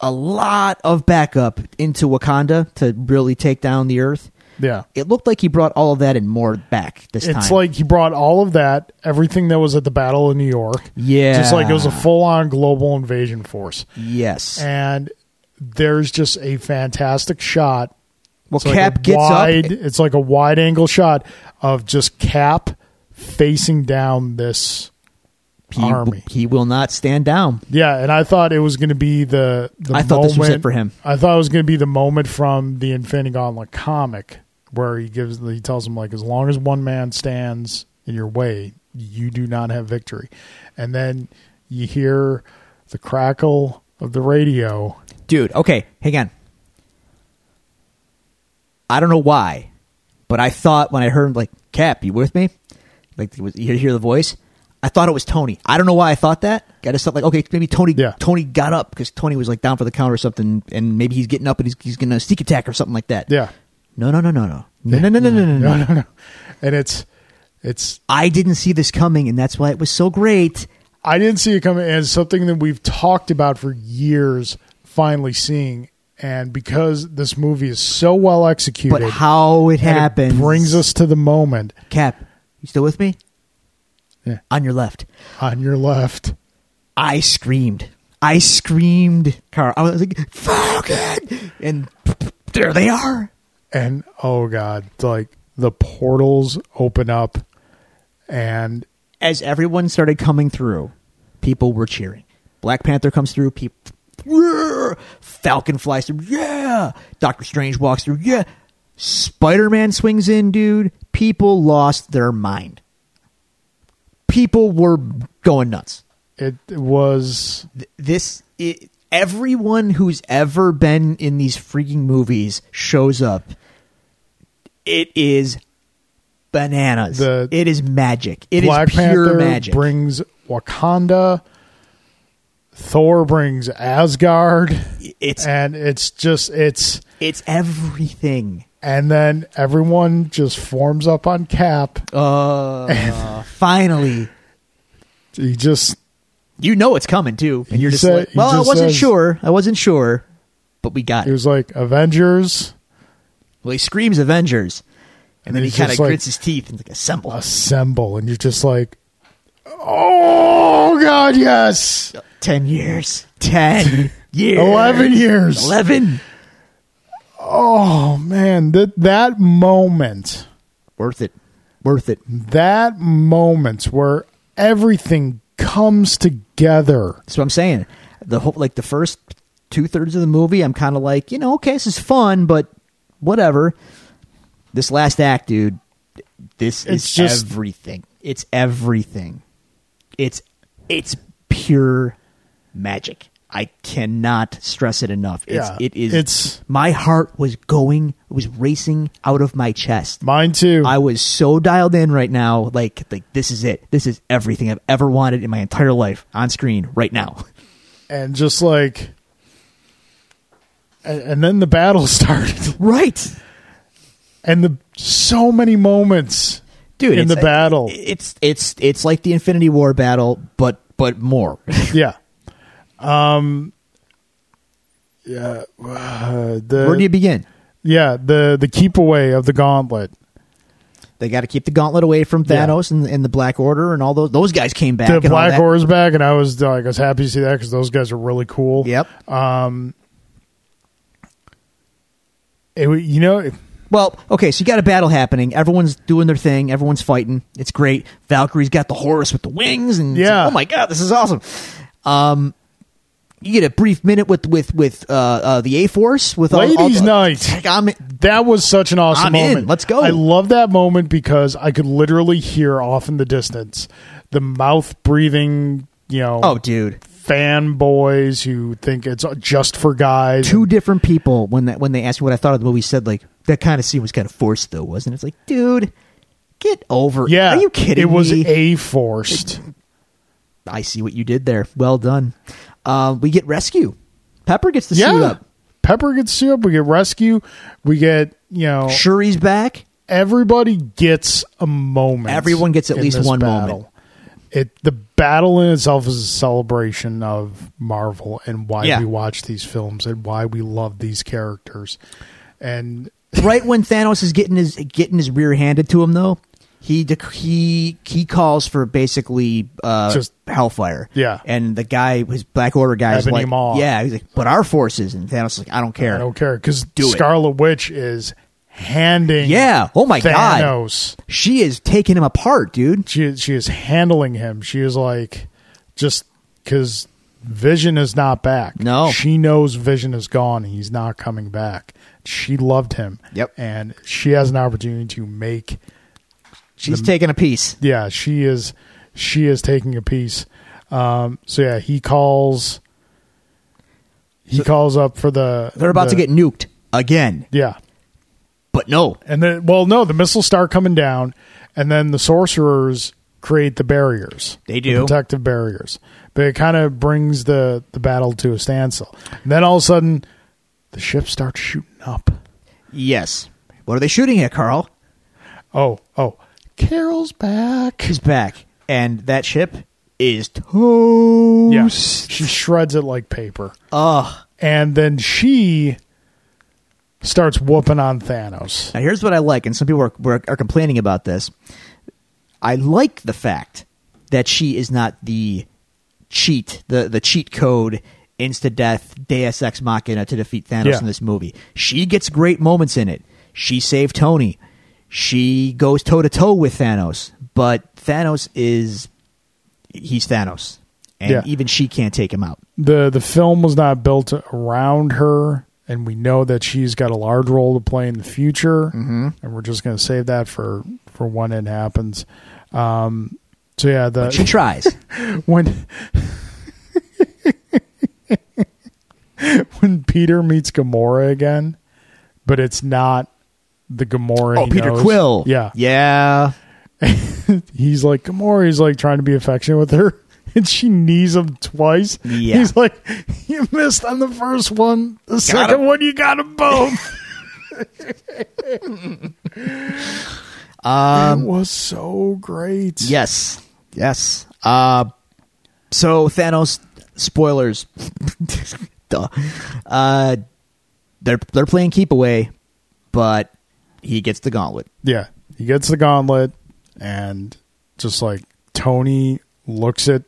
Speaker 2: a lot of backup into Wakanda to really take down the Earth.
Speaker 1: yeah.
Speaker 2: It looked like he brought all of that and more back this time.
Speaker 1: It's like he brought all of that, everything that was at the Battle of New York.
Speaker 2: Yeah.
Speaker 1: Just like it was a full on global invasion force.
Speaker 2: yes.
Speaker 1: And there's just a fantastic shot.
Speaker 2: well,
Speaker 1: It's like
Speaker 2: Cap
Speaker 1: a
Speaker 2: gets
Speaker 1: wide,
Speaker 2: up.
Speaker 1: It's like a wide angle shot of just Cap facing down this
Speaker 2: He,
Speaker 1: army.
Speaker 2: he will not stand down.
Speaker 1: Yeah, and I thought it was going to be the, the
Speaker 2: I thought this was
Speaker 1: moment-
Speaker 2: it for him.
Speaker 1: I thought it was going to be the moment from the Infinity Gauntlet comic where he gives he tells him like as long as one man stands in your way, you do not have victory. And then you hear the crackle of the radio. (laughs)
Speaker 2: Dude, okay, hang on. I don't know why, but I thought when I heard him, like, Cap, you with me? Like, it was- you hear the voice? I thought it was Tony. I don't know why I thought that. I just thought, like, okay, maybe Tony
Speaker 1: Yeah.
Speaker 2: Tony got up because Tony was, like, down for the count or something, and maybe he's getting up and he's, he's going to sneak attack or something like that.
Speaker 1: Yeah.
Speaker 2: No, no, no, no, no. No, no, no, no, no, no, no.
Speaker 1: No, no, no. And it's it's
Speaker 2: I didn't see this coming, and that's why it was so great.
Speaker 1: I didn't see it coming as something that we've talked about for years finally seeing and because this movie is so well executed
Speaker 2: But how it
Speaker 1: and it
Speaker 2: happens.
Speaker 1: brings us to the moment
Speaker 2: Cap, you still with me?
Speaker 1: Yeah.
Speaker 2: On your left.
Speaker 1: on your left.
Speaker 2: I screamed. I screamed, Carl. I was like, Falcon! And there they are.
Speaker 1: And oh God, like the portals open up and
Speaker 2: As everyone started coming through, people were cheering. Bl- Black Panther comes through. People, "Yeah!" Falcon flies through. Yeah, Doctor Strange walks through. Yeah, Spider Man swings in, dude. People lost their mind. People were going nuts
Speaker 1: It was
Speaker 2: th- this i everyone who's ever been in these freaking movies shows up it is bananas
Speaker 1: The-
Speaker 2: it is magic It is
Speaker 1: Black
Speaker 2: pure
Speaker 1: Panther
Speaker 2: magic
Speaker 1: brings Wakanda. Thor brings Asgard,
Speaker 2: it's
Speaker 1: and it's just it's
Speaker 2: it's everything
Speaker 1: and then everyone just forms up on Cap.
Speaker 2: Oh. uh (laughs) finally
Speaker 1: He just
Speaker 2: you know it's coming too and
Speaker 1: He
Speaker 2: you're just
Speaker 1: said-
Speaker 2: like
Speaker 1: he
Speaker 2: well
Speaker 1: just
Speaker 2: i wasn't
Speaker 1: says-
Speaker 2: sure i wasn't sure but we got
Speaker 1: he
Speaker 2: it
Speaker 1: was like Avengers
Speaker 2: well he screams avengers and then he
Speaker 1: he's
Speaker 2: kind of
Speaker 1: just like-
Speaker 2: grits his teeth and like assemble
Speaker 1: assemble, and you're just like, oh god, yes,
Speaker 2: 10 years (laughs) 10 years
Speaker 1: Uh, eleven years,
Speaker 2: 11
Speaker 1: oh man, that that moment.
Speaker 2: worth it worth it
Speaker 1: that moment where everything comes together.
Speaker 2: that's what i'm saying the whole like the first two-thirds of the movie i'm kind of like you know okay this is fun but whatever this last act dude this
Speaker 1: It's
Speaker 2: is
Speaker 1: just-
Speaker 2: everything it's everything it's it's pure magic i cannot stress it enough it's,
Speaker 1: Yeah,
Speaker 2: it is
Speaker 1: it's-
Speaker 2: my heart was going was racing out of my chest
Speaker 1: Mine too.
Speaker 2: I was so dialed in right now. Like, like this is it. This is everything I've ever wanted in my entire life on screen right
Speaker 1: (laughs)
Speaker 2: now.
Speaker 1: and just like, and, and then the battle (laughs) started,
Speaker 2: Right,
Speaker 1: and the so many moments,
Speaker 2: dude.
Speaker 1: in
Speaker 2: it's-
Speaker 1: the battle.
Speaker 2: it's it's it's like the Infinity War battle, but but more.
Speaker 1: yeah. Um. Yeah. uh, the
Speaker 2: Where do you begin?
Speaker 1: yeah the the keep away of the gauntlet.
Speaker 2: They got to keep the gauntlet away from
Speaker 1: Yeah.
Speaker 2: Thanos and, and the Black Order and all those. Those guys came back.
Speaker 1: The
Speaker 2: and all
Speaker 1: Black
Speaker 2: that.
Speaker 1: Horse back, and I was like, I was happy to see that because those guys are really cool. Uh,
Speaker 2: Yep.
Speaker 1: It, wa- you know, it-
Speaker 2: Well, okay, so you got a battle happening. Everyone's doing their thing. Everyone's fighting. It's great. Valkyrie's got the horse with the wings, and it's
Speaker 1: Yeah.
Speaker 2: like, oh my god, this is awesome. Um, you get a brief minute with with with uh, uh the A Force with all- all,
Speaker 1: Ladies'
Speaker 2: the-
Speaker 1: night.
Speaker 2: Like, I'm-
Speaker 1: That was such an awesome
Speaker 2: I'm in.
Speaker 1: moment.
Speaker 2: Let's go.
Speaker 1: I love that moment because I could literally hear off in the distance the mouth breathing, you know,
Speaker 2: oh, dude,
Speaker 1: fanboys who think it's just for guys.
Speaker 2: two different people when that when they asked me what I thought of the movie said like that kind of scene was kind of forced though, wasn't it? It's like, dude, get over. it.
Speaker 1: yeah.
Speaker 2: are you kidding?
Speaker 1: It was
Speaker 2: me?
Speaker 1: a forced.
Speaker 2: I see what you did there. Well done. Um, we get rescue. Pepper gets to suit
Speaker 1: Yeah.
Speaker 2: up.
Speaker 1: Pepper gets sued up. We get rescue. We get, you know,
Speaker 2: Shuri's back.
Speaker 1: everybody gets a moment.
Speaker 2: Everyone gets at
Speaker 1: in
Speaker 2: least
Speaker 1: this
Speaker 2: one
Speaker 1: battle.
Speaker 2: moment.
Speaker 1: It the battle in itself is a celebration of Marvel and why
Speaker 2: Yeah.
Speaker 1: we watch these films and why we love these characters. And
Speaker 2: right when Thanos is getting his getting his rear handed to him, though, he dec- he he calls for basically uh,
Speaker 1: Just-
Speaker 2: hellfire.
Speaker 1: Yeah.
Speaker 2: and the guy, his Black Order guy, is
Speaker 1: Ebbing
Speaker 2: like,
Speaker 1: him off.
Speaker 2: yeah, he's like, but our forces, and Thanos is like, I don't care.
Speaker 1: I don't care because
Speaker 2: it.
Speaker 1: Scarlet Witch is handing
Speaker 2: Yeah. Oh my God.
Speaker 1: Thanos.
Speaker 2: She is taking him apart, dude.
Speaker 1: She she is handling him. She is like just because Vision is not back.
Speaker 2: No.
Speaker 1: she knows Vision is gone. He's not coming back. She loved him.
Speaker 2: Yep.
Speaker 1: and she has an opportunity to make
Speaker 2: She's taking a piece.
Speaker 1: yeah she is she is taking a piece um so yeah he calls he calls up for the
Speaker 2: They're about to
Speaker 1: the-
Speaker 2: get nuked again,
Speaker 1: yeah
Speaker 2: but no,
Speaker 1: and then well no the missiles start coming down and then the sorcerers create the barriers
Speaker 2: They
Speaker 1: the
Speaker 2: do.
Speaker 1: protective barriers but it kind of brings the the battle to a standstill and then all of a sudden the ship starts shooting up
Speaker 2: yes. What are they shooting at, Carl?
Speaker 1: oh oh carol's back
Speaker 2: He's back, and that ship is toast.
Speaker 1: yeah she shreds it like paper
Speaker 2: Ugh.
Speaker 1: and then she starts whooping on Thanos.
Speaker 2: Now, here's what I like, and some people are, were- are complaining about this. I like the fact that she is not the cheat, the, the cheat code, insta death, Deus Ex Machina to defeat Thanos
Speaker 1: Yeah.
Speaker 2: in this movie. She gets great moments in it. She saved Tony. She goes toe to toe with Thanos, but Thanos is he's Thanos, and
Speaker 1: Yeah.
Speaker 2: even she can't take him out.
Speaker 1: the the film was not built around her and we know that she's got a large role to play in the future mm-hmm. and we're just going to save that for for when it happens um so yeah (laughs)
Speaker 2: She
Speaker 1: the
Speaker 2: tries.
Speaker 1: when (laughs) when peter meets gamora again but it's not the gamora
Speaker 2: oh,
Speaker 1: he
Speaker 2: Peter
Speaker 1: knows.
Speaker 2: Quill.
Speaker 1: yeah
Speaker 2: yeah.
Speaker 1: he's like Gamora. He's like trying to be affectionate with her, (laughs) and she knees him twice.
Speaker 2: Yeah.
Speaker 1: He's like, "You missed on the first one. The second one, you got them both." um, it was so great.
Speaker 2: Yes. Yes. Uh, so Thanos spoilers. (laughs) Duh. Uh, they're they're playing keep away, but he gets the gauntlet.
Speaker 1: yeah. He gets the gauntlet, and just like Tony looks at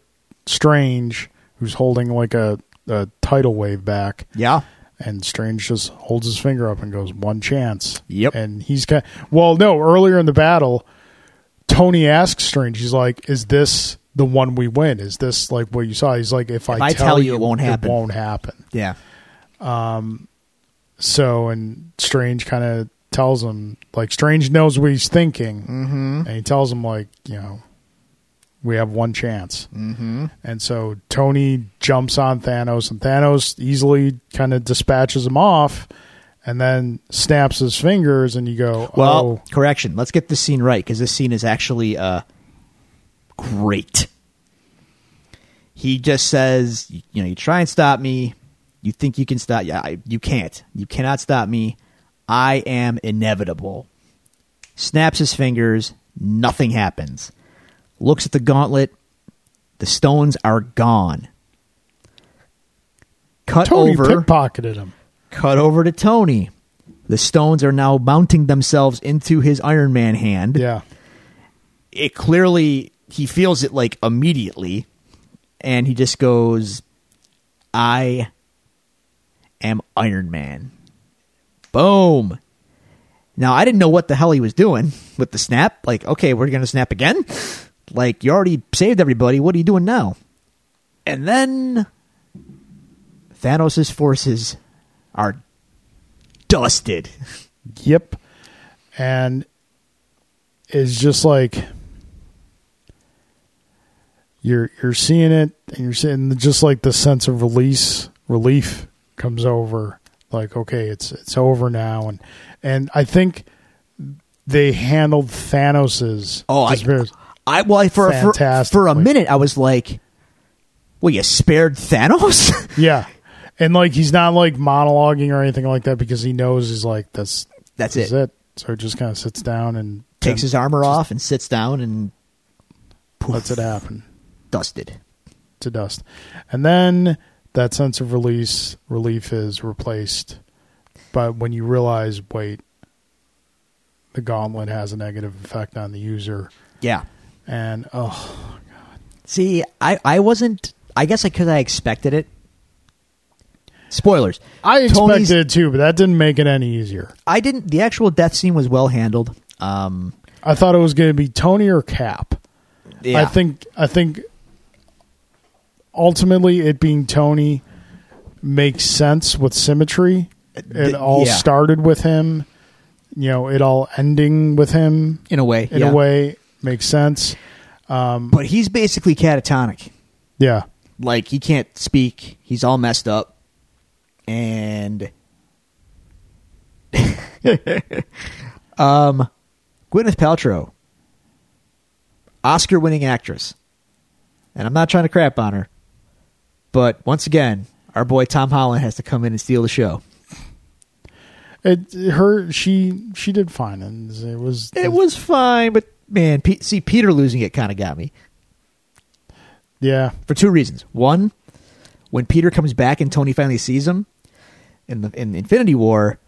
Speaker 1: Strange, who's holding like a, a tidal wave back.
Speaker 2: Yeah.
Speaker 1: and Strange just holds his finger up and goes one chance.
Speaker 2: Yep.
Speaker 1: And he's kind well, no, earlier in the battle, Tony asks Strange, he's like, "Is this the one we win? Is this like what you saw?" He's like, "If,
Speaker 2: I tell you, it won't happen."
Speaker 1: It won't happen."
Speaker 2: Yeah.
Speaker 1: So, and Strange kind of tells him, like, Strange knows what he's thinking, mm-hmm. and he tells him, like, you know, we have one chance. Mm-hmm. And so Tony jumps on Thanos, and Thanos easily kind of dispatches him off, and then snaps his fingers, and you go,
Speaker 2: Well,
Speaker 1: oh,
Speaker 2: correction. Let's get this scene right because this scene is actually uh, great. He just says, y- you know, you try and stop me. You think you can stop? Yeah, I, you can't. You cannot stop me. I am inevitable. Snaps his fingers. Nothing happens. Looks at the gauntlet. The stones are gone. Cut
Speaker 1: Tony
Speaker 2: over
Speaker 1: pickpocketed him.
Speaker 2: cut over to Tony. The stones are now mounting themselves into his Iron Man hand.
Speaker 1: Yeah.
Speaker 2: It clearly he feels it like immediately and he just goes I am Iron Man. Boom. Now I didn't know what the hell he was doing with the snap. Like, okay, we're going to snap again. Like you already saved everybody. What are you doing now? And then Thanos' forces are dusted.
Speaker 1: Yep. And it's just like you're you're seeing it and you're seeing just like the sense of release relief comes over like okay it's it's over now and and I think they handled Thanos's
Speaker 2: Oh, I-
Speaker 1: disappearance.
Speaker 2: I well I- for for,
Speaker 1: Fantastic.
Speaker 2: for a minute I was like, "Well, you spared Thanos." (laughs)
Speaker 1: yeah and like he's not like monologuing or anything like that because he knows he's like that's
Speaker 2: That's
Speaker 1: that's
Speaker 2: it.
Speaker 1: it so he just kind of sits down and and
Speaker 2: Takes his armor off and sits down and
Speaker 1: lets it happen
Speaker 2: dusted.
Speaker 1: to dust. And then that sense of release relief is replaced but when you realize wait the gauntlet has a negative effect on the user
Speaker 2: Yeah.
Speaker 1: and oh
Speaker 2: See, I I wasn't. I guess I because I expected it. Spoilers.
Speaker 1: I
Speaker 2: Tony's-
Speaker 1: expected it too but that didn't make it any easier.
Speaker 2: I didn't. The actual death scene was well handled. Um,
Speaker 1: I thought it was going to be Tony or Cap.
Speaker 2: yeah.
Speaker 1: I think I think ultimately it being Tony makes sense with symmetry. It
Speaker 2: Th-
Speaker 1: all
Speaker 2: yeah.
Speaker 1: started with him, you know, it all ending with him.
Speaker 2: in a way,
Speaker 1: in
Speaker 2: yeah.
Speaker 1: a way makes sense.
Speaker 2: But he's basically catatonic.
Speaker 1: Yeah.
Speaker 2: like he can't speak he's all messed up and (laughs) um gwyneth paltrow oscar winning actress and i'm not trying to crap on her but once again our boy tom holland has to come in and steal the show
Speaker 1: It her she she did fine and it was
Speaker 2: it was fine but man P- see peter losing it kind of got me
Speaker 1: yeah.
Speaker 2: for two reasons. One, when Peter comes back and Tony finally sees him in the in Infinity War,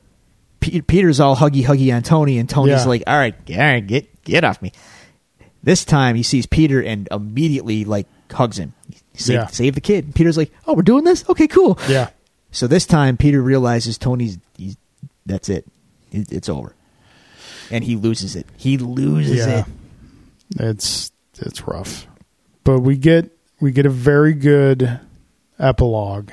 Speaker 2: Pe- Peter's all huggy huggy on Tony, and
Speaker 1: Yeah.
Speaker 2: Tony's like, "All right, all right, get get off me." This time he sees Peter and immediately like hugs him. Save,
Speaker 1: Yeah.
Speaker 2: save the kid. Peter's like, "Oh, we're doing this? Okay, cool."
Speaker 1: Yeah.
Speaker 2: So this time Peter realizes Tony's he's, that's it. it. It's over. And he loses it. He loses
Speaker 1: Yeah.
Speaker 2: it.
Speaker 1: It's it's rough. But we get we get a very good epilogue.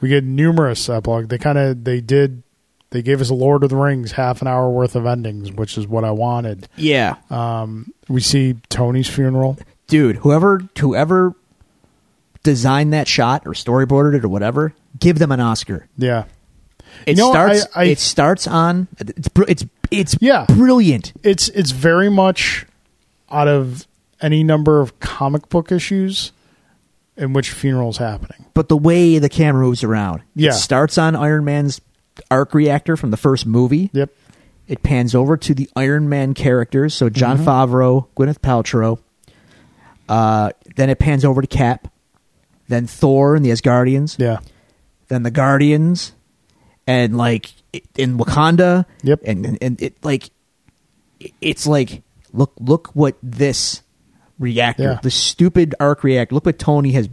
Speaker 1: We get numerous epilogue. They kind of they did they gave us a Lord of the Rings half an hour worth of endings, which is what I wanted.
Speaker 2: Yeah,
Speaker 1: Um, we see Tony's funeral.
Speaker 2: dude. Whoever whoever designed that shot or storyboarded it or whatever, give them an Oscar.
Speaker 1: Yeah,
Speaker 2: It
Speaker 1: You know,
Speaker 2: starts.
Speaker 1: I- I-
Speaker 2: it starts on. It's br- it's it's
Speaker 1: Yeah.
Speaker 2: brilliant.
Speaker 1: it's it's very much out of any number of comic book issues in which funerals happening.
Speaker 2: But the way the camera moves around,
Speaker 1: Yeah.
Speaker 2: it starts on Iron Man's arc reactor from the first movie.
Speaker 1: Yep.
Speaker 2: It pans over to the Iron Man characters, so John
Speaker 1: Mm-hmm.
Speaker 2: Favreau, Gwyneth Paltrow. Uh, then it pans over to Cap, then Thor and the Asgardians,
Speaker 1: Yeah.
Speaker 2: then the Guardians, and like i- in Wakanda.
Speaker 1: Yep.
Speaker 2: And and- and it like i- it's like look look what this reactor,
Speaker 1: Yeah.
Speaker 2: the stupid arc reactor. Look what Tony has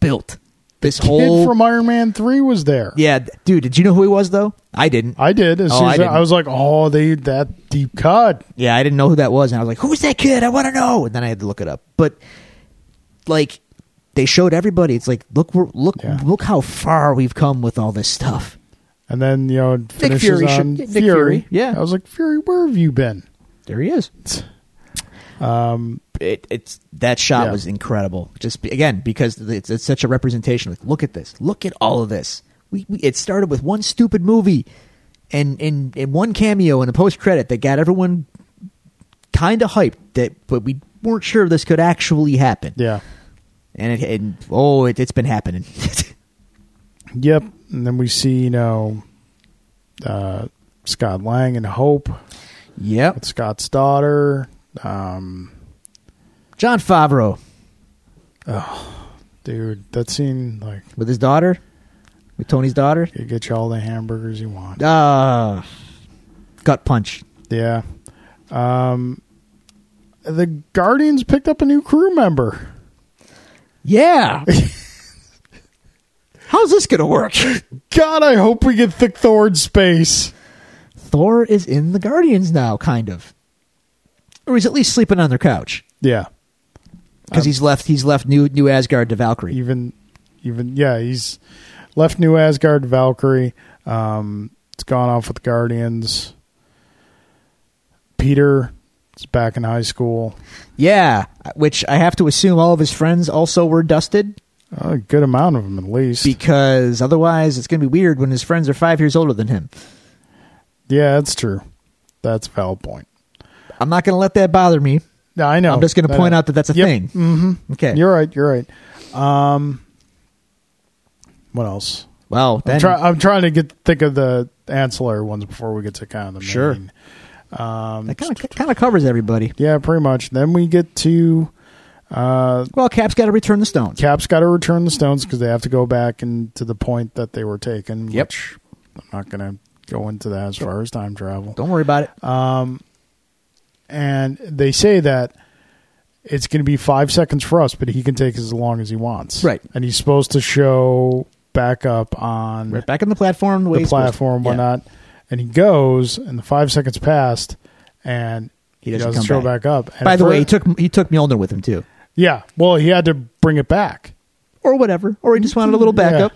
Speaker 2: built. This
Speaker 1: Kid
Speaker 2: whole
Speaker 1: from Iron Man three was there.
Speaker 2: yeah, th- dude. Did you know who he was though? I didn't.
Speaker 1: I did. As
Speaker 2: Oh,
Speaker 1: soon
Speaker 2: I
Speaker 1: as I,
Speaker 2: didn't.
Speaker 1: I was like, oh, they that deep cut.
Speaker 2: Yeah, I didn't know who that was, and I was like, "Who's that kid? I want to know." And then I had to look it up. But like, they showed everybody. It's like, look, we're, look,
Speaker 1: Yeah.
Speaker 2: look how far we've come with all this stuff.
Speaker 1: And then you know finishes
Speaker 2: Fury should-
Speaker 1: on
Speaker 2: Nick
Speaker 1: Fury.
Speaker 2: Fury, yeah.
Speaker 1: I was like, Fury, where have you been?
Speaker 2: There he is.
Speaker 1: Um,
Speaker 2: It, it's that shot
Speaker 1: Yeah.
Speaker 2: was incredible. Just be, again because it's, it's such a representation. Like, look at this. Look at all of this. We, we it started with one stupid movie, and and and one cameo and a post credit that got everyone kind of hyped. That but we weren't sure this could actually happen.
Speaker 1: yeah.
Speaker 2: and it and oh, it, it's been happening. (laughs)
Speaker 1: Yep. And then we see you know uh, Scott Lang and Hope
Speaker 2: yep,
Speaker 1: with Scott's daughter. Um,
Speaker 2: John Favreau
Speaker 1: dude, that scene like
Speaker 2: with his daughter, with Tony's daughter.
Speaker 1: it gets you all the hamburgers you want.
Speaker 2: Ah, gut punch.
Speaker 1: Yeah. Um, the Guardians picked up a new crew member.
Speaker 2: Yeah. (laughs) How's this gonna work?
Speaker 1: God, I hope we get Thick Thor in space.
Speaker 2: Thor is in the Guardians now, kind of, or he's at least sleeping on their couch
Speaker 1: Yeah.
Speaker 2: because he's left. He's left new New Asgard to Valkyrie.
Speaker 1: even even yeah he's left new asgard valkyrie um it's gone off with the guardians peter is back in high school
Speaker 2: Yeah, which I have to assume all of his friends also were dusted
Speaker 1: a good amount of them at least
Speaker 2: because otherwise it's gonna be weird when his friends are five years older than him.
Speaker 1: yeah that's true that's a valid point
Speaker 2: I'm not going to let that bother me.
Speaker 1: yeah i know
Speaker 2: I'm just going to
Speaker 1: I
Speaker 2: point
Speaker 1: know.
Speaker 2: out that that's a
Speaker 1: Yep.
Speaker 2: thing. Mm-hmm. Okay.
Speaker 1: you're right you're right um what else
Speaker 2: well,
Speaker 1: I'm,
Speaker 2: then
Speaker 1: try- I'm trying to get think of the ancillary ones before we get to kind of the main.
Speaker 2: Sure.
Speaker 1: um
Speaker 2: that kind of kind of covers everybody.
Speaker 1: yeah pretty much then we get to uh
Speaker 2: Well, Cap's got to return the stones.
Speaker 1: Cap's got to return the stones because they have to go back and to the point that they were taken.
Speaker 2: Yep.
Speaker 1: Which I'm not going to go into that as far as time travel.
Speaker 2: Don't worry about it.
Speaker 1: And they say that it's going to be five seconds for us, but he can take as long as he wants.
Speaker 2: Right.
Speaker 1: And he's supposed to show back up on
Speaker 2: Right back on the platform. The, way
Speaker 1: the
Speaker 2: it's supposed to-
Speaker 1: platform,
Speaker 2: Yeah.
Speaker 1: whatnot. And he goes, and the five seconds passed, and
Speaker 2: He
Speaker 1: he
Speaker 2: doesn't
Speaker 1: doesn't,
Speaker 2: come
Speaker 1: show
Speaker 2: back.
Speaker 1: back, up. And
Speaker 2: By the
Speaker 1: for-
Speaker 2: way, he took he took Mjolnir with him too,
Speaker 1: yeah. Well, he had to bring it back.
Speaker 2: or whatever, or he just wanted a little backup.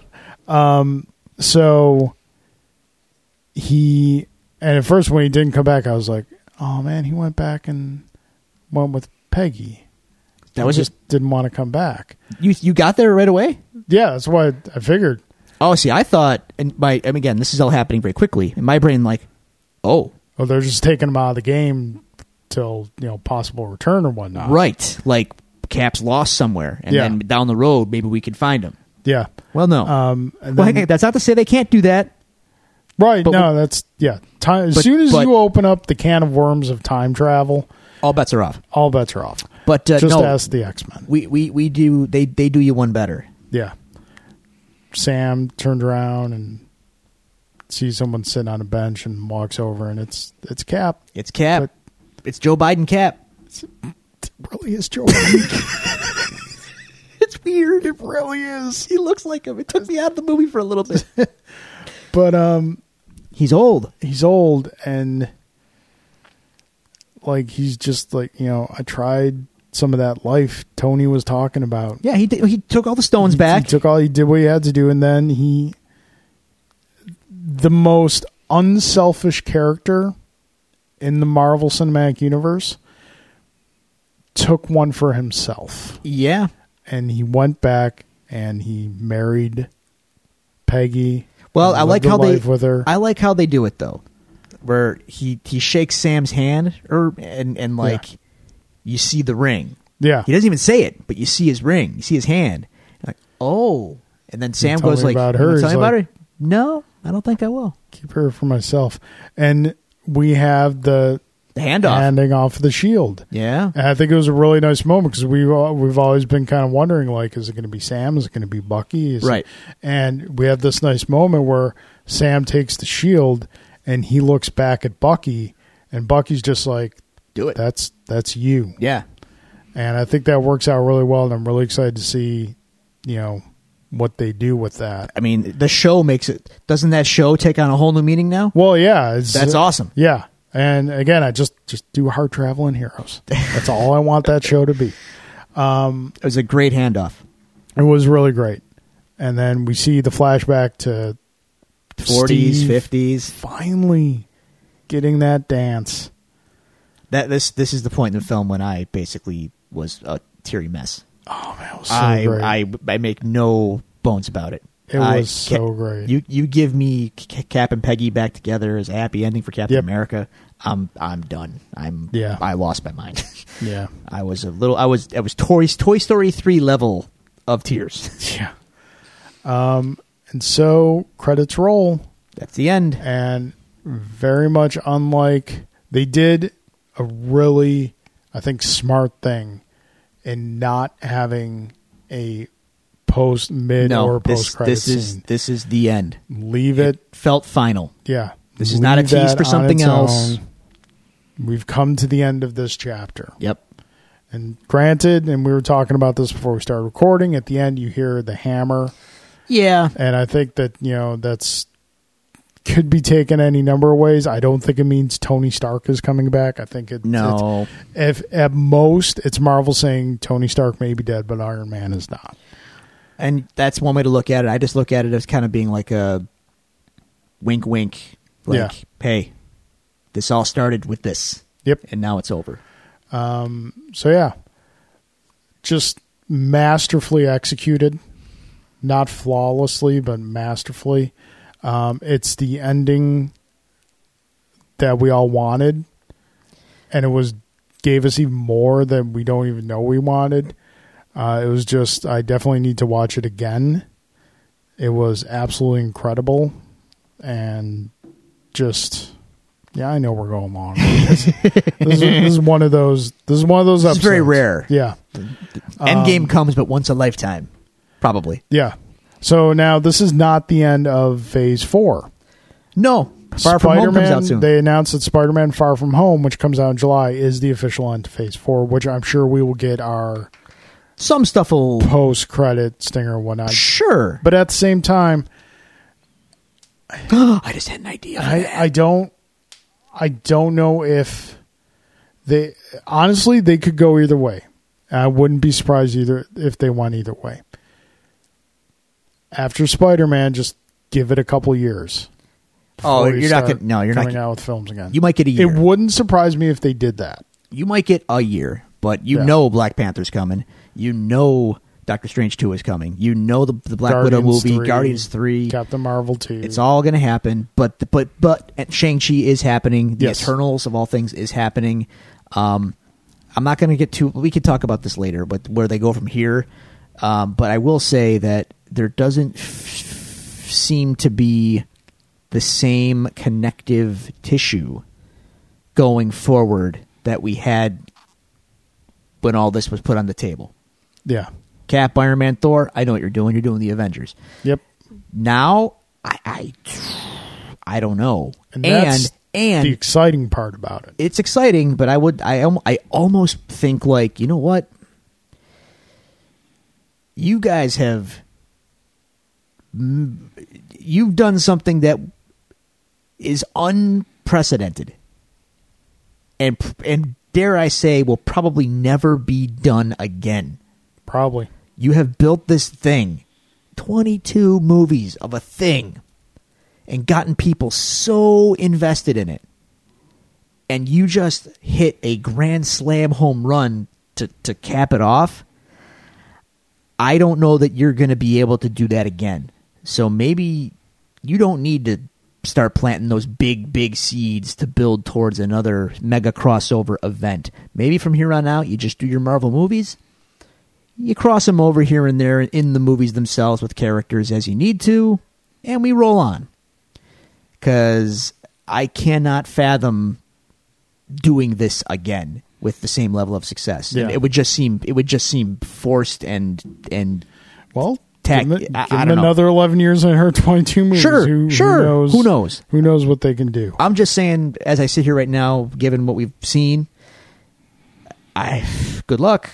Speaker 1: Um, so he and at first when he didn't come back i was like oh man he went back and went with peggy
Speaker 2: That was
Speaker 1: He
Speaker 2: just
Speaker 1: didn't want to come back
Speaker 2: you. You got there right away.
Speaker 1: yeah that's why i figured
Speaker 2: Oh, see, I thought, and my and again, this is all happening very quickly. In my brain, like, oh,
Speaker 1: oh they're just taking him out of the game till you know possible return or whatnot
Speaker 2: right, like Cap's lost somewhere, and
Speaker 1: Yeah.
Speaker 2: then down the road, maybe we could find him.
Speaker 1: yeah
Speaker 2: Well, no.
Speaker 1: um and
Speaker 2: well,
Speaker 1: then-
Speaker 2: hang on, that's not to say they can't do that.
Speaker 1: right
Speaker 2: but
Speaker 1: no that's yeah time as
Speaker 2: but-
Speaker 1: soon as
Speaker 2: but-
Speaker 1: you open up the can of worms of time travel
Speaker 2: All bets are off.
Speaker 1: all bets are off
Speaker 2: But uh,
Speaker 1: just
Speaker 2: no,
Speaker 1: ask the x-men
Speaker 2: we, we we do they they do you one better.
Speaker 1: Yeah. Sam turns around and sees someone sitting on a bench and walks over, and it's it's Cap.
Speaker 2: It's Cap. it's Joe Biden Cap.
Speaker 1: It really is
Speaker 2: (laughs)
Speaker 1: Joe. Biden.
Speaker 2: It's weird.
Speaker 1: it really is.
Speaker 2: He looks like him. It took me out of the movie for a little bit.
Speaker 1: But um,
Speaker 2: (laughs) He's old.
Speaker 1: he's old and like he's just like you know I tried some of that life Tony was talking about.
Speaker 2: Yeah, he did, he took all the stones
Speaker 1: He-
Speaker 2: back.
Speaker 1: He took all he did what he had to do, and then he the most unselfish character in the Marvel Cinematic Universe took one for himself.
Speaker 2: yeah.
Speaker 1: And he went back and he married Peggy.
Speaker 2: Well,
Speaker 1: and
Speaker 2: I like
Speaker 1: lived a
Speaker 2: how they
Speaker 1: life with her.
Speaker 2: I like how they do it though, where he he shakes Sam's hand or and and like you see the ring.
Speaker 1: yeah.
Speaker 2: He doesn't even say it, but you see his ring, you see his hand. You're like oh, and then Sam
Speaker 1: tell
Speaker 2: goes
Speaker 1: me
Speaker 2: like,
Speaker 1: about
Speaker 2: "You gonna
Speaker 1: her."
Speaker 2: Tell
Speaker 1: He's
Speaker 2: me about
Speaker 1: like-
Speaker 2: her. No, I don't think I will.
Speaker 1: Keep her for myself. And we have the
Speaker 2: The handoff.
Speaker 1: handing off the shield.
Speaker 2: (laughs) yeah.
Speaker 1: And I think it was a really nice moment because we we've always been kind of wondering like, is it going to be Sam? Is it going to be Bucky? Is it-
Speaker 2: Right.
Speaker 1: and we have this nice moment where Sam takes the shield and he looks back at Bucky, and Bucky's just like,
Speaker 2: Do it.
Speaker 1: "That's that's you."
Speaker 2: yeah.
Speaker 1: And I think that works out really well, and I'm really excited to see, you know, what they do with that.
Speaker 2: I mean, the show makes it. Doesn't that show take on a whole new meaning now?
Speaker 1: Well, yeah, it's, uh,
Speaker 2: That's awesome.
Speaker 1: Yeah. And again, I just just do hard traveling
Speaker 2: (laughs)
Speaker 1: heroes. That's all I want that show to be.
Speaker 2: It was a great handoff.
Speaker 1: It was really great. And then we see the flashback to
Speaker 2: 40s,
Speaker 1: Steve
Speaker 2: 50s.
Speaker 1: finally getting that dance.
Speaker 2: That this this is the point in the film when I basically was a teary mess.
Speaker 1: Oh man, it was so
Speaker 2: I,
Speaker 1: great.
Speaker 2: I I make no bones about it.
Speaker 1: It
Speaker 2: I
Speaker 1: was so
Speaker 2: ca-
Speaker 1: great.
Speaker 2: You you give me C- Cap and Peggy back together as a happy ending for Captain
Speaker 1: Yep.
Speaker 2: America. I'm I'm done. I'm
Speaker 1: Yeah.
Speaker 2: I lost my mind. (laughs)
Speaker 1: yeah.
Speaker 2: I was a little. I was I was Toy Toy Story three level of tears.
Speaker 1: Yeah. Um and so credits roll
Speaker 2: That's the end.
Speaker 1: and very much unlike they did a really I think smart thing in not having a post mid
Speaker 2: No,
Speaker 1: or
Speaker 2: this
Speaker 1: post credits
Speaker 2: this is
Speaker 1: scene.
Speaker 2: this is the end.
Speaker 1: Leave it
Speaker 2: Felt final.
Speaker 1: Yeah.
Speaker 2: This is not a
Speaker 1: Leave
Speaker 2: tease
Speaker 1: that
Speaker 2: for
Speaker 1: on
Speaker 2: something
Speaker 1: its
Speaker 2: else.
Speaker 1: own. We've come to the end of this chapter.
Speaker 2: Yep.
Speaker 1: And granted, and we were talking about this before we started recording, at the end you hear the hammer.
Speaker 2: Yeah.
Speaker 1: And I think that, you know, that's could be taken any number of ways. I don't think it means Tony Stark is coming back. I think it,
Speaker 2: No.
Speaker 1: it's, if at most it's Marvel saying Tony Stark may be dead, but Iron Man is not.
Speaker 2: And that's one way to look at it. I just look at it as kind of being like a wink, wink. Like,
Speaker 1: Yeah.
Speaker 2: hey, this all started with this,
Speaker 1: Yep.
Speaker 2: and now it's over.
Speaker 1: So yeah, just masterfully executed, not flawlessly, but masterfully. Um, it's the ending that we all wanted, and it was gave us even more than we don't even know we wanted. Uh, it was just I definitely need to watch it again. It was absolutely incredible, and just yeah, I know we're going long. (laughs) this, this is, this is one of those. This is one of those.
Speaker 2: This is
Speaker 1: Episodes.
Speaker 2: very rare.
Speaker 1: Yeah,
Speaker 2: Endgame comes, but once a lifetime, probably.
Speaker 1: yeah. So now this is not the end of Phase Four.
Speaker 2: No, Far From Home comes
Speaker 1: Spider-Man-
Speaker 2: out soon.
Speaker 1: They announced that Spider-Man: Far From Home, which comes out in July, is the official end to Phase Four. Which I'm sure we will get our
Speaker 2: Some stuff will
Speaker 1: post-credit stinger and whatnot.
Speaker 2: sure.
Speaker 1: But at the same time,
Speaker 2: (gasps) I just had an idea. (sighs)
Speaker 1: I, I don't I don't know if they honestly they could go either way. I wouldn't be surprised either if they went either way. After Spider Man, just give it a couple years.
Speaker 2: Oh,
Speaker 1: before we
Speaker 2: you're not
Speaker 1: start
Speaker 2: gonna- no, you're not
Speaker 1: coming
Speaker 2: gonna-
Speaker 1: out with films again.
Speaker 2: You might get a
Speaker 1: it
Speaker 2: year.
Speaker 1: wouldn't surprise me if they did that.
Speaker 2: you might get a year, but you
Speaker 1: Yeah.
Speaker 2: know Black Panther's coming. You know Doctor Strange two is coming. You know the the Black Widow movie,
Speaker 1: 3,
Speaker 2: Guardians three.
Speaker 1: Captain Marvel two.
Speaker 2: It's all going to happen, but but but Shang Chi is happening. The
Speaker 1: Yes.
Speaker 2: Eternals of all things is happening. Um, I'm not going to get too. We could talk about this later, but where they go from here. Um, but I will say that there doesn't f- f- seem to be the same connective tissue going forward that we had when all this was put on the table.
Speaker 1: yeah.
Speaker 2: Cap, Iron Man, Thor. I know what you're doing. You're doing the Avengers
Speaker 1: Yep.
Speaker 2: now I I, I don't know. And
Speaker 1: that's
Speaker 2: and,
Speaker 1: the exciting part about it.
Speaker 2: it's exciting, but I would I al- I almost think like, you know what? You guys have m- you've done something that is unprecedented and pr- and dare I say, will probably never be done again.
Speaker 1: Probably.
Speaker 2: You have built this thing, 22 movies of a thing, and gotten people so invested in it. And you just hit a grand slam home run to, to cap it off. I don't know that you're going to be able to do that again. So maybe you don't need to start planting those big, big seeds to build towards another mega crossover event. Maybe from here on out, you just do your Marvel movies. You cross them over here and there in the movies themselves with characters as you need to, and we roll on. Because I cannot fathom doing this again with the same level of success.
Speaker 1: Yeah.
Speaker 2: It would just seem it would just seem forced and and
Speaker 1: Well,
Speaker 2: Tech-
Speaker 1: give them,
Speaker 2: I-
Speaker 1: give
Speaker 2: I
Speaker 1: them
Speaker 2: don't know.
Speaker 1: another 11 years and her (laughs) 22 movies.
Speaker 2: Sure,
Speaker 1: who,
Speaker 2: sure.
Speaker 1: Who knows,
Speaker 2: Who knows?
Speaker 1: Who knows what they can do?
Speaker 2: I'm just saying, as I sit here right now, given what we've seen, I good luck.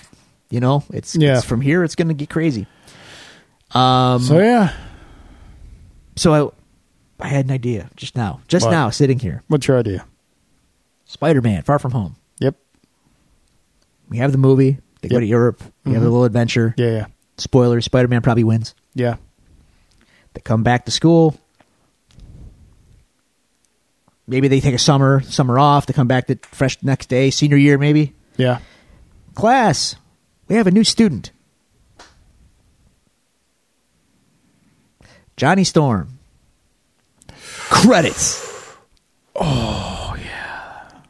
Speaker 2: You know, it's,
Speaker 1: Yeah.
Speaker 2: it's from here. It's going to get crazy. Um.
Speaker 1: So, yeah.
Speaker 2: So I, I had an idea just now, just
Speaker 1: What?
Speaker 2: now, sitting here.
Speaker 1: What's your idea?
Speaker 2: Spider-Man: Far From Home.
Speaker 1: Yep.
Speaker 2: We have the movie. They go
Speaker 1: Yep. Mm-hmm.
Speaker 2: to Europe. We have a little adventure.
Speaker 1: Yeah, yeah.
Speaker 2: Spoiler: Spider-Man probably wins.
Speaker 1: Yeah.
Speaker 2: They come back to school. Maybe they take a summer summer off. They come back the fresh next day, senior year, maybe.
Speaker 1: Yeah. (laughs)
Speaker 2: Class, we have a new student. Johnny Storm. Credits. Oh, yeah. Oh,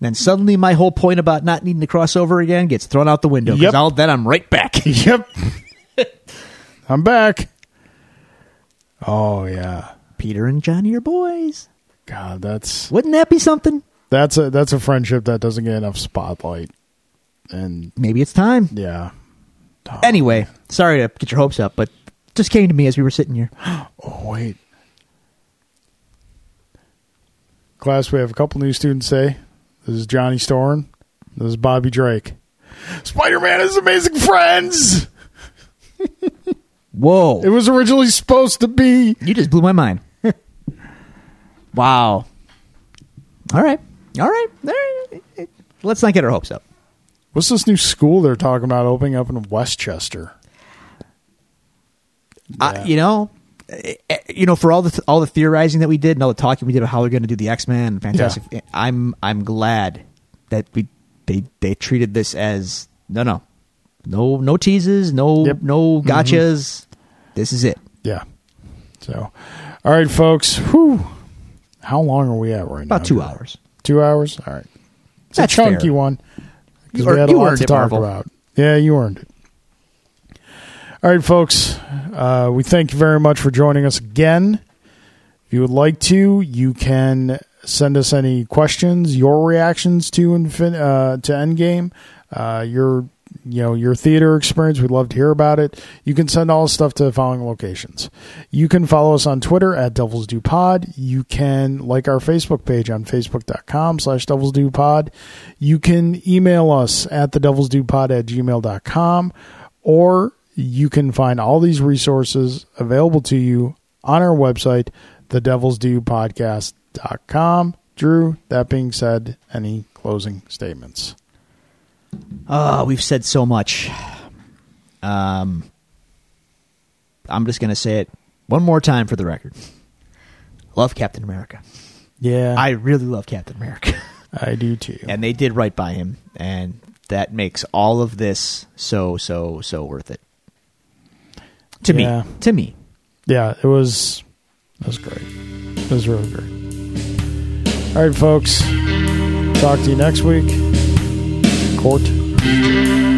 Speaker 2: Then suddenly my whole point about not needing to cross over again gets thrown out the window because
Speaker 1: Yep.
Speaker 2: I'll then I'm right
Speaker 1: (laughs)
Speaker 2: back.
Speaker 1: Yep. I'm back. Oh, yeah.
Speaker 2: Peter and Johnny are boys.
Speaker 1: God, that's
Speaker 2: Wouldn't that be something?
Speaker 1: that's a that's a friendship that doesn't get enough spotlight. And
Speaker 2: Maybe it's time.
Speaker 1: yeah. Oh,
Speaker 2: Anyway, sorry to get your hopes up, but just came to me as we were sitting here.
Speaker 1: Oh, wait. Class, we have a couple new students today. This is Johnny Storm. This is Bobby Drake. Spider Man is amazing friends.
Speaker 2: Whoa.
Speaker 1: It was originally supposed to be.
Speaker 2: You just blew my mind. wow. All right. All right. All right. Let's not get our hopes up.
Speaker 1: What's this new school they're talking about opening up in Westchester?
Speaker 2: I, you know, eh, eh, you know, for all the all the theorizing that we did and all the talking we did about how we're going to do the X Men, fantastic. eh, I'm I'm glad that we they they treated this as no no no no teases no
Speaker 1: Yep.
Speaker 2: no gotchas. This is it.
Speaker 1: Yeah. So, all right, folks. Whew. How long are we at right now?
Speaker 2: About two hours.
Speaker 1: Two hours. All right. It's
Speaker 2: That's
Speaker 1: a chunky
Speaker 2: fair.
Speaker 1: one. 'Cause
Speaker 2: You
Speaker 1: we
Speaker 2: earned-
Speaker 1: had a
Speaker 2: you
Speaker 1: lot
Speaker 2: earned
Speaker 1: to
Speaker 2: it,
Speaker 1: talk
Speaker 2: Marvel.
Speaker 1: about. Yeah, you earned it. All right, folks. Uh, we thank you very much for joining us again. If you would like to, you can send us any questions, your reactions to infin- uh, to Endgame, uh, your you know your theater experience. We'd love to hear about it. You can send all this stuff to the following locations. You can follow us on Twitter at Devils Do Pod. You can like our Facebook page on facebook.com slash Devils Do Pod. You can email us at the Devils Do Pod at gmail.com or you can find all these resources available to you on our website, thedevilsdopodcast.com. Drew, that being said, any closing statements?
Speaker 2: Oh, we've said so much. Um, I'm just going to say it one more time for the record. Love Captain America.
Speaker 1: Yeah.
Speaker 2: I
Speaker 1: I,
Speaker 2: really love Captain America. (laughs)
Speaker 1: I do too.
Speaker 2: and they did right by him. And that makes all of this so, so, so worth it. To
Speaker 1: Yeah.
Speaker 2: me. To me.
Speaker 1: yeah, it was it was great. It was really great. All right, folks. Talk to you next week. Court.